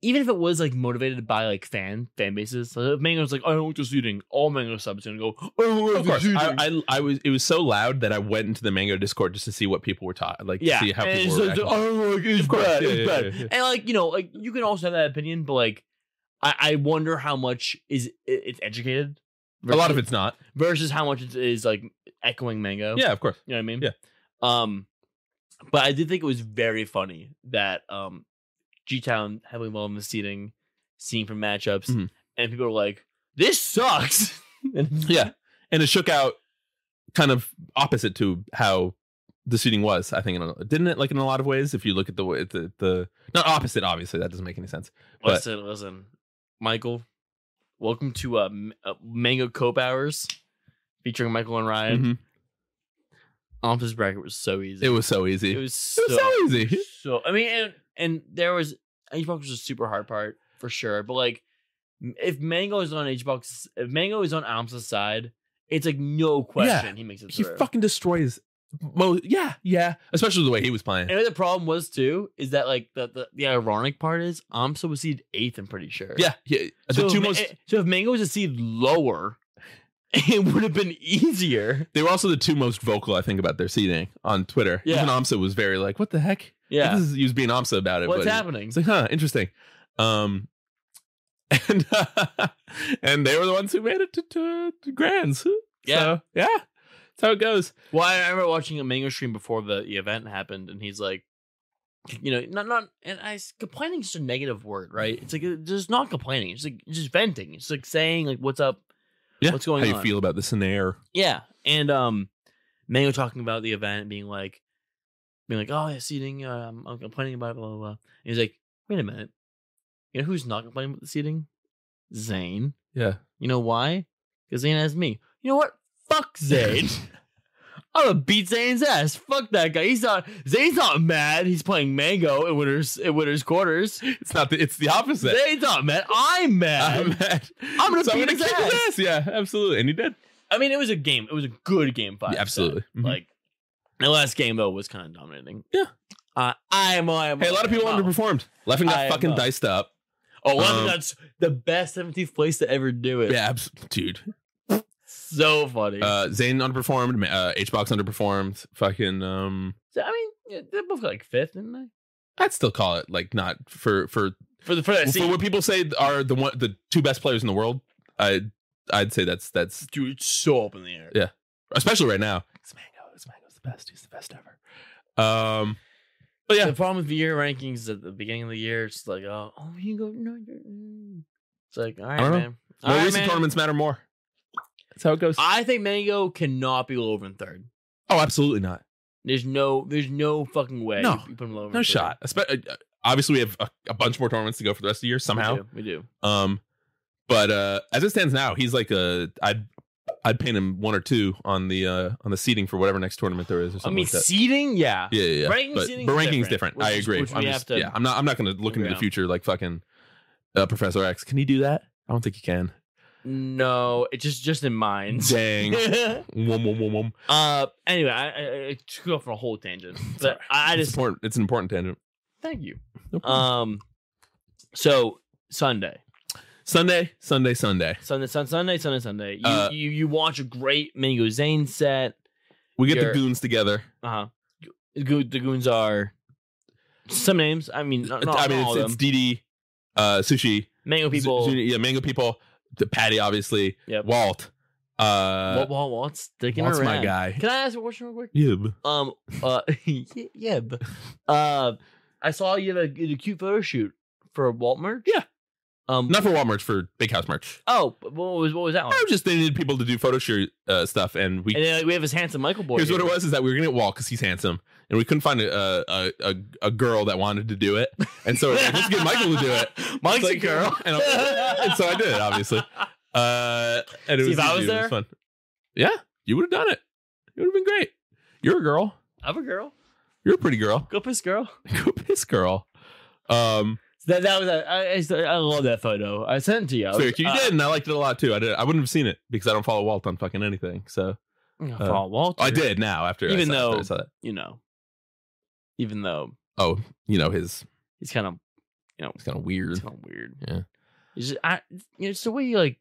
[SPEAKER 3] even if it was like motivated by like fan fan bases, so if Mango's like, I don't like this eating. All Mango subs gonna go. I don't like
[SPEAKER 2] Of
[SPEAKER 3] this
[SPEAKER 2] course,
[SPEAKER 3] eating."
[SPEAKER 2] I, I, I was. It was so loud that I went into the Mango Discord just to see what people were taught, like
[SPEAKER 3] yeah,
[SPEAKER 2] to see how
[SPEAKER 3] and
[SPEAKER 2] people
[SPEAKER 3] it's
[SPEAKER 2] were. reacting.
[SPEAKER 3] like, I don't like it's
[SPEAKER 2] Of course,
[SPEAKER 3] bad,
[SPEAKER 2] yeah,
[SPEAKER 3] it's
[SPEAKER 2] yeah,
[SPEAKER 3] bad.
[SPEAKER 2] yeah, yeah.
[SPEAKER 3] And like you know, like you can also have that opinion, but like I, I wonder how much is it, it's educated.
[SPEAKER 2] a lot of
[SPEAKER 3] versus-
[SPEAKER 2] it's not.
[SPEAKER 3] versus how much it is like echoing Mango.
[SPEAKER 2] Yeah, of course.
[SPEAKER 3] You know what I mean?
[SPEAKER 2] Yeah.
[SPEAKER 3] Um, but I did think it was very funny that um, G Town heavily involved in the seating, seeing from matchups,
[SPEAKER 2] Mhm.
[SPEAKER 3] and people were like, "This sucks." [LAUGHS] And-
[SPEAKER 2] Yeah, and it shook out kind of opposite to how the seating was. I think in a, didn't it like in a lot of ways. If you look at the way the, the not opposite, obviously that doesn't make any sense. [LAUGHS] But-
[SPEAKER 3] listen, listen, Michael, welcome to uh, M- uh, Mango Cope Hours, featuring Michael and Ryan.
[SPEAKER 2] Mhm.
[SPEAKER 3] Off this bracket was so easy.
[SPEAKER 2] It was so easy.
[SPEAKER 3] It
[SPEAKER 2] It was,
[SPEAKER 3] was so,
[SPEAKER 2] so [LAUGHS] easy.
[SPEAKER 3] so I mean, and and there was HBox was a super hard part for sure. But like, m- if Mango is on HBox, if Mango is on Amsa's side, it's like no question he makes it
[SPEAKER 2] He
[SPEAKER 3] through.
[SPEAKER 2] fucking destroys. Mo- yeah, yeah. Especially the way he was playing.
[SPEAKER 3] and the problem was too is that like the the, the ironic part is Amsa was seed eighth. I'm pretty sure.
[SPEAKER 2] Yeah, yeah. The
[SPEAKER 3] So, if
[SPEAKER 2] two
[SPEAKER 3] Ma- eh,
[SPEAKER 2] most.
[SPEAKER 3] so if Mango was a seed lower, [LAUGHS] it would have been easier.
[SPEAKER 2] They were also the two most vocal, I think, about their seating on Twitter.
[SPEAKER 3] Yeah.
[SPEAKER 2] Even Amsa was very like, "What the heck?" [LAUGHS]
[SPEAKER 3] Yeah.
[SPEAKER 2] This is, he was being Amsa about it.
[SPEAKER 3] What's
[SPEAKER 2] but
[SPEAKER 3] happening?
[SPEAKER 2] It's like, huh, interesting. Um, [LAUGHS] and uh, and they were the ones who made it to, to, to grands.
[SPEAKER 3] Yeah.
[SPEAKER 2] so, yeah. That's how it goes.
[SPEAKER 3] Well, I remember watching a Mango stream before the event happened, and he's like, you know, not not, and I complaining is such a negative word, right? It's like uh, just not complaining. It's like just venting. It's like saying like what's up,
[SPEAKER 2] Yeah.
[SPEAKER 3] what's going
[SPEAKER 2] how
[SPEAKER 3] on?
[SPEAKER 2] you feel about the snare?
[SPEAKER 3] yeah. And um, Mango talking about the event and being like, being like, oh, yeah, seating. Uh, I'm, I'm complaining about it, blah blah blah. And he's like, wait a minute, you know who's not complaining about the seating? Zane.
[SPEAKER 2] Yeah.
[SPEAKER 3] You know why? Because Zane has me. You know what? Fuck [LAUGHS] Zane. I'm gonna beat Zane's ass. Fuck that guy. He's not Zane's not mad. He's playing Mango at winners at winners quarters.
[SPEAKER 2] It's not. The, it's the opposite.
[SPEAKER 3] Zane's not mad. I'm mad.
[SPEAKER 2] [LAUGHS] I'm, mad.
[SPEAKER 3] I'm gonna
[SPEAKER 2] So
[SPEAKER 3] beat his
[SPEAKER 2] kick
[SPEAKER 3] ass.
[SPEAKER 2] Yeah, absolutely. And he did.
[SPEAKER 3] [LAUGHS] I mean, it was a game. It was a good game five.
[SPEAKER 2] Yeah, absolutely.
[SPEAKER 3] set.
[SPEAKER 2] Mhm.
[SPEAKER 3] uh, Like the last game though was kind of dominating.
[SPEAKER 2] Yeah.
[SPEAKER 3] Uh, I'm I'm
[SPEAKER 2] Hey, a lot of people
[SPEAKER 3] I'm-
[SPEAKER 2] underperformed. Leffen got
[SPEAKER 3] uh, I
[SPEAKER 2] fucking
[SPEAKER 3] know.
[SPEAKER 2] diced up.
[SPEAKER 3] Oh, well, I think
[SPEAKER 2] Um,
[SPEAKER 3] that's the best 17th place to ever do it.
[SPEAKER 2] Yeah, abs- dude.
[SPEAKER 3] So funny.
[SPEAKER 2] Uh, Zane underperformed. Ma- Uh, HBox underperformed. Fucking. Um,
[SPEAKER 3] so, I mean, yeah, they both got like fifth, didn't they?
[SPEAKER 2] I'd still call it like not for for
[SPEAKER 3] For the for that
[SPEAKER 2] for
[SPEAKER 3] seed.
[SPEAKER 2] what people say are the one the two best players in the world. I I'd say that's that's
[SPEAKER 3] Dude, it's so up in the air.
[SPEAKER 2] Yeah. especially right now. It's Mango. It's Mango's the best. He's the best ever. Um, but yeah,
[SPEAKER 3] The problem with the year rankings is at the beginning of the year, it's like, oh, oh you go, no, you're. mm. It's like, all right,
[SPEAKER 2] don't know.
[SPEAKER 3] man. All
[SPEAKER 2] more
[SPEAKER 3] right,
[SPEAKER 2] recent
[SPEAKER 3] man.
[SPEAKER 2] tournaments matter more. That's how it goes.
[SPEAKER 3] I think Mango cannot be lower than third.
[SPEAKER 2] oh, absolutely not.
[SPEAKER 3] There's no, there's no fucking way.
[SPEAKER 2] No.
[SPEAKER 3] you, you put him lower.
[SPEAKER 2] No shot. Espe- uh, obviously, we have a, a bunch more tournaments to go for the rest of the year somehow.
[SPEAKER 3] we do.
[SPEAKER 2] Um, but uh, as it stands now, he's like a I'd I'd paint him one or two on the uh on the seating for whatever next tournament there is or
[SPEAKER 3] I
[SPEAKER 2] something
[SPEAKER 3] mean,
[SPEAKER 2] like that.
[SPEAKER 3] seeding, yeah.
[SPEAKER 2] Yeah, yeah, yeah.
[SPEAKER 3] Ranking
[SPEAKER 2] but,
[SPEAKER 3] seating's
[SPEAKER 2] but ranking's different.
[SPEAKER 3] different, which
[SPEAKER 2] I
[SPEAKER 3] is-
[SPEAKER 2] agree.
[SPEAKER 3] which
[SPEAKER 2] I'm
[SPEAKER 3] we
[SPEAKER 2] just,
[SPEAKER 3] have to
[SPEAKER 2] yeah, I'm not. I'm not going to look
[SPEAKER 3] figure
[SPEAKER 2] into the
[SPEAKER 3] out.
[SPEAKER 2] future like fucking uh, Professor X. Can he do that? I don't think he can.
[SPEAKER 3] No, it's just just in [LAUGHS] minds.
[SPEAKER 2] Dang. Wom, wom, wom, wom.
[SPEAKER 3] uh, anyway, I, I, I took off on a whole tangent, but I, I
[SPEAKER 2] It's
[SPEAKER 3] just
[SPEAKER 2] important. It's an important tangent.
[SPEAKER 3] thank you.
[SPEAKER 2] No problem.
[SPEAKER 3] Um, so Sunday,
[SPEAKER 2] Sunday, Sunday, Sunday.
[SPEAKER 3] Sunday, Sun, Sunday, Sunday, Sunday. You,
[SPEAKER 2] Uh,
[SPEAKER 3] you you watch a great Mingo Zane set.
[SPEAKER 2] We get
[SPEAKER 3] You're-
[SPEAKER 2] the goons together.
[SPEAKER 3] Uh huh. Go- the goons are some names. I mean, not, not
[SPEAKER 2] I mean,
[SPEAKER 3] all
[SPEAKER 2] it's,
[SPEAKER 3] of
[SPEAKER 2] it's
[SPEAKER 3] them.
[SPEAKER 2] DD, uh, Sushi,
[SPEAKER 3] Mango people.
[SPEAKER 2] Z- Z- yeah, Mango people, the Patty, obviously,
[SPEAKER 3] Yep.
[SPEAKER 2] Walt. Uh,
[SPEAKER 3] Walt, Walt, Walt's sticking
[SPEAKER 2] Walt's
[SPEAKER 3] around.
[SPEAKER 2] my guy.
[SPEAKER 3] Can I ask a question real quick?
[SPEAKER 2] Yib.
[SPEAKER 3] Um. Uh. [LAUGHS] y- yeah. b- Uh. I saw you had a, you had a cute photo shoot for Walt merch.
[SPEAKER 2] Yeah.
[SPEAKER 3] Um.
[SPEAKER 2] Not for Walmart, for Big House merch.
[SPEAKER 3] oh, but what was what was that one?
[SPEAKER 2] I was just they needed people to do photo shoot uh, stuff, and we
[SPEAKER 3] And then like, we have this handsome Michael boy.
[SPEAKER 2] Here's what it
[SPEAKER 3] here.
[SPEAKER 2] was: is that we were gonna get Walt because he's handsome, and we couldn't find a a, a a a girl that wanted to do it, and so we're like, let's get Michael to do it.
[SPEAKER 3] [LAUGHS] Mike's
[SPEAKER 2] It's
[SPEAKER 3] a
[SPEAKER 2] like-
[SPEAKER 3] girl.
[SPEAKER 2] [LAUGHS] and, I'm- and so I did it, obviously. Uh, and it
[SPEAKER 3] See,
[SPEAKER 2] was,
[SPEAKER 3] if I was
[SPEAKER 2] easy, it
[SPEAKER 3] there-
[SPEAKER 2] fun. Yeah, you would have done it. It would have been great. You're a girl.
[SPEAKER 3] I'm a girl.
[SPEAKER 2] You're a pretty girl.
[SPEAKER 3] Go piss girl. [LAUGHS]
[SPEAKER 2] Go piss girl. Um,
[SPEAKER 3] So that that was a, I, I, so- I love that photo. I sent it to you. I
[SPEAKER 2] so
[SPEAKER 3] was-
[SPEAKER 2] you did,
[SPEAKER 3] uh,
[SPEAKER 2] and I liked it a lot too. I did. I wouldn't have seen it because I don't follow Walt on fucking anything. So
[SPEAKER 3] oh,
[SPEAKER 2] Uh,
[SPEAKER 3] Paul Walter.
[SPEAKER 2] I did now after. I
[SPEAKER 3] Even
[SPEAKER 2] saw- after
[SPEAKER 3] though-
[SPEAKER 2] I saw that.
[SPEAKER 3] You know. Even though
[SPEAKER 2] oh, you know his.
[SPEAKER 3] he's kind of
[SPEAKER 2] It's kind of weird
[SPEAKER 3] it's kind of weird.
[SPEAKER 2] Yeah.
[SPEAKER 3] It's just, I, you know, it's the way you like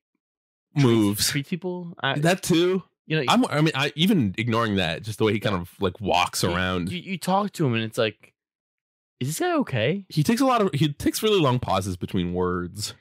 [SPEAKER 2] moves.
[SPEAKER 3] treat people. I,
[SPEAKER 2] That too.
[SPEAKER 3] you know,
[SPEAKER 2] I'm, I mean, I even ignoring that, just the way he kind of like walks
[SPEAKER 3] you-
[SPEAKER 2] around.
[SPEAKER 3] You, you talk to him and it's like, is this guy okay?
[SPEAKER 2] He takes a lot of. He takes really long pauses between words.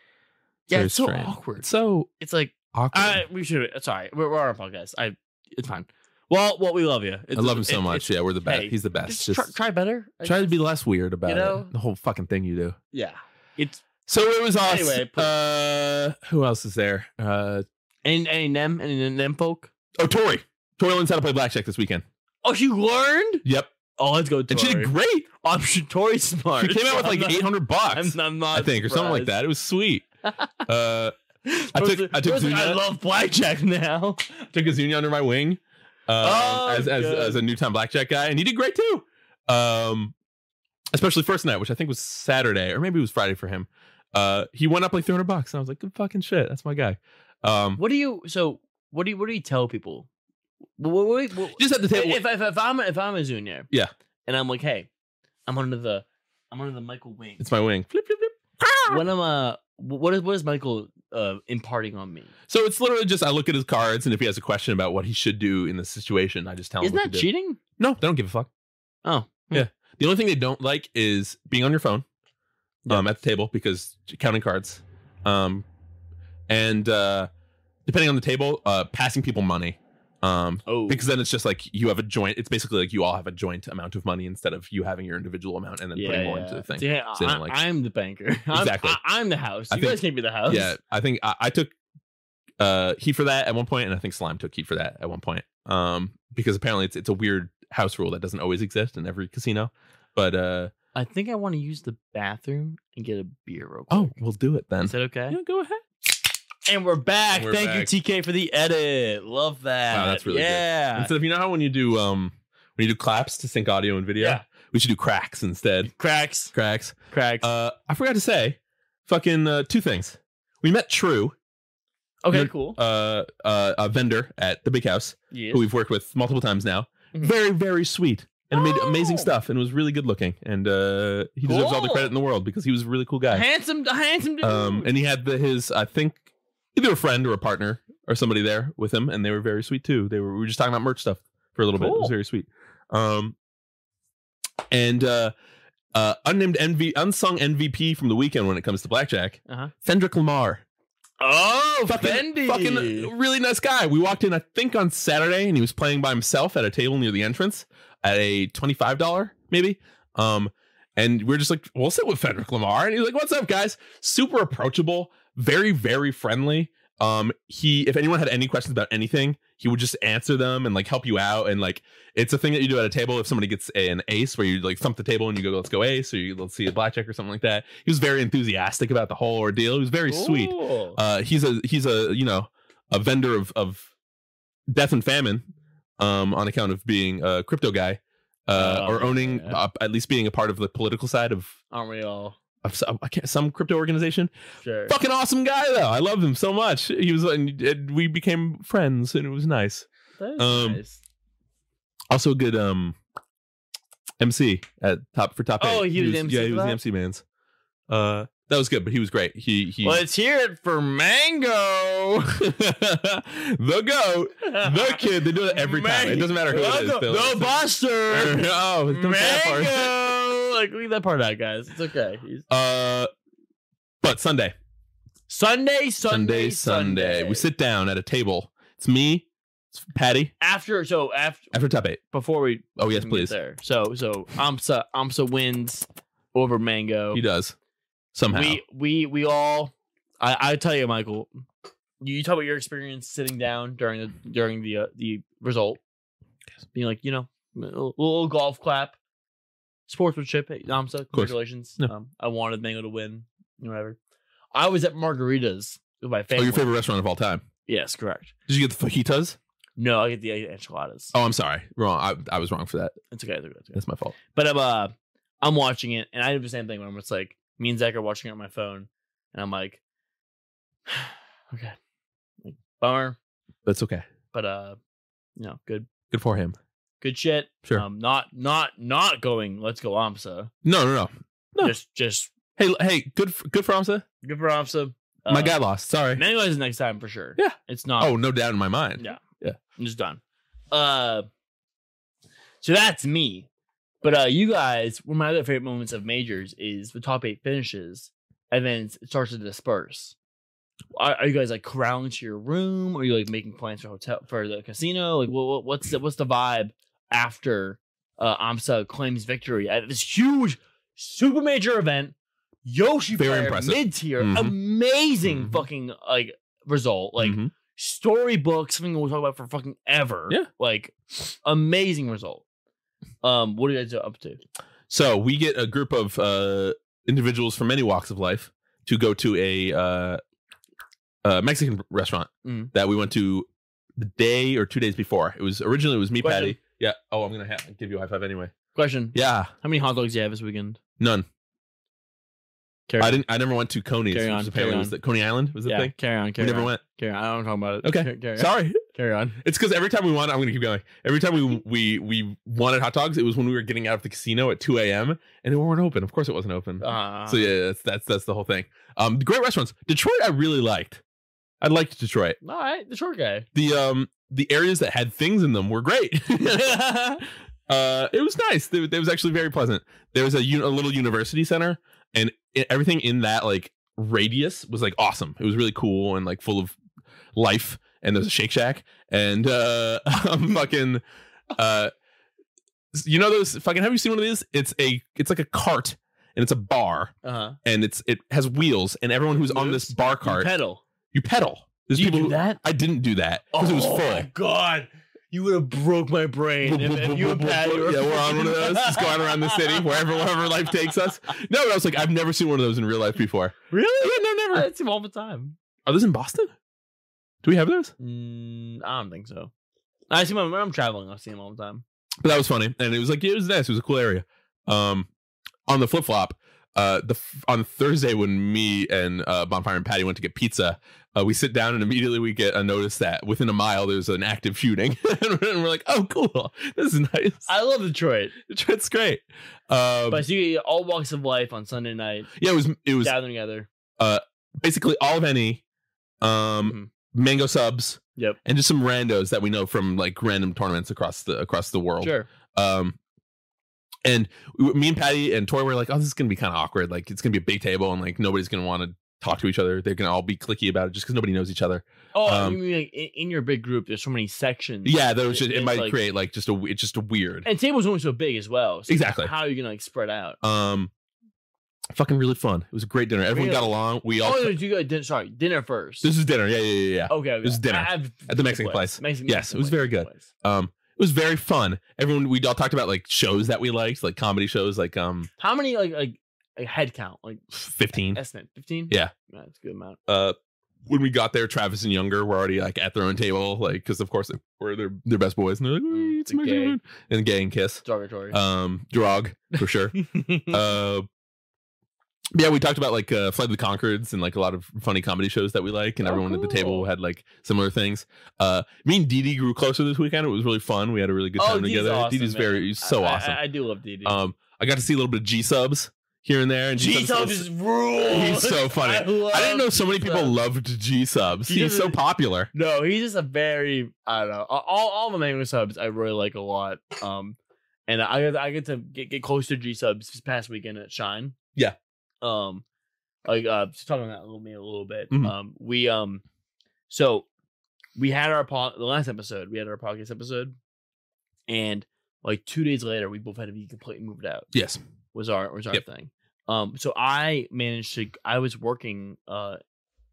[SPEAKER 3] Yeah,
[SPEAKER 2] Very
[SPEAKER 3] it's so
[SPEAKER 2] strange.
[SPEAKER 3] awkward.
[SPEAKER 2] It's so
[SPEAKER 3] It's like
[SPEAKER 2] awkward.
[SPEAKER 3] I, we should. It's all right. We're, we're on a podcast. I. It's fine. Well, well, we love you. It's-
[SPEAKER 2] I love him so
[SPEAKER 3] it-
[SPEAKER 2] much.
[SPEAKER 3] it's-
[SPEAKER 2] Yeah, we're the best.
[SPEAKER 3] hey,
[SPEAKER 2] He's the best.
[SPEAKER 3] Just,
[SPEAKER 2] Just,
[SPEAKER 3] try, try better. I
[SPEAKER 2] try to
[SPEAKER 3] guess.
[SPEAKER 2] be less weird about
[SPEAKER 3] You know?
[SPEAKER 2] it. The whole fucking thing you do.
[SPEAKER 3] Yeah. It's
[SPEAKER 2] So it was us.
[SPEAKER 3] Anyway, please.
[SPEAKER 2] uh, who else is there? Uh,
[SPEAKER 3] and and them and them folk.
[SPEAKER 2] oh, Tori. Tori learns how to play blackjack this weekend.
[SPEAKER 3] Oh, she learned.
[SPEAKER 2] Yep,
[SPEAKER 3] Oh, let's go. Tori.
[SPEAKER 2] and she did great.
[SPEAKER 3] I'm sure Tori's smart.
[SPEAKER 2] She came out with
[SPEAKER 3] [LAUGHS] I'm
[SPEAKER 2] like
[SPEAKER 3] not-
[SPEAKER 2] eight hundred
[SPEAKER 3] I'm,
[SPEAKER 2] bucks,
[SPEAKER 3] I'm not
[SPEAKER 2] I think, or something like that. It was sweet. uh,
[SPEAKER 3] surprised.
[SPEAKER 2] I took-
[SPEAKER 3] Tori's like-
[SPEAKER 2] I took
[SPEAKER 3] Tori's like, I
[SPEAKER 2] Zuna.
[SPEAKER 3] love blackjack now.
[SPEAKER 2] took Azunia under my wing uh,
[SPEAKER 3] Oh,
[SPEAKER 2] as, as,
[SPEAKER 3] good.
[SPEAKER 2] as a new time blackjack guy, and he did great too. Um, especially first night, which I think was Saturday or maybe it was Friday for him. Uh, he went up like 300 bucks, and I was like, good fucking shit. That's my guy. Um,
[SPEAKER 3] What do you? So what do you? What do you tell people? What, what, what,
[SPEAKER 2] just at the table.
[SPEAKER 3] if, if, if I'm if I'm a junior,
[SPEAKER 2] Yeah.
[SPEAKER 3] and I'm like, hey, I'm under the I'm under the Michael wing.
[SPEAKER 2] it's my wing. Flip, flip, flip.
[SPEAKER 3] What am uh what is what is Michael uh imparting on me?
[SPEAKER 2] So it's literally just I look at his cards, and if he has a question about what he should do in the situation, I just tell him.
[SPEAKER 3] Isn't
[SPEAKER 2] what to
[SPEAKER 3] that
[SPEAKER 2] do.
[SPEAKER 3] cheating?
[SPEAKER 2] No, they don't give a fuck.
[SPEAKER 3] Oh, hmm.
[SPEAKER 2] Yeah. The only thing they don't like is being on your phone
[SPEAKER 3] Yeah.
[SPEAKER 2] um, at the table because counting cards. Um, and uh, depending on the table, uh, passing people money. Um,
[SPEAKER 3] Oh,
[SPEAKER 2] because then it's just like you have a joint. It's basically like you all have a joint amount of money instead of you having your individual amount and then putting more into the thing.
[SPEAKER 3] Yeah,
[SPEAKER 2] So they
[SPEAKER 3] I,
[SPEAKER 2] don't like-
[SPEAKER 3] I'm the banker. [LAUGHS] I'm,
[SPEAKER 2] Exactly.
[SPEAKER 3] I, I'm the house.
[SPEAKER 2] I
[SPEAKER 3] You
[SPEAKER 2] think-
[SPEAKER 3] guys can't be the house.
[SPEAKER 2] Yeah, I think I, I took uh heat for that at one point, and I think slime took heat for that at one point. Um, because apparently it's it's a weird house rule that doesn't always exist in every casino. But uh
[SPEAKER 3] I think I want to use the bathroom and get a beer real quick.
[SPEAKER 2] oh, we'll do it then.
[SPEAKER 3] is that okay?
[SPEAKER 2] Yeah, go ahead.
[SPEAKER 3] And we're back.
[SPEAKER 2] And we're
[SPEAKER 3] Thank
[SPEAKER 2] back.
[SPEAKER 3] you, TK, for the edit. Love that.
[SPEAKER 2] Wow, that's really good.
[SPEAKER 3] yeah.
[SPEAKER 2] Instead of you know how when you do um when you do claps to sync audio and video,
[SPEAKER 3] Yeah.
[SPEAKER 2] we should do cracks instead.
[SPEAKER 3] Cracks.
[SPEAKER 2] Cracks.
[SPEAKER 3] Cracks.
[SPEAKER 2] Uh, I forgot to say, fucking uh, two things. We met True,
[SPEAKER 3] okay,
[SPEAKER 2] you're-
[SPEAKER 3] cool.
[SPEAKER 2] uh, uh, a vendor at the Big House,
[SPEAKER 3] yes.
[SPEAKER 2] who we've worked with multiple times now.
[SPEAKER 3] Mhm.
[SPEAKER 2] Very, very sweet and made amazing
[SPEAKER 3] Oh.
[SPEAKER 2] stuff and was really good looking. And uh, he deserves all the
[SPEAKER 3] Cool.
[SPEAKER 2] credit in the world because he was a really cool guy.
[SPEAKER 3] handsome, handsome dude.
[SPEAKER 2] Um, and he had the, his, I think, either a friend or a partner or somebody there with him, and they were very sweet too. They were we were just talking about merch stuff for a little bit. It
[SPEAKER 3] Cool.
[SPEAKER 2] was very sweet. Um, and uh, uh, unnamed NV, unsung MVP from the weekend when it comes to blackjack,
[SPEAKER 3] Uh-huh.
[SPEAKER 2] Fendrick Lamar,
[SPEAKER 3] oh,
[SPEAKER 2] fucking,
[SPEAKER 3] Fendi.
[SPEAKER 2] fucking uh, really nice guy. We walked in, I think, on Saturday, and he was playing by himself at a table near the entrance at a twenty five dollar maybe. Um, and we're just like, we'll sit with Frederick Lamar, and he's like, "What's up, guys?" Super approachable, very very friendly. Um, he if anyone had any questions about anything, he would just answer them and like help you out. And like, it's a thing that you do at a table if somebody gets an ace, where you like thump the table and you go, "Let's go ace," or you let's see a blackjack or something like that. He was very enthusiastic about the whole ordeal. He was very sweet
[SPEAKER 3] Cool.
[SPEAKER 2] uh he's a he's a you know a vendor of of death and famine um on account of being a crypto guy uh
[SPEAKER 3] Oh,
[SPEAKER 2] or owning
[SPEAKER 3] yeah.
[SPEAKER 2] uh, at least being a part of the political side of
[SPEAKER 3] Aren't we all?
[SPEAKER 2] of some, I can't, some crypto organization.
[SPEAKER 3] Sure.
[SPEAKER 2] Fucking awesome guy though. I loved him so much. He was and, and we became friends and it was nice.
[SPEAKER 3] That is
[SPEAKER 2] um,
[SPEAKER 3] nice.
[SPEAKER 2] Also a good um MC at top for top
[SPEAKER 3] Oh,
[SPEAKER 2] eight.
[SPEAKER 3] he was MC
[SPEAKER 2] Yeah, he
[SPEAKER 3] for
[SPEAKER 2] was the
[SPEAKER 3] that?
[SPEAKER 2] MC man's. Uh that was good, but he was great. He he
[SPEAKER 3] Let's hear it for Mango.
[SPEAKER 2] [LAUGHS] the goat, the kid. They do it every time. It doesn't matter who it is.
[SPEAKER 3] Mango.
[SPEAKER 2] They're
[SPEAKER 3] No
[SPEAKER 2] like-
[SPEAKER 3] Buster.
[SPEAKER 2] [LAUGHS] oh, don't say that part.
[SPEAKER 3] Mango. Like leave that part out, guys. It's okay. He's-
[SPEAKER 2] Uh, but Sunday,
[SPEAKER 3] Sunday,
[SPEAKER 2] Sunday,
[SPEAKER 3] Sunday,
[SPEAKER 2] Sunday, we sit down at a table. It's me, it's Patty.
[SPEAKER 3] after. So after
[SPEAKER 2] After top eight.
[SPEAKER 3] before we
[SPEAKER 2] Oh yes,
[SPEAKER 3] get
[SPEAKER 2] please.
[SPEAKER 3] there. So so Amsa Amsa wins over Mango.
[SPEAKER 2] He does somehow. Oh,
[SPEAKER 3] We we we all. I I tell you, Michael. You talk about your experience sitting down during the during the uh, the result, being like you know a little, little golf clap, sportsmanship. Hey, Amsa,
[SPEAKER 2] course.
[SPEAKER 3] congratulations.
[SPEAKER 2] No.
[SPEAKER 3] Um, I wanted Mango to win, whatever. I was at Margaritas with my
[SPEAKER 2] oh,
[SPEAKER 3] family.
[SPEAKER 2] your favorite restaurant of all time?
[SPEAKER 3] Yes, correct.
[SPEAKER 2] Did you get the fajitas?
[SPEAKER 3] No, I get the enchiladas.
[SPEAKER 2] Oh, I'm sorry, wrong. I, I was wrong for that.
[SPEAKER 3] It's okay. It's okay. It's okay.
[SPEAKER 2] That's my fault.
[SPEAKER 3] But I'm uh, I'm watching it, and I do the same thing where I'm just like, me and Zach are watching it on my phone, and I'm like, [SIGHS] okay, like, bummer,
[SPEAKER 2] That's okay.
[SPEAKER 3] but uh, you know, good,
[SPEAKER 2] Good for him.
[SPEAKER 3] good shit.
[SPEAKER 2] Sure.
[SPEAKER 3] Um, not, not, not going. Let's go, Amsa.
[SPEAKER 2] No, no, no. No.
[SPEAKER 3] Just, just
[SPEAKER 2] Hey, l- hey, good, for, good for Amsa.
[SPEAKER 3] good for Amsa.
[SPEAKER 2] my guy lost. Sorry.
[SPEAKER 3] Mango is next time for sure.
[SPEAKER 2] Yeah.
[SPEAKER 3] It's not.
[SPEAKER 2] oh, no doubt in my mind.
[SPEAKER 3] Yeah.
[SPEAKER 2] Yeah.
[SPEAKER 3] I'm just done. Uh, so that's me. But uh, you guys, one of my other favorite moments of majors is the top eight finishes, and then it starts to disperse. Are, are you guys like corralling to your room? Are you like making plans for hotel for the casino? Like, what, what- what's the, what's the vibe after uh, Amsa claims victory at this huge super major event? Yoshi
[SPEAKER 2] Very
[SPEAKER 3] Very
[SPEAKER 2] impressive.
[SPEAKER 3] mid tier,
[SPEAKER 2] Mhm.
[SPEAKER 3] amazing
[SPEAKER 2] Mhm.
[SPEAKER 3] fucking like result. Like
[SPEAKER 2] Mhm.
[SPEAKER 3] storybook, something we'll talk about for fucking ever.
[SPEAKER 2] Yeah.
[SPEAKER 3] Like amazing result. Um, what are you guys up to?
[SPEAKER 2] So we get a group of uh, individuals from many walks of life to go to a, uh, uh Mexican restaurant
[SPEAKER 3] Mm.
[SPEAKER 2] that we went to the day or two days before. It was originally it was me,
[SPEAKER 3] Question.
[SPEAKER 2] Patty. Yeah. Oh, I'm gonna ha- give you a high five anyway.
[SPEAKER 3] Question.
[SPEAKER 2] Yeah.
[SPEAKER 3] How many hot dogs do you have this weekend?
[SPEAKER 2] None.
[SPEAKER 3] Carry
[SPEAKER 2] I didn't. I never went to Coney's.
[SPEAKER 3] Carry
[SPEAKER 2] which
[SPEAKER 3] on,
[SPEAKER 2] is
[SPEAKER 3] carry
[SPEAKER 2] apparently was
[SPEAKER 3] on.
[SPEAKER 2] the Coney Island was the
[SPEAKER 3] yeah,
[SPEAKER 2] thing.
[SPEAKER 3] carry on,
[SPEAKER 2] We
[SPEAKER 3] carry
[SPEAKER 2] never
[SPEAKER 3] on.
[SPEAKER 2] went.
[SPEAKER 3] Carry on. I don't talk about it.
[SPEAKER 2] Okay.
[SPEAKER 3] Carry, carry On.
[SPEAKER 2] Sorry. [LAUGHS]
[SPEAKER 3] Carry on.
[SPEAKER 2] It's because every time we wanted, I'm going to keep going. Every time we we we wanted hot dogs, it was when we were getting out of the casino at 2 a.m. and they weren't open. Of course, it wasn't open.
[SPEAKER 3] Uh,
[SPEAKER 2] so yeah, that's that's that's the whole thing. Um, great restaurants. Detroit, I really liked. I liked Detroit.
[SPEAKER 3] All right, the short guy.
[SPEAKER 2] The um the areas that had things in them were great. [LAUGHS] uh, it was nice. It, was actually very pleasant. There was a, uni- a little university center, and i everything in that like radius was like awesome. It was really cool and like full of life. And there's a Shake Shack, and uh, [LAUGHS] I'm fucking. Uh, you know those fucking? Have you seen one of these? It's a it's like a cart, and it's a bar,
[SPEAKER 3] Uh huh.
[SPEAKER 2] and it's it has wheels, and everyone who's on this bar cart,
[SPEAKER 3] Pedal.
[SPEAKER 2] you pedal. There's
[SPEAKER 3] you
[SPEAKER 2] people.
[SPEAKER 3] do
[SPEAKER 2] who-
[SPEAKER 3] that? Oh
[SPEAKER 2] I didn't do that because it was full.
[SPEAKER 3] god, you would have broke my brain.
[SPEAKER 2] Boop, boop, boop, boop, boop. yeah, we're on one
[SPEAKER 3] [LAUGHS]
[SPEAKER 2] of those. Just going around the city, wherever wherever life takes us. No, but I was like, I've never seen one of those in real life before.
[SPEAKER 3] Really?
[SPEAKER 2] Yeah, no,
[SPEAKER 3] I
[SPEAKER 2] never.
[SPEAKER 3] see him all the time.
[SPEAKER 2] Are those in Boston? Do we have those?
[SPEAKER 3] Mm, I don't think so. I see my when I'm traveling, I see him all the time.
[SPEAKER 2] But that was funny, and it was like it was nice. It was a cool area. Um, on the flip flop, uh, the f- on Thursday when me and uh, Bonfire and Patty went to get pizza, uh, we sit down and immediately we get a notice that within a mile there's an active shooting, [LAUGHS] and we're like, oh, cool, this is nice.
[SPEAKER 3] I love Detroit,
[SPEAKER 2] It's great. Um,
[SPEAKER 3] but I see all walks of life on Sunday night
[SPEAKER 2] yeah, it was it was
[SPEAKER 3] gathering together.
[SPEAKER 2] basically all of any um
[SPEAKER 3] Mhm.
[SPEAKER 2] mango subs
[SPEAKER 3] Yep.
[SPEAKER 2] and just some randos that we know from like random tournaments across the across the world
[SPEAKER 3] Sure,
[SPEAKER 2] um and we- me and patty and tori were like oh this is gonna be kind of awkward like it's gonna be a big table and like nobody's gonna want to talk to each other they're gonna all be clicky about it just because nobody knows each other
[SPEAKER 3] Oh,
[SPEAKER 2] Um,
[SPEAKER 3] you mean like in, in your big group? There's so many sections.
[SPEAKER 2] yeah there was
[SPEAKER 3] Mm, It-
[SPEAKER 2] just, it,
[SPEAKER 3] it's
[SPEAKER 2] might
[SPEAKER 3] like-
[SPEAKER 2] create like just a it's just a weird
[SPEAKER 3] and tables only so big as well. So
[SPEAKER 2] Exactly.
[SPEAKER 3] How are you gonna like spread out?
[SPEAKER 2] um fucking really fun it was a great dinner everyone
[SPEAKER 3] Really?
[SPEAKER 2] got along we all
[SPEAKER 3] oh, no, you got dinner. Sorry, dinner first.
[SPEAKER 2] [LAUGHS] this is dinner yeah yeah yeah yeah
[SPEAKER 3] okay, okay.
[SPEAKER 2] this is dinner
[SPEAKER 3] I've-
[SPEAKER 2] at the Mexican place.
[SPEAKER 3] Mexican
[SPEAKER 2] Yes,
[SPEAKER 3] Mexican
[SPEAKER 2] it was
[SPEAKER 3] place,
[SPEAKER 2] very
[SPEAKER 3] Mexican
[SPEAKER 2] good.
[SPEAKER 3] place.
[SPEAKER 2] um it was very fun everyone we all talked about like shows that we liked like comedy shows like um
[SPEAKER 3] How many like like, like head count? Like
[SPEAKER 2] 15
[SPEAKER 3] estimate fifteen?
[SPEAKER 2] Yeah.
[SPEAKER 3] that's a good amount.
[SPEAKER 2] uh when we got there travis and younger were already like at their own table like because of course they were their, their best boys and they're like "Ooh,
[SPEAKER 3] Mm,
[SPEAKER 2] it's
[SPEAKER 3] the
[SPEAKER 2] Mexican
[SPEAKER 3] gay.
[SPEAKER 2] food." and gay and kiss
[SPEAKER 3] [LAUGHS] Derogatory.
[SPEAKER 2] um drog for sure uh yeah, we talked about like uh, Flight of the Concords and like a lot of funny comedy shows that we like, and
[SPEAKER 3] Oh,
[SPEAKER 2] everyone at the table
[SPEAKER 3] cool.
[SPEAKER 2] had like similar things. Uh, me and Dee Dee grew closer this weekend. It was really fun. We had a really good time
[SPEAKER 3] Oh, Dee Dee's
[SPEAKER 2] together. Dee Dee's
[SPEAKER 3] man.
[SPEAKER 2] very he's so
[SPEAKER 3] I- I-
[SPEAKER 2] awesome.
[SPEAKER 3] I, do love Dee Dee.
[SPEAKER 2] um, I got to see a little bit of G subs here and there, and
[SPEAKER 3] G Sub
[SPEAKER 2] is-
[SPEAKER 3] is rules.
[SPEAKER 2] [LAUGHS] he's
[SPEAKER 3] [LAUGHS]
[SPEAKER 2] so funny.
[SPEAKER 3] love
[SPEAKER 2] I didn't know so many people
[SPEAKER 3] G-Sub.
[SPEAKER 2] loved G subs.
[SPEAKER 3] He
[SPEAKER 2] He's so
[SPEAKER 3] doesn't-
[SPEAKER 2] popular.
[SPEAKER 3] No, he's just a very I don't know. All all the mango subs I really like a lot. Um, and I I get to get, get close to G subs this past weekend at Shine.
[SPEAKER 2] Yeah.
[SPEAKER 3] Um, like uh, just talking about Lil me a little bit.
[SPEAKER 2] Mhm.
[SPEAKER 3] Um, we um, so we had our po- the last episode we had our podcast episode, and like two days later we both had to be completely moved out
[SPEAKER 2] Yes.
[SPEAKER 3] was our was our
[SPEAKER 2] Yep.
[SPEAKER 3] thing. Um, so I managed to. I was working uh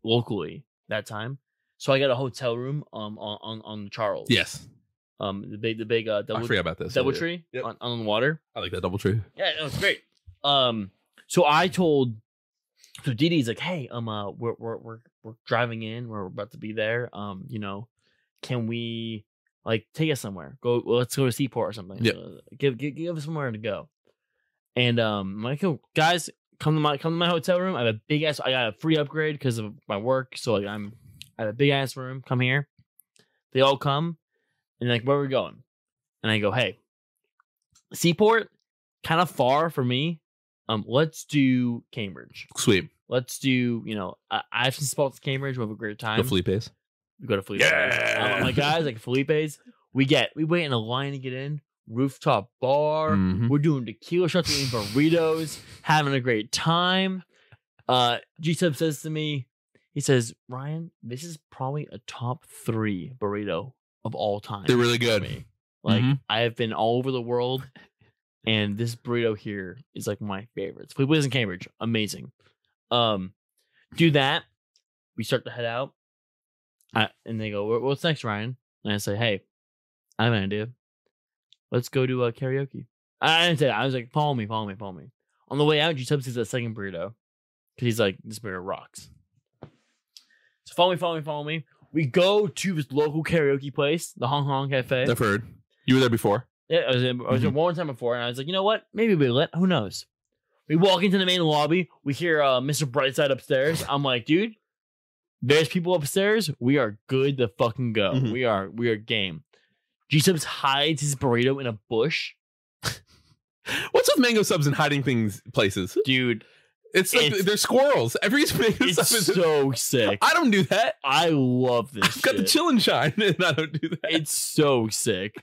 [SPEAKER 3] locally that time, so I got a hotel room um on on, on the Charles.
[SPEAKER 2] Yes.
[SPEAKER 3] Um, the big the big uh
[SPEAKER 2] I
[SPEAKER 3] double
[SPEAKER 2] forgot about this.
[SPEAKER 3] double
[SPEAKER 2] Yeah.
[SPEAKER 3] tree
[SPEAKER 2] Yep.
[SPEAKER 3] on, on the water.
[SPEAKER 2] I like that double tree.
[SPEAKER 3] Yeah, it was great. Um, so I told. So Dee Dee's like, hey, um, uh, we're we're we're we're driving in. We're about to be there. Um, you know, can we like take us somewhere? Go, well, let's go to Seaport or something.
[SPEAKER 2] Yep.
[SPEAKER 3] Uh, give, give give us somewhere to go. And um, Michael, guys, come to my come to my hotel room. I have a big ass. I got a free upgrade because of my work. So like, I'm I have a big ass room. Come here. They all come, and they're like, where are we going? And I go, hey, Seaport, kind of far for me. Um, let's do Cambridge.
[SPEAKER 2] Sweet.
[SPEAKER 3] Let's do you know I, I have some spots in Cambridge. We'll have a great time.
[SPEAKER 2] Go Felipe's.
[SPEAKER 3] We go to Felipe's.
[SPEAKER 2] Yeah.
[SPEAKER 3] I'm like, guys, like Felipe's. We get we wait in a line to get in. Rooftop bar.
[SPEAKER 2] Mhm.
[SPEAKER 3] We're doing tequila shots, eating burritos, having a great time. Uh, G Sub says to me, he says, Ryan, this is probably a top three burrito of all time.
[SPEAKER 2] They're really
[SPEAKER 3] for
[SPEAKER 2] good.
[SPEAKER 3] me." Like
[SPEAKER 2] Mhm.
[SPEAKER 3] I have been all over the world, and this burrito here is like my favorites. We was in Cambridge, amazing. Um, do that. We start to head out, I, and they go, "What- "What's next, Ryan?" And I say, "Hey, I have an idea. Let's go to uh, karaoke." I I didn't say that. I was like, "Follow me, follow me, follow me." On the way out, G Sub sees that second burrito because he's like, "This burrito rocks." So follow me, follow me, follow me. We go to this local karaoke place, the Hong Hong Cafe.
[SPEAKER 2] I've heard. You were there before.
[SPEAKER 3] Yeah, I was, in, I was
[SPEAKER 2] Mm-hmm.
[SPEAKER 3] in one time before, and I was like, you know what? Maybe we lit. Who knows? We walk into the main lobby. We hear uh, Mr. Brightside upstairs. I'm like, dude, there's people upstairs. We are good to fucking go.
[SPEAKER 2] Mhm.
[SPEAKER 3] We are we are game. G Subs hides his burrito in a bush,
[SPEAKER 2] What's with mango subs and hiding things places?
[SPEAKER 3] dude.
[SPEAKER 2] It's like
[SPEAKER 3] It's-
[SPEAKER 2] they're squirrels. Every mango
[SPEAKER 3] It's
[SPEAKER 2] sub is
[SPEAKER 3] so sick.
[SPEAKER 2] I don't do that.
[SPEAKER 3] [LAUGHS] I love this.
[SPEAKER 2] I've got the
[SPEAKER 3] shit.
[SPEAKER 2] chill and shine, [LAUGHS] and I don't do that.
[SPEAKER 3] It's so sick.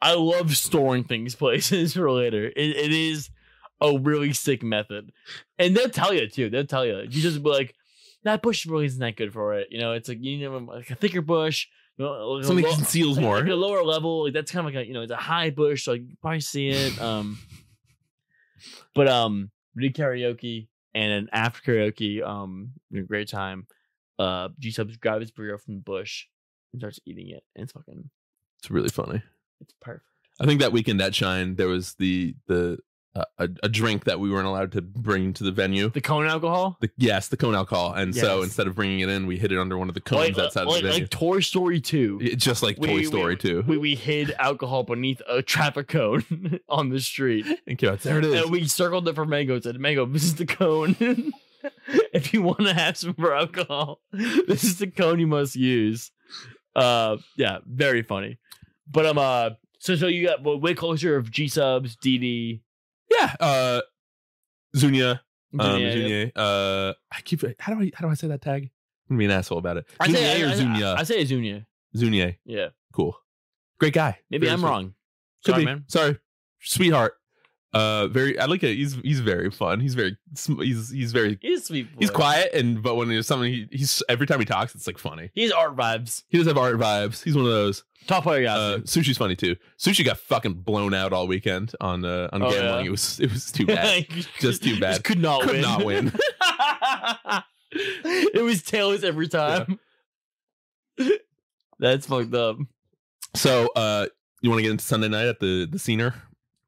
[SPEAKER 3] I love storing things places [LAUGHS] for later. It, it is a really sick method. And they'll tell you too. They'll tell you. You just be like, that bush really isn't that good for it. You know, it's like you need a, like a thicker bush. you know, like a
[SPEAKER 2] Something
[SPEAKER 3] lo-
[SPEAKER 2] conceals
[SPEAKER 3] like-
[SPEAKER 2] more.
[SPEAKER 3] [LAUGHS] Like a lower level, like that's kind of like a you know, it's a high bush, so like you can probably see it. [LAUGHS] Um But um we did karaoke and then after karaoke, um we had a great time. Uh G subs grab his burrito from the bush and starts eating it and it's fucking
[SPEAKER 2] It's really funny.
[SPEAKER 3] it's perfect.
[SPEAKER 2] I think that weekend at Shine, there was the the uh, a, a drink that we weren't allowed to bring to the venue.
[SPEAKER 3] The cone alcohol?
[SPEAKER 2] The, yes, the cone alcohol, and so
[SPEAKER 3] Yes.
[SPEAKER 2] instead of bringing it in, we hid it under one of the cones
[SPEAKER 3] like,
[SPEAKER 2] outside
[SPEAKER 3] like,
[SPEAKER 2] the venue,
[SPEAKER 3] like Toy Story 2.
[SPEAKER 2] It- just like
[SPEAKER 3] We-
[SPEAKER 2] Toy
[SPEAKER 3] we-
[SPEAKER 2] Story too. [LAUGHS]
[SPEAKER 3] We, we hid alcohol beneath a traffic cone [LAUGHS] on the street.
[SPEAKER 2] Thank you. There it is.
[SPEAKER 3] And we circled it for mango and said, Mango, this is the cone. [LAUGHS] if you want to have some for alcohol, [LAUGHS] this is the cone you must use. Uh yeah, very funny. But um uh so so you got well, way closer of G subs, DD,
[SPEAKER 2] yeah. Uh, Zunia, um,
[SPEAKER 3] Dunia.
[SPEAKER 2] Zunia. Uh, I keep. How do I? How do I say that tag? I'm gonna be an asshole about it.
[SPEAKER 3] I say,
[SPEAKER 2] Zunia
[SPEAKER 3] I,
[SPEAKER 2] or
[SPEAKER 3] I-
[SPEAKER 2] Zunia?
[SPEAKER 3] I say Azunia.
[SPEAKER 2] Zunia.
[SPEAKER 3] Yeah.
[SPEAKER 2] Cool. Great guy.
[SPEAKER 3] Maybe
[SPEAKER 2] Very
[SPEAKER 3] I'm
[SPEAKER 2] sweet.
[SPEAKER 3] wrong.
[SPEAKER 2] Could
[SPEAKER 3] Sorry,
[SPEAKER 2] be.
[SPEAKER 3] man.
[SPEAKER 2] Sorry, sweetheart. Uh, very. I like it. He's he's very fun. He's very. sm- He's he's very.
[SPEAKER 3] He's a sweet.
[SPEAKER 2] He's
[SPEAKER 3] boy.
[SPEAKER 2] quiet, and but when there's something, he, he's every time he talks, it's like funny.
[SPEAKER 3] He's art vibes.
[SPEAKER 2] He does have art vibes. He's one of those.
[SPEAKER 3] Top player
[SPEAKER 2] Uh,
[SPEAKER 3] guys.
[SPEAKER 2] sushi's funny too. Sushi got fucking blown out all weekend on uh, on
[SPEAKER 3] Oh,
[SPEAKER 2] gambling.
[SPEAKER 3] yeah?
[SPEAKER 2] It was it was too
[SPEAKER 3] [LAUGHS]
[SPEAKER 2] bad. Just too bad.
[SPEAKER 3] could not
[SPEAKER 2] Could
[SPEAKER 3] win.
[SPEAKER 2] not win.
[SPEAKER 3] [LAUGHS] it was tails every time. [LAUGHS] That's fucked up.
[SPEAKER 2] so uh, you want to get into Sunday night at the the scener?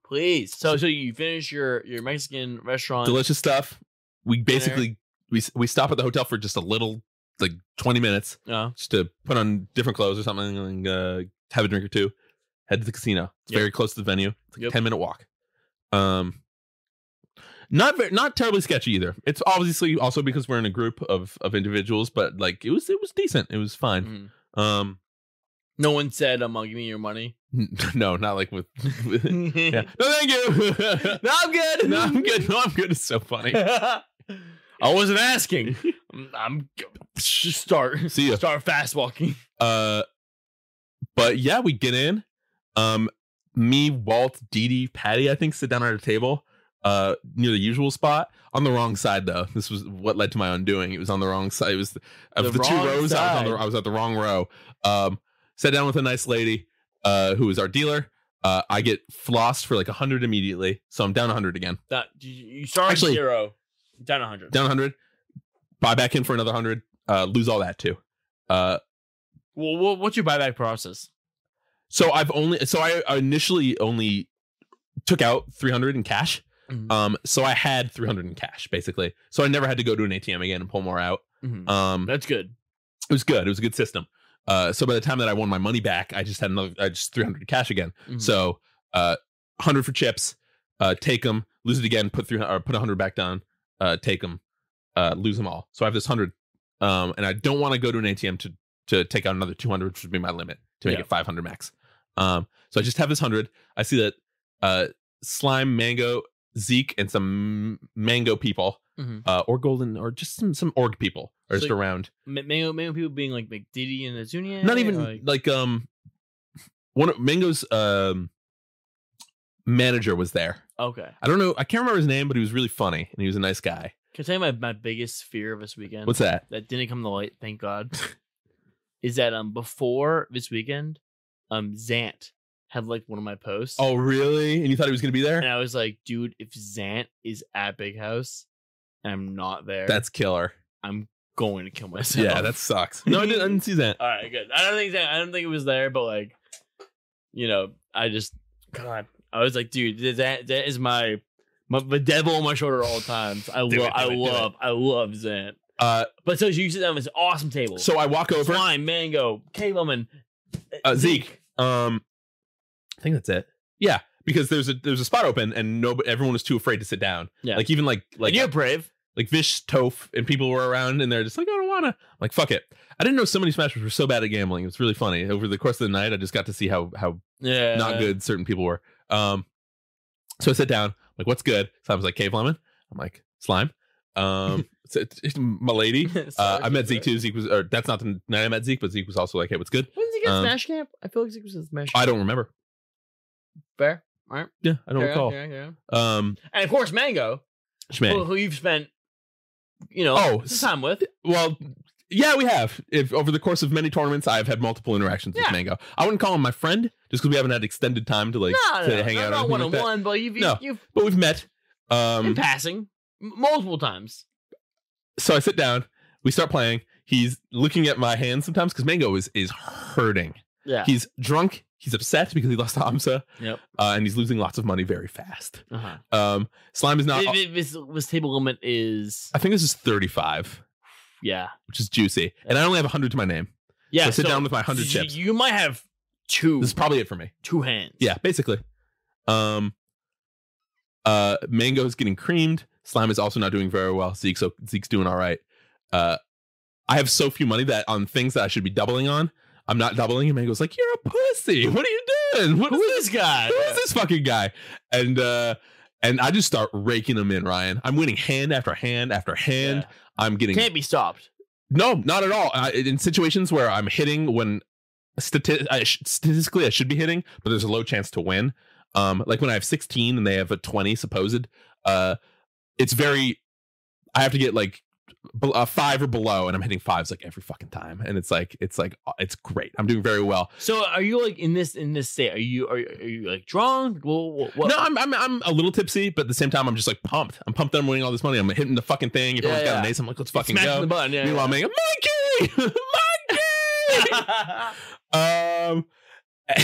[SPEAKER 3] Please. So so you finish your your Mexican restaurant.
[SPEAKER 2] Delicious stuff. We basically we we stop at the hotel for just a little like twenty minutes.
[SPEAKER 3] Uh,
[SPEAKER 2] just to put on different clothes or something and uh, have a drink or two. Head to the casino. It's
[SPEAKER 3] Yep.
[SPEAKER 2] very close to the venue. It's like
[SPEAKER 3] Yep.
[SPEAKER 2] a ten minute walk. Um, Not very, not terribly sketchy either. It's obviously also because we're in a group of of individuals, but like it was it was decent. It was fine.
[SPEAKER 3] Mhm.
[SPEAKER 2] Um,
[SPEAKER 3] No one said, um, give me your money.
[SPEAKER 2] n- no, not like with. with- [LAUGHS] yeah.
[SPEAKER 3] yeah.
[SPEAKER 2] [LAUGHS] No, thank you.
[SPEAKER 3] [LAUGHS]
[SPEAKER 2] [LAUGHS]
[SPEAKER 3] No, I'm good.
[SPEAKER 2] no,
[SPEAKER 3] [LAUGHS]
[SPEAKER 2] I'm good. No, I'm good. It's so funny.
[SPEAKER 3] I wasn't asking.
[SPEAKER 2] [LAUGHS]
[SPEAKER 3] I'm- I'm just start
[SPEAKER 2] See ya.
[SPEAKER 3] start fast walking. [LAUGHS]
[SPEAKER 2] Uh, but yeah, we get in. Um, me, Walt, Dee Dee, Patty, I think, sit down at a table uh near the usual spot on the wrong side though this was what led to my undoing it was on the wrong side it was of
[SPEAKER 3] The
[SPEAKER 2] the, two
[SPEAKER 3] wrong
[SPEAKER 2] rows I was, on the,
[SPEAKER 3] side.
[SPEAKER 2] I was at the wrong row um sat down with a nice lady uh who is our dealer uh i get flossed for like 100 immediately so i'm down 100 again
[SPEAKER 3] That you you start
[SPEAKER 2] Actually-
[SPEAKER 3] at zero, down hundred.
[SPEAKER 2] down 100 buy back in for another 100 uh lose all that too uh
[SPEAKER 3] Well, wha- what's your buyback process?
[SPEAKER 2] So I've only so I I initially only took out 300 in cash.
[SPEAKER 3] Mhm.
[SPEAKER 2] Um so I had 300 in cash basically. So I never had to go to an ATM again and pull more out.
[SPEAKER 3] Mhm.
[SPEAKER 2] Um
[SPEAKER 3] That's good.
[SPEAKER 2] it was good. It was a good system. Uh so by the time that I won my money back, I just had another I just 300 cash again.
[SPEAKER 3] Mhm.
[SPEAKER 2] So uh 100 for chips, uh take them, lose it again, put 300 or put 100 back down, uh take them, uh lose them all. So I have this 100 um and I don't want to go to an ATM to to take out another 200 which would be my limit to make
[SPEAKER 3] Yeah.
[SPEAKER 2] it 500 max. Um so I just have this 100. I see that uh slime mango Zeke and some mango people,
[SPEAKER 3] Mhm.
[SPEAKER 2] uh, or golden, or just some some org people are
[SPEAKER 3] So
[SPEAKER 2] just
[SPEAKER 3] you-
[SPEAKER 2] around.
[SPEAKER 3] Ma- Mango, mango people being like McDiddy and Azunia.
[SPEAKER 2] Not even
[SPEAKER 3] like,
[SPEAKER 2] like, um, one of mango's um manager was there,
[SPEAKER 3] okay.
[SPEAKER 2] I don't know. I can't remember his name, but he was really funny and he was a nice guy.
[SPEAKER 3] Can I tell you my, my biggest fear of this weekend?
[SPEAKER 2] What's that?
[SPEAKER 3] that didn't come to light, thank God,
[SPEAKER 2] [LAUGHS]
[SPEAKER 3] is that um before this weekend, um Zant had like one of my posts.
[SPEAKER 2] Oh, really? And you thought he was going to be
[SPEAKER 3] And
[SPEAKER 2] there?
[SPEAKER 3] I was like, dude, if Zant is at Big House and I'm not there,
[SPEAKER 2] That's killer.
[SPEAKER 3] I'm going to kill myself. [LAUGHS]
[SPEAKER 2] Yeah, that sucks. No, I didn't, I didn't see that.
[SPEAKER 3] all right, good. I don't think Zant, I don't think it was there, but like, you know, I just God, I was like, dude, th- that that is my. My, the devil on my shoulder at all times. I love,
[SPEAKER 2] Do it, do
[SPEAKER 3] I
[SPEAKER 2] it, do it.
[SPEAKER 3] love, I love Zant.
[SPEAKER 2] Uh,
[SPEAKER 3] But so you sit down with this awesome table.
[SPEAKER 2] so I walk over.
[SPEAKER 3] Slime, mango, K lemon,
[SPEAKER 2] Uh, Zeke. Um, I think that's it. Yeah, because there's a there's a spot open and no, everyone was too afraid to sit down.
[SPEAKER 3] Yeah.
[SPEAKER 2] Like even like like
[SPEAKER 3] Like you're brave.
[SPEAKER 2] like Vish Toph and people were around and they're just like, I don't wanna. I'm like fuck it. I didn't know so many Smashers were so bad at gambling. It was really funny. Over the course of the night, I just got to see how how
[SPEAKER 3] Yeah,
[SPEAKER 2] not
[SPEAKER 3] [LAUGHS]
[SPEAKER 2] good certain people were. Um, so I sit down, like, what's good? So I was like, cave lemon. I'm like, slime.
[SPEAKER 3] [LAUGHS]
[SPEAKER 2] Um, so [LAUGHS] it's, it's my lady. Uh, I met Zeke too. Zeke was, or that's not the night I met Zeke, but Zeke was also like, hey, what's good?
[SPEAKER 3] When's he get
[SPEAKER 2] Um,
[SPEAKER 3] Smash Camp? I feel like Zeke was at Smash.
[SPEAKER 2] I don't remember.
[SPEAKER 3] Fair. All right.
[SPEAKER 2] Yeah, I don't
[SPEAKER 3] Fair,
[SPEAKER 2] recall.
[SPEAKER 3] fair, fair.
[SPEAKER 2] Um,
[SPEAKER 3] And of course, Mango, who,
[SPEAKER 2] Schmay.
[SPEAKER 3] who you've spent, you know,
[SPEAKER 2] Oh,
[SPEAKER 3] some time with.
[SPEAKER 2] Well, yeah, we have. If over the course of many tournaments, I've had multiple interactions
[SPEAKER 3] Yeah.
[SPEAKER 2] with Mango. I wouldn't call him my friend just because we haven't had extended time to like
[SPEAKER 3] no,
[SPEAKER 2] to
[SPEAKER 3] no,
[SPEAKER 2] hang
[SPEAKER 3] no,
[SPEAKER 2] out. or
[SPEAKER 3] not
[SPEAKER 2] anything
[SPEAKER 3] one
[SPEAKER 2] like
[SPEAKER 3] on
[SPEAKER 2] that.
[SPEAKER 3] one, but you've
[SPEAKER 2] No.
[SPEAKER 3] you've
[SPEAKER 2] But we've met.
[SPEAKER 3] in
[SPEAKER 2] Um,
[SPEAKER 3] passing m- multiple times.
[SPEAKER 2] so I sit down. We start playing. He's looking at my hand sometimes because Mango is is hurting.
[SPEAKER 3] Yeah.
[SPEAKER 2] He's drunk. He's upset because he lost [LAUGHS] to Hamza.
[SPEAKER 3] Yep.
[SPEAKER 2] Uh, and he's losing lots of money very fast.
[SPEAKER 3] Uh-huh.
[SPEAKER 2] Um, Slime is not.
[SPEAKER 3] Th- th- this, this table limit is
[SPEAKER 2] I think this is thirty five,
[SPEAKER 3] yeah
[SPEAKER 2] which is juicy. And I only have hundred to my name.
[SPEAKER 3] yeah.
[SPEAKER 2] So sit down with my 100
[SPEAKER 3] y-
[SPEAKER 2] chips.
[SPEAKER 3] You might have two
[SPEAKER 2] This is probably it for me.
[SPEAKER 3] two hands.
[SPEAKER 2] Yeah, basically. Um. Uh, Mango is getting creamed. Slime is also not doing very well. Zeke, so Zeke's doing all right. Uh, I have so few money that on things that I should be doubling on, I'm not doubling. And Mango's like, "You're a pussy. What are you doing? What
[SPEAKER 3] Who
[SPEAKER 2] is
[SPEAKER 3] is this guy?
[SPEAKER 2] who is this fucking guy? And uh and I just start raking them in, Ryan. I'm winning hand after hand after hand.
[SPEAKER 3] Yeah.
[SPEAKER 2] I'm getting
[SPEAKER 3] can't be stopped.
[SPEAKER 2] no, not at all. I, in situations where I'm hitting when stati- I sh- statistically I should be hitting, but there's a low chance to win. Um, like when I have 16 and they have a 20 supposed, uh, it's very. I have to get like bel- a five or below, and I'm hitting fives like every fucking time, and it's like it's like uh, it's great. I'm doing very well.
[SPEAKER 3] So are you like in this in this state? Are you are, you- are you like drunk? What, what,
[SPEAKER 2] No, I'm, I'm I'm a little tipsy, but at the same time, I'm just like pumped. I'm pumped that I'm winning all this money. I'm hitting the fucking thing. If
[SPEAKER 3] Yeah,
[SPEAKER 2] everyone's got
[SPEAKER 3] yeah.
[SPEAKER 2] an ace, I'm like, let's fucking
[SPEAKER 3] smashing
[SPEAKER 2] go.
[SPEAKER 3] the button. Yeah,
[SPEAKER 2] Meanwhile, I'm making [LAUGHS] monkey, monkey. [LAUGHS]
[SPEAKER 3] yeah. [LAUGHS]
[SPEAKER 2] Um, [LAUGHS]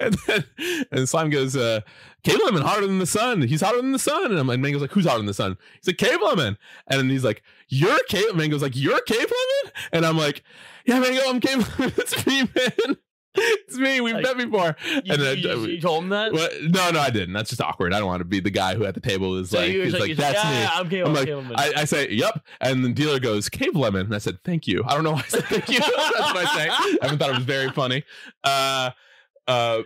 [SPEAKER 2] and then and Slime goes, uh, Cave Lemon hotter than the sun. He's hotter than the sun. And, I'm, and Mango's like, who's hotter than the sun? He's like, Cave Lemon. And then he's like, you're [LAUGHS] Cave. Mango's like, you're Cave Lemon. And I'm like, yeah, Mango, I'm Cave Lemon. It's me, man. it's me. We've
[SPEAKER 3] Like,
[SPEAKER 2] met before.
[SPEAKER 3] You,
[SPEAKER 2] and then
[SPEAKER 3] you-
[SPEAKER 2] I-
[SPEAKER 3] you told him that.
[SPEAKER 2] Well, no, no, I didn't. That's just awkward. I don't want to be the guy who at the table is
[SPEAKER 3] So
[SPEAKER 2] like,
[SPEAKER 3] you were
[SPEAKER 2] is like,
[SPEAKER 3] you said,
[SPEAKER 2] that's
[SPEAKER 3] yeah,
[SPEAKER 2] me.
[SPEAKER 3] yeah, I'm Caleb.
[SPEAKER 2] I'm
[SPEAKER 3] I'm
[SPEAKER 2] like,
[SPEAKER 3] Caleb.
[SPEAKER 2] I, I say, yep. And the dealer goes, Cave Lemon. And I said, thank you. I don't know why I said thank you. [LAUGHS] That's what I say. I haven't thought it was very funny. Uh, uh,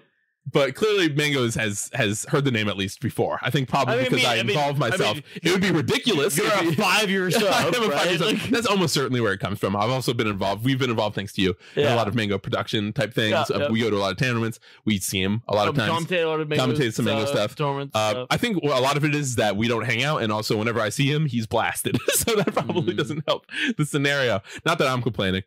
[SPEAKER 2] but clearly, Mangoes has has heard the name at least before. I think probably
[SPEAKER 3] I mean,
[SPEAKER 2] because
[SPEAKER 3] I
[SPEAKER 2] I,
[SPEAKER 3] mean-
[SPEAKER 2] involved
[SPEAKER 3] I mean,
[SPEAKER 2] myself. it would be ridiculous.
[SPEAKER 3] You're
[SPEAKER 2] if
[SPEAKER 3] a
[SPEAKER 2] you-
[SPEAKER 3] five yourself.
[SPEAKER 2] [LAUGHS] I am a
[SPEAKER 3] right?
[SPEAKER 2] five-year-old.
[SPEAKER 3] Like,
[SPEAKER 2] That's almost certainly where it comes from. I've also been involved. We've been involved thanks to you in
[SPEAKER 3] yeah.
[SPEAKER 2] a lot of mango production type things.
[SPEAKER 3] Yeah,
[SPEAKER 2] Uh,
[SPEAKER 3] yeah.
[SPEAKER 2] We go to a lot of tournaments. We see him a lot of times.
[SPEAKER 3] Tom Taylor to mango,
[SPEAKER 2] commentated some mango
[SPEAKER 3] uh,
[SPEAKER 2] stuff.
[SPEAKER 3] Dormant
[SPEAKER 2] Uh,
[SPEAKER 3] stuff.
[SPEAKER 2] I think well, a lot of it is that we don't hang out, and also whenever I see him, he's blasted. [LAUGHS] so that probably
[SPEAKER 3] Mm.
[SPEAKER 2] doesn't help the scenario. Not that I'm complaining,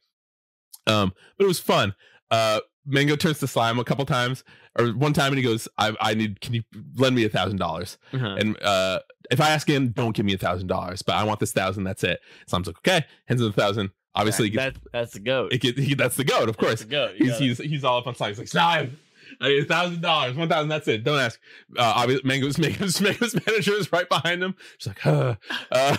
[SPEAKER 2] um, but it was fun. Uh, Mango turns to slime a couple times, or one time, and he goes, "I, I need. Can you lend me a thousand dollars?"
[SPEAKER 3] Uh-huh.
[SPEAKER 2] [LAUGHS]
[SPEAKER 3] [LAUGHS]
[SPEAKER 2] And uh, if I ask him, "Don't give me a thousand dollars, but I want this thousand. That's it." Slime's like, "Okay," hands him the thousand. Obviously,
[SPEAKER 3] that, that's
[SPEAKER 2] [LAUGHS]
[SPEAKER 3] the goat.
[SPEAKER 2] it gets, it gets, he, that's the goat, of course
[SPEAKER 3] That's the goat. You
[SPEAKER 2] he's
[SPEAKER 3] gotta-
[SPEAKER 2] he's he's all up on slime. He's like slime. A thousand dollars, one thousand. That's it. Don't ask. Uh, obviously, Mango's [LAUGHS] Mango's Mango's manager is right behind him. She's like, huh. uh,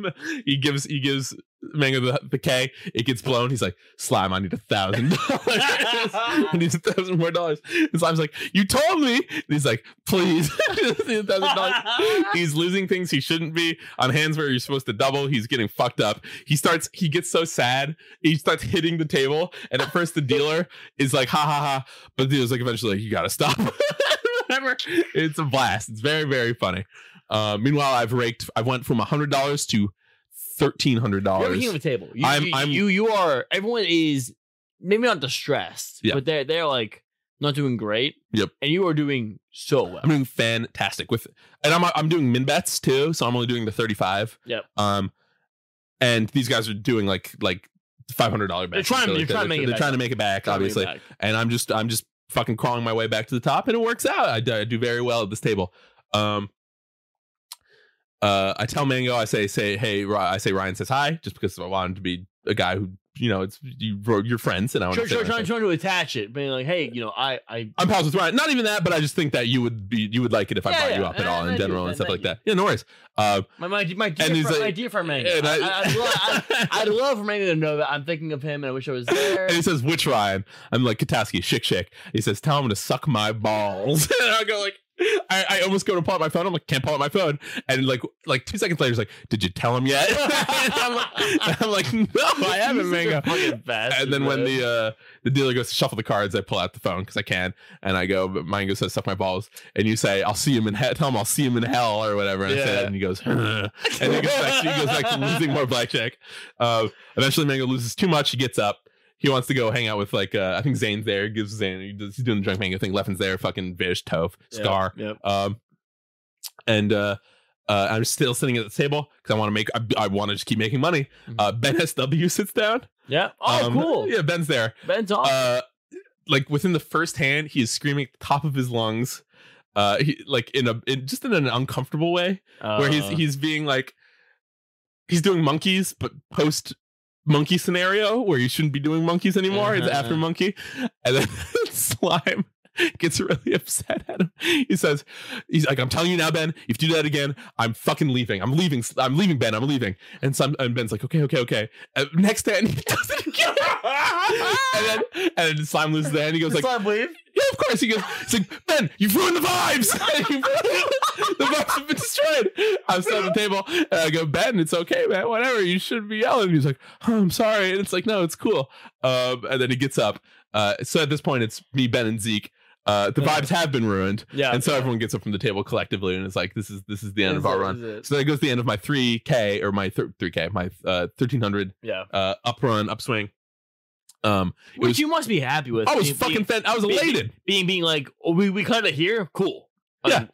[SPEAKER 2] [LAUGHS] he gives he gives Mango the, the K. It gets blown. He's like, slime. I need a thousand dollars. [LAUGHS] I need a thousand more dollars. And slime's like, you told me. And he's like, please, [LAUGHS] I just need a thousand dollars. He's losing things he shouldn't be on hands where you're supposed to double. He's getting fucked up. He starts. He gets so sad. He starts hitting the table. And at first, the dealer is like, ha ha ha. But the dealer's like, eventually, like, you gotta stop. [LAUGHS] Whatever. It's a blast. It's very very funny. Uh, meanwhile, I've raked. I went from hundred dollars to thirteen hundred
[SPEAKER 3] You're the king
[SPEAKER 2] dollars.
[SPEAKER 3] of the table. You,
[SPEAKER 2] I'm-
[SPEAKER 3] you,
[SPEAKER 2] I'm-
[SPEAKER 3] you you are. Everyone is maybe not distressed,
[SPEAKER 2] Yeah.
[SPEAKER 3] but they're they're like not doing great.
[SPEAKER 2] Yep.
[SPEAKER 3] And you are doing so well.
[SPEAKER 2] I'm doing fantastic with, and I'm I'm doing min bets too. So I'm only doing the thirty five.
[SPEAKER 3] Yep.
[SPEAKER 2] Um, and these guys are doing like like five hundred dollar
[SPEAKER 3] They're
[SPEAKER 2] bets.
[SPEAKER 3] trying-
[SPEAKER 2] So,
[SPEAKER 3] they're trying to make it
[SPEAKER 2] they're
[SPEAKER 3] back
[SPEAKER 2] trying to make it back,
[SPEAKER 3] Tell me
[SPEAKER 2] obviously.
[SPEAKER 3] back.
[SPEAKER 2] and I'm just I'm just fucking crawling my way back to the top, and it works out. I do, I do very well at this table. Um, uh, I tell Mango, I say say hey, Ry- I say Ryan says hi, just because I want him to be a guy who you know it's you wrote your friends, and I want
[SPEAKER 3] Sure,
[SPEAKER 2] to. say
[SPEAKER 3] sure,
[SPEAKER 2] my
[SPEAKER 3] trying,
[SPEAKER 2] friends.
[SPEAKER 3] trying to attach it, being like, hey, you know, I, I,
[SPEAKER 2] I'm pals with Ryan. Not even that, but I just think that you would be you would like it if I
[SPEAKER 3] Yeah,
[SPEAKER 2] brought you
[SPEAKER 3] yeah.
[SPEAKER 2] up at
[SPEAKER 3] And
[SPEAKER 2] all
[SPEAKER 3] I
[SPEAKER 2] in
[SPEAKER 3] do,
[SPEAKER 2] general and
[SPEAKER 3] and
[SPEAKER 2] stuff
[SPEAKER 3] I
[SPEAKER 2] like
[SPEAKER 3] do.
[SPEAKER 2] that. Yeah, no worries. Uh,
[SPEAKER 3] my, my, my dear,
[SPEAKER 2] And he's
[SPEAKER 3] friend,
[SPEAKER 2] like-
[SPEAKER 3] my dear friend Mango.
[SPEAKER 2] and
[SPEAKER 3] I,
[SPEAKER 2] I-
[SPEAKER 3] I, I'd, lo-
[SPEAKER 2] [LAUGHS]
[SPEAKER 3] I, I'd love for Mango to know that I'm thinking of him and I wish I was there.
[SPEAKER 2] and
[SPEAKER 3] [LAUGHS]
[SPEAKER 2] he says, "Which Ryan?" I'm like, "Kataski, shik shik." He says, "Tell him to suck my balls." [LAUGHS] and I go like, I, I almost go to pull out my phone. I'm like, "Can't pull out my phone." And like, like two seconds later, he's like, "Did you tell him yet?" [LAUGHS] and I'm like, and I'm like, [LAUGHS] "No,
[SPEAKER 3] [LAUGHS]
[SPEAKER 2] I haven't, Mango." And then when the uh, the dealer goes to shuffle the cards, I pull out the phone because I can, and I go, but mine goes says suck my balls, and you say, I'll see him in [LAUGHS] hell. Tell him I'll see him in hell or whatever, and I say
[SPEAKER 3] Yeah.
[SPEAKER 2] that, and he goes, "Huh." and he goes back, he goes back
[SPEAKER 3] [LAUGHS]
[SPEAKER 2] to losing more blackjack. Uh, eventually, Mango loses too much. He gets up. He wants to go hang out with like uh, I think Zane's there. Gives Zane he does, he's doing the drunk mango thing. Leffen's there. Fucking Vish, Toph, Scar.
[SPEAKER 3] Yep.
[SPEAKER 2] Um, and uh, uh, I'm still sitting at the table because I want to make. I, I want to just keep making money. Uh, Ben SW sits down.
[SPEAKER 3] Yeah. Oh,
[SPEAKER 2] Um,
[SPEAKER 3] cool.
[SPEAKER 2] Yeah, Ben's there.
[SPEAKER 3] Ben's awesome.
[SPEAKER 2] Uh, like within the first hand, he is screaming at the top of his lungs. Uh, he, like in a in, just in an uncomfortable way where he's
[SPEAKER 3] Uh,
[SPEAKER 2] he's being like he's doing monkeys but post monkey scenario where you shouldn't be doing monkeys anymore it's
[SPEAKER 3] Uh-huh.
[SPEAKER 2] after monkey and then [LAUGHS] slime gets really upset at him he says he's like i'm telling you now ben if you do that again i'm fucking leaving i'm leaving i'm leaving ben i'm leaving and some and ben's like okay okay okay Uh, next hand [LAUGHS] he does it again and then and then slime loses the hand he goes like
[SPEAKER 3] Slime wave.
[SPEAKER 2] yeah, of course. He goes, he's like, Ben, you've ruined the vibes. [LAUGHS] You've ruined- the vibes have been destroyed. I'm sitting at the table and I go, Ben, it's okay, man. Whatever. You shouldn't be yelling. He's like, oh, I'm sorry. And it's like, no, it's cool. Um, and then he gets up. Uh, so at this point, it's me, Ben, and Zeke. Uh, the vibes have been ruined.
[SPEAKER 3] Yeah.
[SPEAKER 2] And so everyone gets up from the table collectively and it's like, this is this is the end of
[SPEAKER 3] Is
[SPEAKER 2] our
[SPEAKER 3] it-
[SPEAKER 2] run.
[SPEAKER 3] is it-
[SPEAKER 2] So that goes the end of my 3K or my thir- 3K, my uh, 1300
[SPEAKER 3] Yeah.
[SPEAKER 2] uh, up run, upswing. Um, it
[SPEAKER 3] Which
[SPEAKER 2] was-
[SPEAKER 3] you must be happy with.
[SPEAKER 2] I was
[SPEAKER 3] being-
[SPEAKER 2] fucking, fan- I was
[SPEAKER 3] being-
[SPEAKER 2] elated.
[SPEAKER 3] being being like oh, we we cut it here, cool. Like,
[SPEAKER 2] Yeah.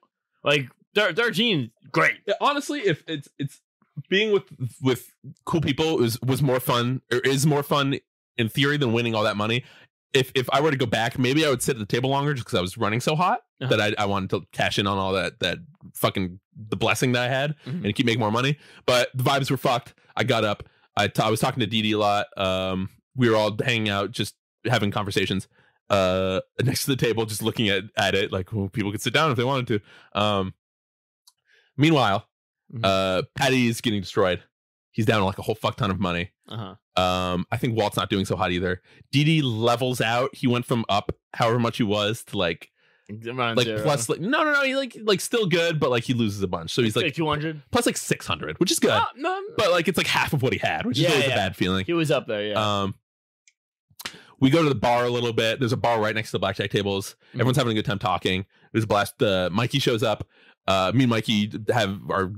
[SPEAKER 3] like thir- thirteen, great.
[SPEAKER 2] Yeah, honestly if it's it's being with with cool people is was more fun or is more fun in theory than winning all that money if if i were to go back maybe i would sit at the table longer just because i was running so hot
[SPEAKER 3] Uh-huh.
[SPEAKER 2] that I, I wanted to cash in on all that that fucking the blessing that i had
[SPEAKER 3] Mhm.
[SPEAKER 2] and keep making more money but the vibes were fucked i got up I ta- I was talking to dd a lot um we were all hanging out just having conversations uh next to the table just looking at at it like well, people could sit down if they wanted to um meanwhile
[SPEAKER 3] Mhm.
[SPEAKER 2] uh patty is getting destroyed He's down like a whole fuck ton of money.
[SPEAKER 3] Uh-huh.
[SPEAKER 2] Um, I think Walt's not doing so hot either. DD levels out. He went from up however much he was to like like plus like no no no he like like still good but like he loses a bunch so he's like
[SPEAKER 3] two hundred.
[SPEAKER 2] plus like 600 which is good
[SPEAKER 3] no,
[SPEAKER 2] but like it's like half of what he had which is
[SPEAKER 3] Oh. Yeah,
[SPEAKER 2] always
[SPEAKER 3] yeah.
[SPEAKER 2] a bad feeling
[SPEAKER 3] he was up there. Yeah.
[SPEAKER 2] um we go to the bar a little bit there's a bar right next to the blackjack tables
[SPEAKER 3] Mhm.
[SPEAKER 2] everyone's having a good time talking there's a blast uh mikey shows up uh me and mikey have our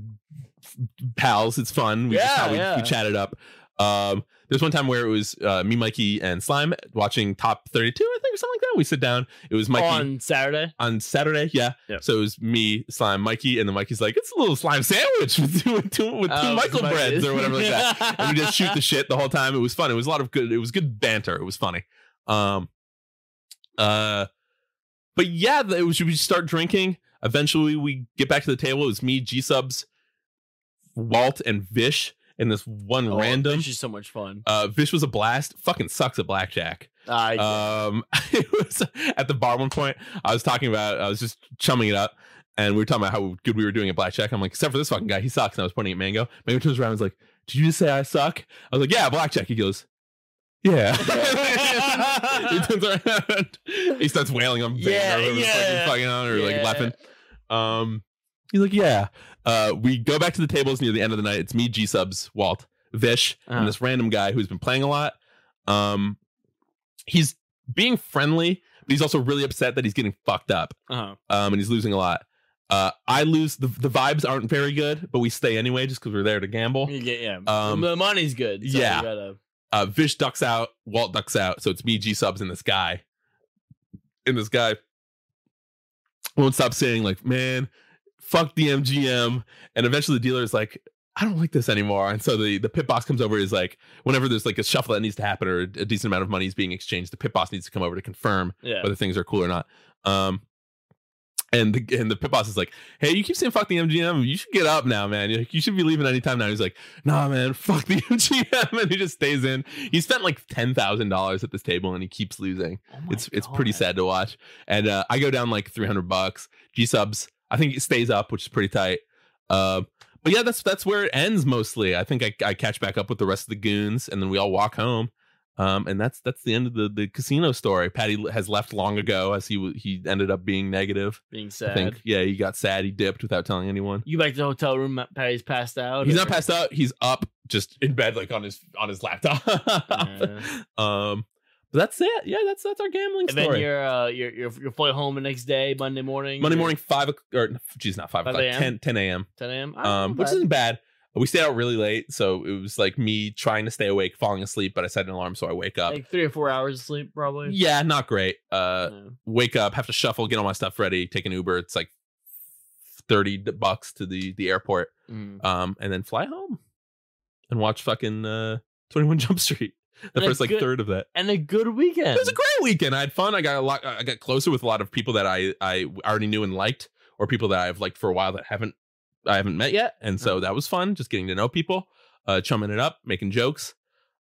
[SPEAKER 2] pals it's fun we just
[SPEAKER 3] Yeah,
[SPEAKER 2] how we,
[SPEAKER 3] yeah.
[SPEAKER 2] we chat it up um there's one time where it was uh, me, Mikey, and Slime watching Top 32, I think, or something like that. We sit down. It was Mikey
[SPEAKER 3] on Saturday.
[SPEAKER 2] on Saturday. Yeah.
[SPEAKER 3] Yeah.
[SPEAKER 2] So it was me, Slime, Mikey, and then Mikey's like, it's a little slime sandwich with two, with two, with two
[SPEAKER 3] Oh,
[SPEAKER 2] Michael
[SPEAKER 3] somebody-
[SPEAKER 2] breads or whatever like that.
[SPEAKER 3] [LAUGHS]
[SPEAKER 2] And we just shoot the shit the whole time. It was fun. It was a lot of good. It was good banter. It was funny. Um, uh, but yeah, th- it was, we start drinking. Eventually, we get back to the table. It was me, G Subs, Walt, and Vish, and this one
[SPEAKER 3] [LAUGHS] Oh,
[SPEAKER 2] random.
[SPEAKER 3] This is so much fun.
[SPEAKER 2] uh, Vish was a blast. Fucking sucks at blackjack.
[SPEAKER 3] I
[SPEAKER 2] Um, [LAUGHS] it was at the bar one point. I was talking about, I was just chumming it up, and we were talking about how good we were doing at blackjack. I'm like, except for this fucking guy, he sucks. And I was pointing at Mango. Mango turns around and was like, "Did you just say I suck?" I was like, "Yeah, blackjack." He goes,
[SPEAKER 3] [LAUGHS]
[SPEAKER 2] "Yeah." [LAUGHS] he turns around, he starts wailing. I'm
[SPEAKER 3] Yeah, yeah.
[SPEAKER 2] fucking, fucking on or
[SPEAKER 3] Yeah.
[SPEAKER 2] like laughing. Um, he's like, "Yeah." Uh, we go back to the tables near the end of the night. It's me, G Subs, Walt, Vish,
[SPEAKER 3] Uh-huh.
[SPEAKER 2] and this random guy who's been playing a lot. Um, he's being friendly, but he's also really upset that he's getting fucked up.
[SPEAKER 3] uh-huh.
[SPEAKER 2] Um, and he's losing a lot. Uh, I lose. The, the vibes aren't very good, but we stay anyway just because we're there to gamble.
[SPEAKER 3] You get- yeah.
[SPEAKER 2] Um,
[SPEAKER 3] the money's good. So
[SPEAKER 2] yeah.
[SPEAKER 3] You gotta,
[SPEAKER 2] Uh, Vish ducks out. Walt ducks out. So it's me, G subs, and this guy. And this guy won't stop saying like, "Man, fuck the MGM." And eventually, the dealer is like. I don't like this anymore. And so the, the pit boss comes over is like, whenever there's like a shuffle that needs to happen or a decent amount of money is being exchanged, the pit boss needs to come over to confirm
[SPEAKER 3] yeah.
[SPEAKER 2] whether things are cool or not. Um, and the and the pit boss is like, "Hey, you keep saying fuck the MGM. You should get up now, man. You're like, You should be leaving anytime now." He's like, "Nah, man, fuck the [LAUGHS] MGM," and he just stays in. He spent like ten thousand dollars at this table, and he keeps losing.
[SPEAKER 3] Oh my
[SPEAKER 2] it's it's pretty
[SPEAKER 3] God.
[SPEAKER 2] sad to watch. And uh, I go down like three hundred bucks. G subs, I think it stays up, which is pretty tight. Um, but yeah, that's that's where it ends mostly. I think I, I catch back up with the rest of the goons, and then we all walk home. Um, and that's that's the end of the, the casino story. Patty l- has left long ago, as he w- he ended up being negative.
[SPEAKER 3] Being
[SPEAKER 2] I
[SPEAKER 3] sad.
[SPEAKER 2] think yeah, he got sad. He dipped without telling anyone.
[SPEAKER 3] You go back to the hotel room. Patty's passed out.
[SPEAKER 2] He's
[SPEAKER 3] or-
[SPEAKER 2] not passed out. He's up, just in bed, like on his on his laptop. [LAUGHS]
[SPEAKER 3] Yeah.
[SPEAKER 2] Um, but that's it. Yeah, that's that's our gambling
[SPEAKER 3] And then
[SPEAKER 2] story.
[SPEAKER 3] you're, uh, you're you're you're flight home the next day, Monday morning.
[SPEAKER 2] Monday
[SPEAKER 3] you're-
[SPEAKER 2] morning, five o'clock, or geez, not five
[SPEAKER 3] 5
[SPEAKER 2] o'clock,
[SPEAKER 3] a.m.?
[SPEAKER 2] 10, 10 a.m.
[SPEAKER 3] 10 a.m. I
[SPEAKER 2] Um,
[SPEAKER 3] don't
[SPEAKER 2] which
[SPEAKER 3] know,
[SPEAKER 2] isn't bad. We stayed out really late, so it was like me trying to stay awake, falling asleep, but I set an alarm, so I wake
[SPEAKER 3] but
[SPEAKER 2] up.
[SPEAKER 3] like three or four hours of sleep, probably.
[SPEAKER 2] yeah, not great. Uh,
[SPEAKER 3] Yeah.
[SPEAKER 2] wake up, have to shuffle, get all my stuff ready, take an Uber. It's like thirty d- bucks to the the airport,
[SPEAKER 3] Mm.
[SPEAKER 2] um, and then fly home and watch fucking uh, Twenty One [LAUGHS] Jump Street. The
[SPEAKER 3] And a
[SPEAKER 2] first like
[SPEAKER 3] good-
[SPEAKER 2] third of that.
[SPEAKER 3] And a good weekend.
[SPEAKER 2] It was a great weekend. I had fun. I got a lot. uh, I got closer with a lot of people that I I already knew and liked, or people that I've liked for a while that haven't I haven't met yet. And so that was fun. Just getting to know people, uh, chumming it up, making jokes.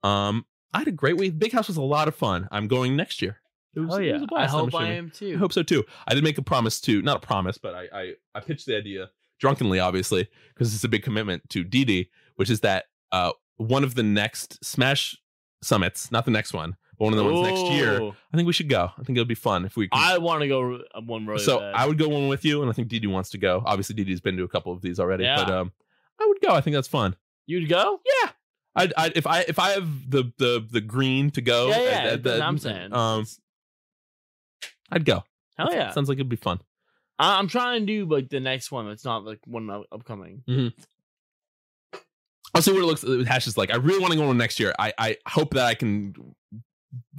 [SPEAKER 2] Um, I had a great week. Big House was a lot of fun. I'm going next year. It was,
[SPEAKER 3] Oh
[SPEAKER 2] it
[SPEAKER 3] yeah,
[SPEAKER 2] was a
[SPEAKER 3] I
[SPEAKER 2] blast, I'm
[SPEAKER 3] hope I
[SPEAKER 2] assuming.
[SPEAKER 3] am too.
[SPEAKER 2] I hope so too. I did make a promise to not a promise, but I I, I pitched the idea drunkenly, obviously, because it's a big commitment to DD, which is that uh one of the next Smash summits, not the next one, but one of the ones next year.
[SPEAKER 3] Ooh.
[SPEAKER 2] I think we should go. I think it'll be fun if we. Can.
[SPEAKER 3] I want to go uh, one road.
[SPEAKER 2] so I would go one with you, and I think DD wants to go. Obviously, DD's been to a couple of these already,
[SPEAKER 3] Yeah.
[SPEAKER 2] but um, I would go. I think that's fun.
[SPEAKER 3] you'd go.
[SPEAKER 2] Yeah. I, I if I if I have the the the green to go, uh,
[SPEAKER 3] yeah, yeah.
[SPEAKER 2] at- at
[SPEAKER 3] that's what
[SPEAKER 2] the-
[SPEAKER 3] I'm saying.
[SPEAKER 2] um, I'd go.
[SPEAKER 3] Hell yeah.
[SPEAKER 2] sounds like it'd be fun.
[SPEAKER 3] I- I'm trying to do like the next one. That's not like one up- upcoming.
[SPEAKER 2] I'll see what it looks. Hash is like. I really want to go on next year. I I hope that I can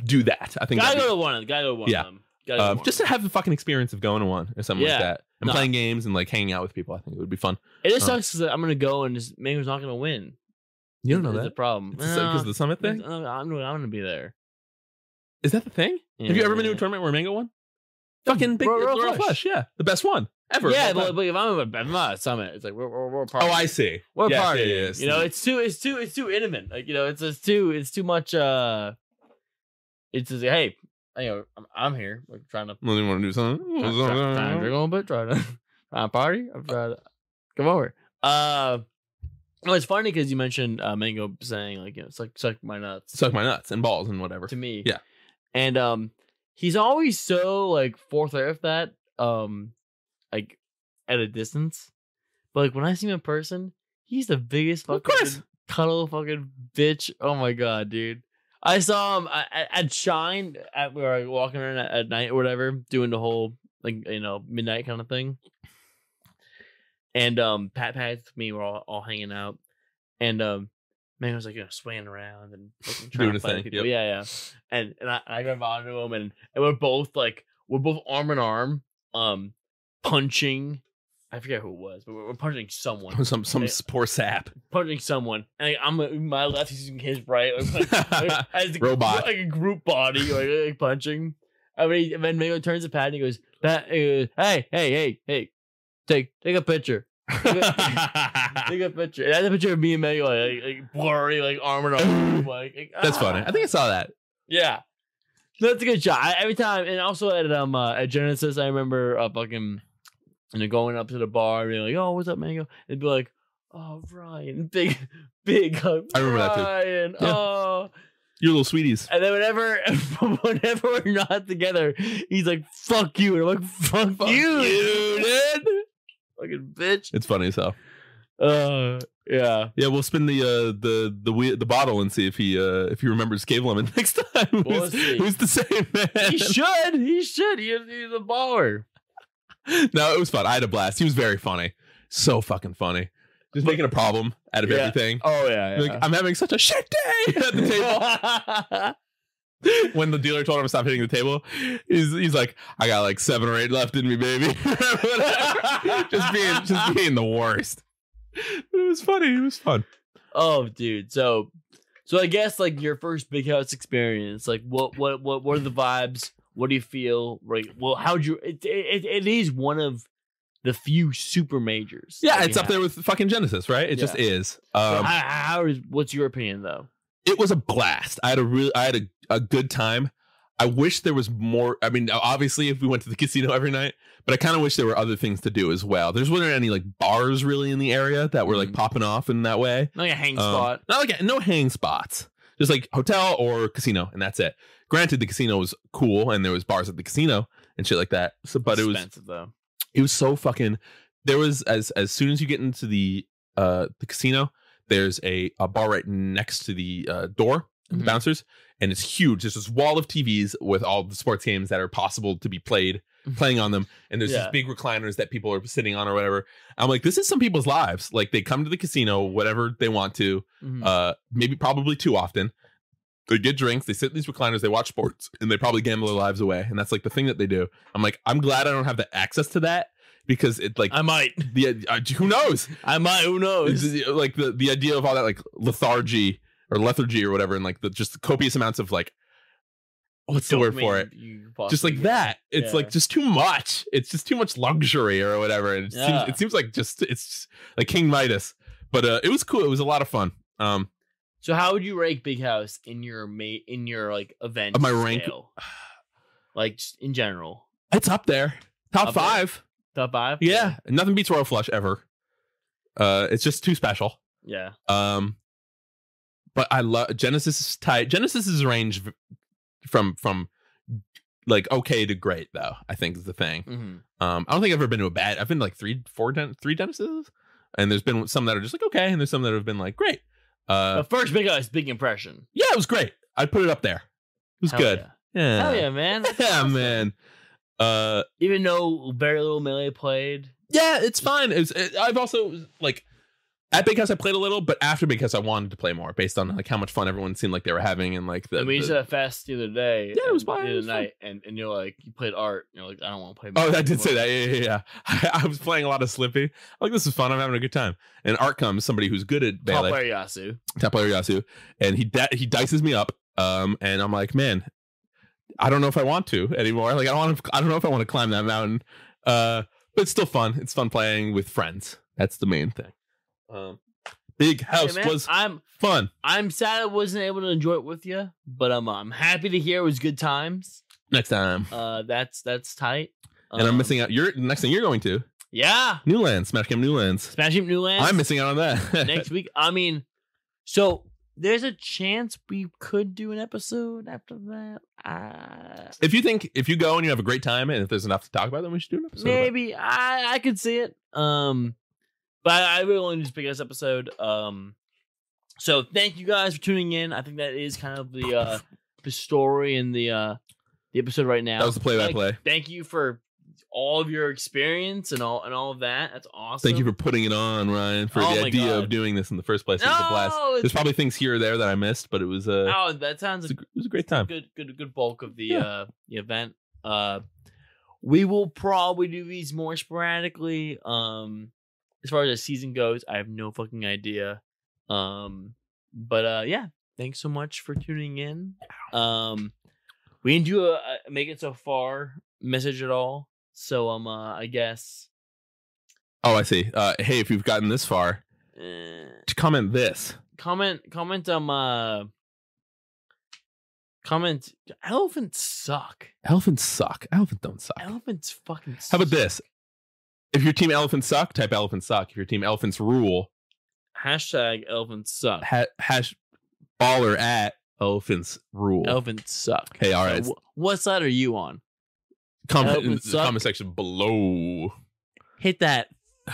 [SPEAKER 2] do that. I think
[SPEAKER 3] Gotta
[SPEAKER 2] that'd
[SPEAKER 3] go
[SPEAKER 2] be-
[SPEAKER 3] to one. of them, Gotta go to one.
[SPEAKER 2] Yeah.
[SPEAKER 3] Of them. Gotta go to
[SPEAKER 2] um,
[SPEAKER 3] one
[SPEAKER 2] just
[SPEAKER 3] of
[SPEAKER 2] to have the fucking experience of going to one or something
[SPEAKER 3] Yeah.
[SPEAKER 2] like that, and
[SPEAKER 3] No.
[SPEAKER 2] playing games and like hanging out with people. I think it would be fun.
[SPEAKER 3] them. it just
[SPEAKER 2] uh,
[SPEAKER 3] sucks because I'm gonna go and just Mango's not gonna win.
[SPEAKER 2] You don't know
[SPEAKER 3] It's
[SPEAKER 2] that
[SPEAKER 3] the problem.
[SPEAKER 2] because of the summit
[SPEAKER 3] Uh,
[SPEAKER 2] thing.
[SPEAKER 3] uh, I'm, I'm gonna be there.
[SPEAKER 2] Is that the thing? Have you ever been to a tournament where Mango won? Fucking big
[SPEAKER 3] Royal- Royal
[SPEAKER 2] Royal
[SPEAKER 3] Flush.
[SPEAKER 2] Flush, yeah, the best one ever.
[SPEAKER 3] Yeah,
[SPEAKER 2] Well
[SPEAKER 3] but,
[SPEAKER 2] done.
[SPEAKER 3] but if I'm, a, if I'm at a summit, it's like we're we're, we're
[SPEAKER 2] oh,
[SPEAKER 3] partying.
[SPEAKER 2] I see.
[SPEAKER 3] we're
[SPEAKER 2] Yes,
[SPEAKER 3] partying.
[SPEAKER 2] yeah, yeah, yes.
[SPEAKER 3] You know, it's too it's too it's too intimate. Like you know, it's it's too it's too much. uh It's just hey, you know, I'm, I'm here, like trying to
[SPEAKER 2] Well, you want to do something?
[SPEAKER 3] try, try, [LAUGHS]
[SPEAKER 2] Oh.
[SPEAKER 3] trying to drink a little bit, trying to trying to party. I'm trying to come over. Uh, No, it's funny because you mentioned uh, Mango saying like you know, suck suck my nuts
[SPEAKER 2] Suck my nuts and balls and whatever. [LAUGHS]
[SPEAKER 3] to me.
[SPEAKER 2] Yeah.
[SPEAKER 3] and um, he's always so like forthright with that um, like at a distance, but like when I see him in person, he's the biggest
[SPEAKER 2] Of
[SPEAKER 3] fucking
[SPEAKER 2] course.
[SPEAKER 3] cuddle fucking bitch. Oh my god, dude. I saw him at, at- at Shine at we were like, walking around at, at night or whatever, doing the whole like you know midnight kind of thing. And um, Pat Pat me were all, all hanging out, and um, man was like you know swinging around and fucking trying
[SPEAKER 2] Doing
[SPEAKER 3] to
[SPEAKER 2] his
[SPEAKER 3] find
[SPEAKER 2] thing, yep.
[SPEAKER 3] people. Yeah, yeah. And and I, I got onto him, and, and we're both like we're both arm in arm, um, punching. I forget who it was, but we're, we're punching someone
[SPEAKER 2] Some some
[SPEAKER 3] Yeah.
[SPEAKER 2] poor
[SPEAKER 3] [LAUGHS]
[SPEAKER 2] sap.
[SPEAKER 3] punching someone, and like, I'm on my left, he's on his right,
[SPEAKER 2] [LAUGHS]
[SPEAKER 3] like, like, as a,
[SPEAKER 2] Robot.
[SPEAKER 3] like a group body, like, like punching. I mean, and then Mango turns to Pat and he goes, Pat, he goes, "Hey, hey, hey, hey, take take a picture,
[SPEAKER 2] That's
[SPEAKER 3] take a picture." And that's a picture of me and Mango, like, like, like blurry, like arm
[SPEAKER 2] [LAUGHS]
[SPEAKER 3] in arm, like, like, ah.
[SPEAKER 2] funny. I think I saw that.
[SPEAKER 3] yeah. That's a good shot. I, every time, and also at um uh, at Genesis, I remember uh, fucking you know going up to the bar and being like, "Oh, what's up, Mango?" And be like, "Oh, Ryan, big, [LAUGHS] big hug."
[SPEAKER 2] I remember that too.
[SPEAKER 3] Ryan,
[SPEAKER 2] Yeah.
[SPEAKER 3] oh,
[SPEAKER 2] Your little sweeties.
[SPEAKER 3] and then whenever [LAUGHS] whenever we're not together, he's like, "Fuck you," and I'm like, "Fuck,
[SPEAKER 2] Fuck
[SPEAKER 3] you,
[SPEAKER 2] you,
[SPEAKER 3] dude, fucking bitch."
[SPEAKER 2] It's funny as hell.
[SPEAKER 3] Uh, yeah.
[SPEAKER 2] Yeah, we'll spin the uh, the the we- the bottle and see if he uh, if he remembers Cave Lemon [LAUGHS] next time.
[SPEAKER 3] We'll
[SPEAKER 2] who's,
[SPEAKER 3] see.
[SPEAKER 2] who's the same
[SPEAKER 3] [LAUGHS] He
[SPEAKER 2] man?
[SPEAKER 3] should. He should. He, he's a baller.
[SPEAKER 2] no, it was fun. I had a blast. He was very funny. So fucking funny. Just making a problem out of
[SPEAKER 3] Yeah.
[SPEAKER 2] everything.
[SPEAKER 3] Oh yeah.
[SPEAKER 2] Like, I'm having such a shit day [LAUGHS] at the
[SPEAKER 3] [LAUGHS]
[SPEAKER 2] table. when the dealer told him to stop hitting the table, he's he's like, I got like seven or eight left in me, baby. [LAUGHS] just being just being the worst. But it was funny. It was fun.
[SPEAKER 3] Oh, dude. So, so I guess like your first big house experience. Like, what, what, what, what are the vibes? What do you feel? Right. Well, how'd you? It, it, it is one of the few super majors.
[SPEAKER 2] Yeah,
[SPEAKER 3] that we
[SPEAKER 2] it's up
[SPEAKER 3] have.
[SPEAKER 2] there with fucking Genesis, right? It just
[SPEAKER 3] Yeah.
[SPEAKER 2] is. Um,
[SPEAKER 3] how, how is? What's your opinion though?
[SPEAKER 2] it was a blast. I had a real I had a, a good time. I wish there was more. I mean, obviously, if we went to the [LAUGHS] casino every night, but I kind of wish there were other things to do as well. There's wasn't any like bars really in the area that were like
[SPEAKER 3] Mhm.
[SPEAKER 2] popping off in that way.
[SPEAKER 3] Like a hang
[SPEAKER 2] Um,
[SPEAKER 3] spot.
[SPEAKER 2] Not like no hang spots. Just like hotel or casino, and that's it. Granted, the casino was cool, and there was bars at the casino and shit like that. So, but it was
[SPEAKER 3] expensive though.
[SPEAKER 2] it was so fucking. There was as as soon as you get into the uh the casino, there's a a bar right next to the uh, door, and
[SPEAKER 3] Mhm.
[SPEAKER 2] the bouncers, and it's huge. There's this wall of TVs with all the sports games that are possible to be played playing on them and there's
[SPEAKER 3] Yeah.
[SPEAKER 2] these big recliners that people are sitting on or whatever i'm like this is some people's lives like they come to the casino whatever they want to
[SPEAKER 3] Mhm.
[SPEAKER 2] uh maybe probably too often they get drinks they sit in these recliners they watch sports and they probably gamble their lives away and that's like the thing that they do i'm like i'm glad i don't have the access to that because it like
[SPEAKER 3] I might. [LAUGHS]
[SPEAKER 2] the uh, who knows
[SPEAKER 3] I might. Who knows?
[SPEAKER 2] It's- like the the idea of all that like lethargy or lethargy or whatever and like the just copious amounts of like what's the word for
[SPEAKER 3] Dopamine
[SPEAKER 2] it
[SPEAKER 3] you
[SPEAKER 2] just
[SPEAKER 3] possibly
[SPEAKER 2] like
[SPEAKER 3] get.
[SPEAKER 2] that it's
[SPEAKER 3] Yeah.
[SPEAKER 2] like just too much it's just too much luxury or whatever and it,
[SPEAKER 3] Yeah.
[SPEAKER 2] seems, it seems like just it's just like king midas but uh it was cool it was a lot of fun um
[SPEAKER 3] So how would you rank Big House in your ma- in your like event?
[SPEAKER 2] Of my rank-
[SPEAKER 3] scale? like just in general,
[SPEAKER 2] It's up there. Top
[SPEAKER 3] Up there?
[SPEAKER 2] five.
[SPEAKER 3] top five.
[SPEAKER 2] Yeah. Nothing beats Royal Flush ever. Uh it's just too special.
[SPEAKER 3] yeah.
[SPEAKER 2] Um but I love Genesis is tight. Genesis is range v- from from like okay to great though, I think is the thing.
[SPEAKER 3] hmm
[SPEAKER 2] Um I don't think I've ever been to a bad I've been to, like three, four gen- three Genesis. And there's been some that are just like okay, and there's some that have been like great. Uh
[SPEAKER 3] but first, big house, big impression.
[SPEAKER 2] yeah, it was great. I'd put it up there. It was
[SPEAKER 3] Hell
[SPEAKER 2] good.
[SPEAKER 3] Yeah.
[SPEAKER 2] Yeah.
[SPEAKER 3] Hell yeah, man.
[SPEAKER 2] [LAUGHS]
[SPEAKER 3] That's
[SPEAKER 2] Yeah,
[SPEAKER 3] awesome.
[SPEAKER 2] man. Uh
[SPEAKER 3] Even though very little melee played.
[SPEAKER 2] Yeah, it's fine. It was, it, I've also like at Big House I played a little, but after Big House I wanted to play more based on like how much fun everyone seemed like they were having and like the.
[SPEAKER 3] and we just
[SPEAKER 2] the-
[SPEAKER 3] had a fest the other day.
[SPEAKER 2] Yeah, it was
[SPEAKER 3] and
[SPEAKER 2] fine,
[SPEAKER 3] The
[SPEAKER 2] it
[SPEAKER 3] other
[SPEAKER 2] was fun.
[SPEAKER 3] night, and, and you're like, you played art. and You're like, I don't want to play.
[SPEAKER 2] oh,
[SPEAKER 3] melee
[SPEAKER 2] I did say
[SPEAKER 3] anymore.
[SPEAKER 2] that. Yeah, yeah, [LAUGHS] yeah.
[SPEAKER 3] [LAUGHS]
[SPEAKER 2] I, was playing a lot of Slippy. I'm like this is fun. I'm having a good time. And Art comes somebody who's good at
[SPEAKER 3] Top
[SPEAKER 2] melee,
[SPEAKER 3] player Yasu.
[SPEAKER 2] top player Yasu, and he da- he dices me up. Um, and I'm like, man, I don't know if I want to anymore. Like I don't want to. I don't know if I want to climb that mountain. Uh, but it's still fun. It's fun playing with friends. That's the main thing. Um, Big
[SPEAKER 3] Hey,
[SPEAKER 2] House
[SPEAKER 3] man,
[SPEAKER 2] was
[SPEAKER 3] I'm
[SPEAKER 2] fun.
[SPEAKER 3] I'm sad I wasn't able to enjoy it with you, but I'm I'm happy to hear it was good times.
[SPEAKER 2] next time.
[SPEAKER 3] Uh, that's that's tight. Um,
[SPEAKER 2] And I'm missing out. You're next thing you're going to.
[SPEAKER 3] Yeah.
[SPEAKER 2] Newlands, Smash Cam Newlands.
[SPEAKER 3] Smash Him Newlands.
[SPEAKER 2] I'm missing out on that.
[SPEAKER 3] next week. I mean, so there's a chance we could do an episode after that. Uh,
[SPEAKER 2] [LAUGHS] if you think if you go and you have a great time and if there's enough to talk about, then we should do an episode. about it.
[SPEAKER 3] maybe I I could see it. Um, but I, I really only just pick this episode. Um, so thank you guys for tuning in. I think that is kind of the
[SPEAKER 2] [LAUGHS]
[SPEAKER 3] uh the story and the uh the episode right now.
[SPEAKER 2] That was the play by play.
[SPEAKER 3] Thank you for all of your experience and all and all of that. That's awesome.
[SPEAKER 2] Thank you for putting it on, Ryan, for
[SPEAKER 3] Oh
[SPEAKER 2] the
[SPEAKER 3] my
[SPEAKER 2] idea
[SPEAKER 3] God.
[SPEAKER 2] of doing this in the first place. It was a
[SPEAKER 3] No,
[SPEAKER 2] blast.
[SPEAKER 3] it's-
[SPEAKER 2] There's probably things here or there that I missed, but it was uh,
[SPEAKER 3] Oh, that sounds
[SPEAKER 2] it was a, it was a great time.
[SPEAKER 3] good good good bulk of the
[SPEAKER 2] Yeah.
[SPEAKER 3] uh the event uh we will probably do these more sporadically um as far as the season goes i have no fucking idea um but uh yeah thanks so much for tuning in um we didn't do a, a make it so far message at all so um uh, i guess
[SPEAKER 2] Oh, I see. Uh, hey, if you've gotten this far,
[SPEAKER 3] eh,
[SPEAKER 2] to comment this.
[SPEAKER 3] comment comment um uh comment elephants suck
[SPEAKER 2] Elephants suck. Elephants don't suck.
[SPEAKER 3] elephants fucking
[SPEAKER 2] How about
[SPEAKER 3] suck.
[SPEAKER 2] this? If your team elephants suck, type elephants suck. If your team elephants rule,
[SPEAKER 3] Hashtag elephants suck.
[SPEAKER 2] ha- hash baller at elephants rule.
[SPEAKER 3] Elephants suck.
[SPEAKER 2] Hey, all right.
[SPEAKER 3] So wh- what side are you on?
[SPEAKER 2] comment in
[SPEAKER 3] uh, elephants
[SPEAKER 2] the
[SPEAKER 3] suck.
[SPEAKER 2] comment section below.
[SPEAKER 3] Hit that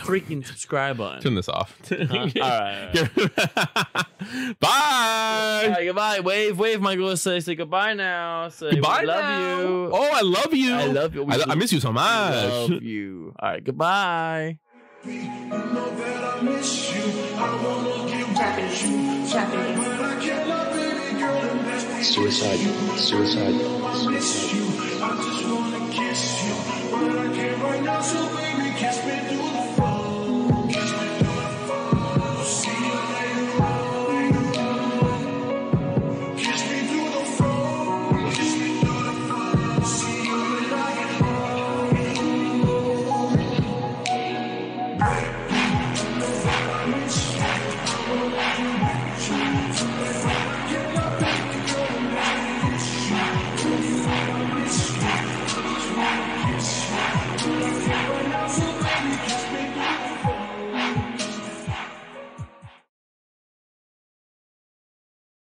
[SPEAKER 3] freaking subscribe
[SPEAKER 2] Turn
[SPEAKER 3] button.
[SPEAKER 2] this off.
[SPEAKER 3] [LAUGHS] Huh? All right.
[SPEAKER 2] [LAUGHS]
[SPEAKER 3] all right.
[SPEAKER 2] Bye.
[SPEAKER 3] All right, goodbye. Wave, wave, Michael. Say, say goodbye now. Say,
[SPEAKER 2] Goodbye.
[SPEAKER 3] we love
[SPEAKER 2] now.
[SPEAKER 3] you.
[SPEAKER 2] Oh, I love you.
[SPEAKER 3] I love you. We
[SPEAKER 2] I, I miss you so much.
[SPEAKER 3] Love you. All right, goodbye.
[SPEAKER 5] know that I miss you. I wanna get back at you, but I can't love baby girl. And that's the issue.
[SPEAKER 6] Suicide. Suicide.
[SPEAKER 5] I miss you. I just wanna kiss you, but I can't right now. So baby, kiss me through the phone.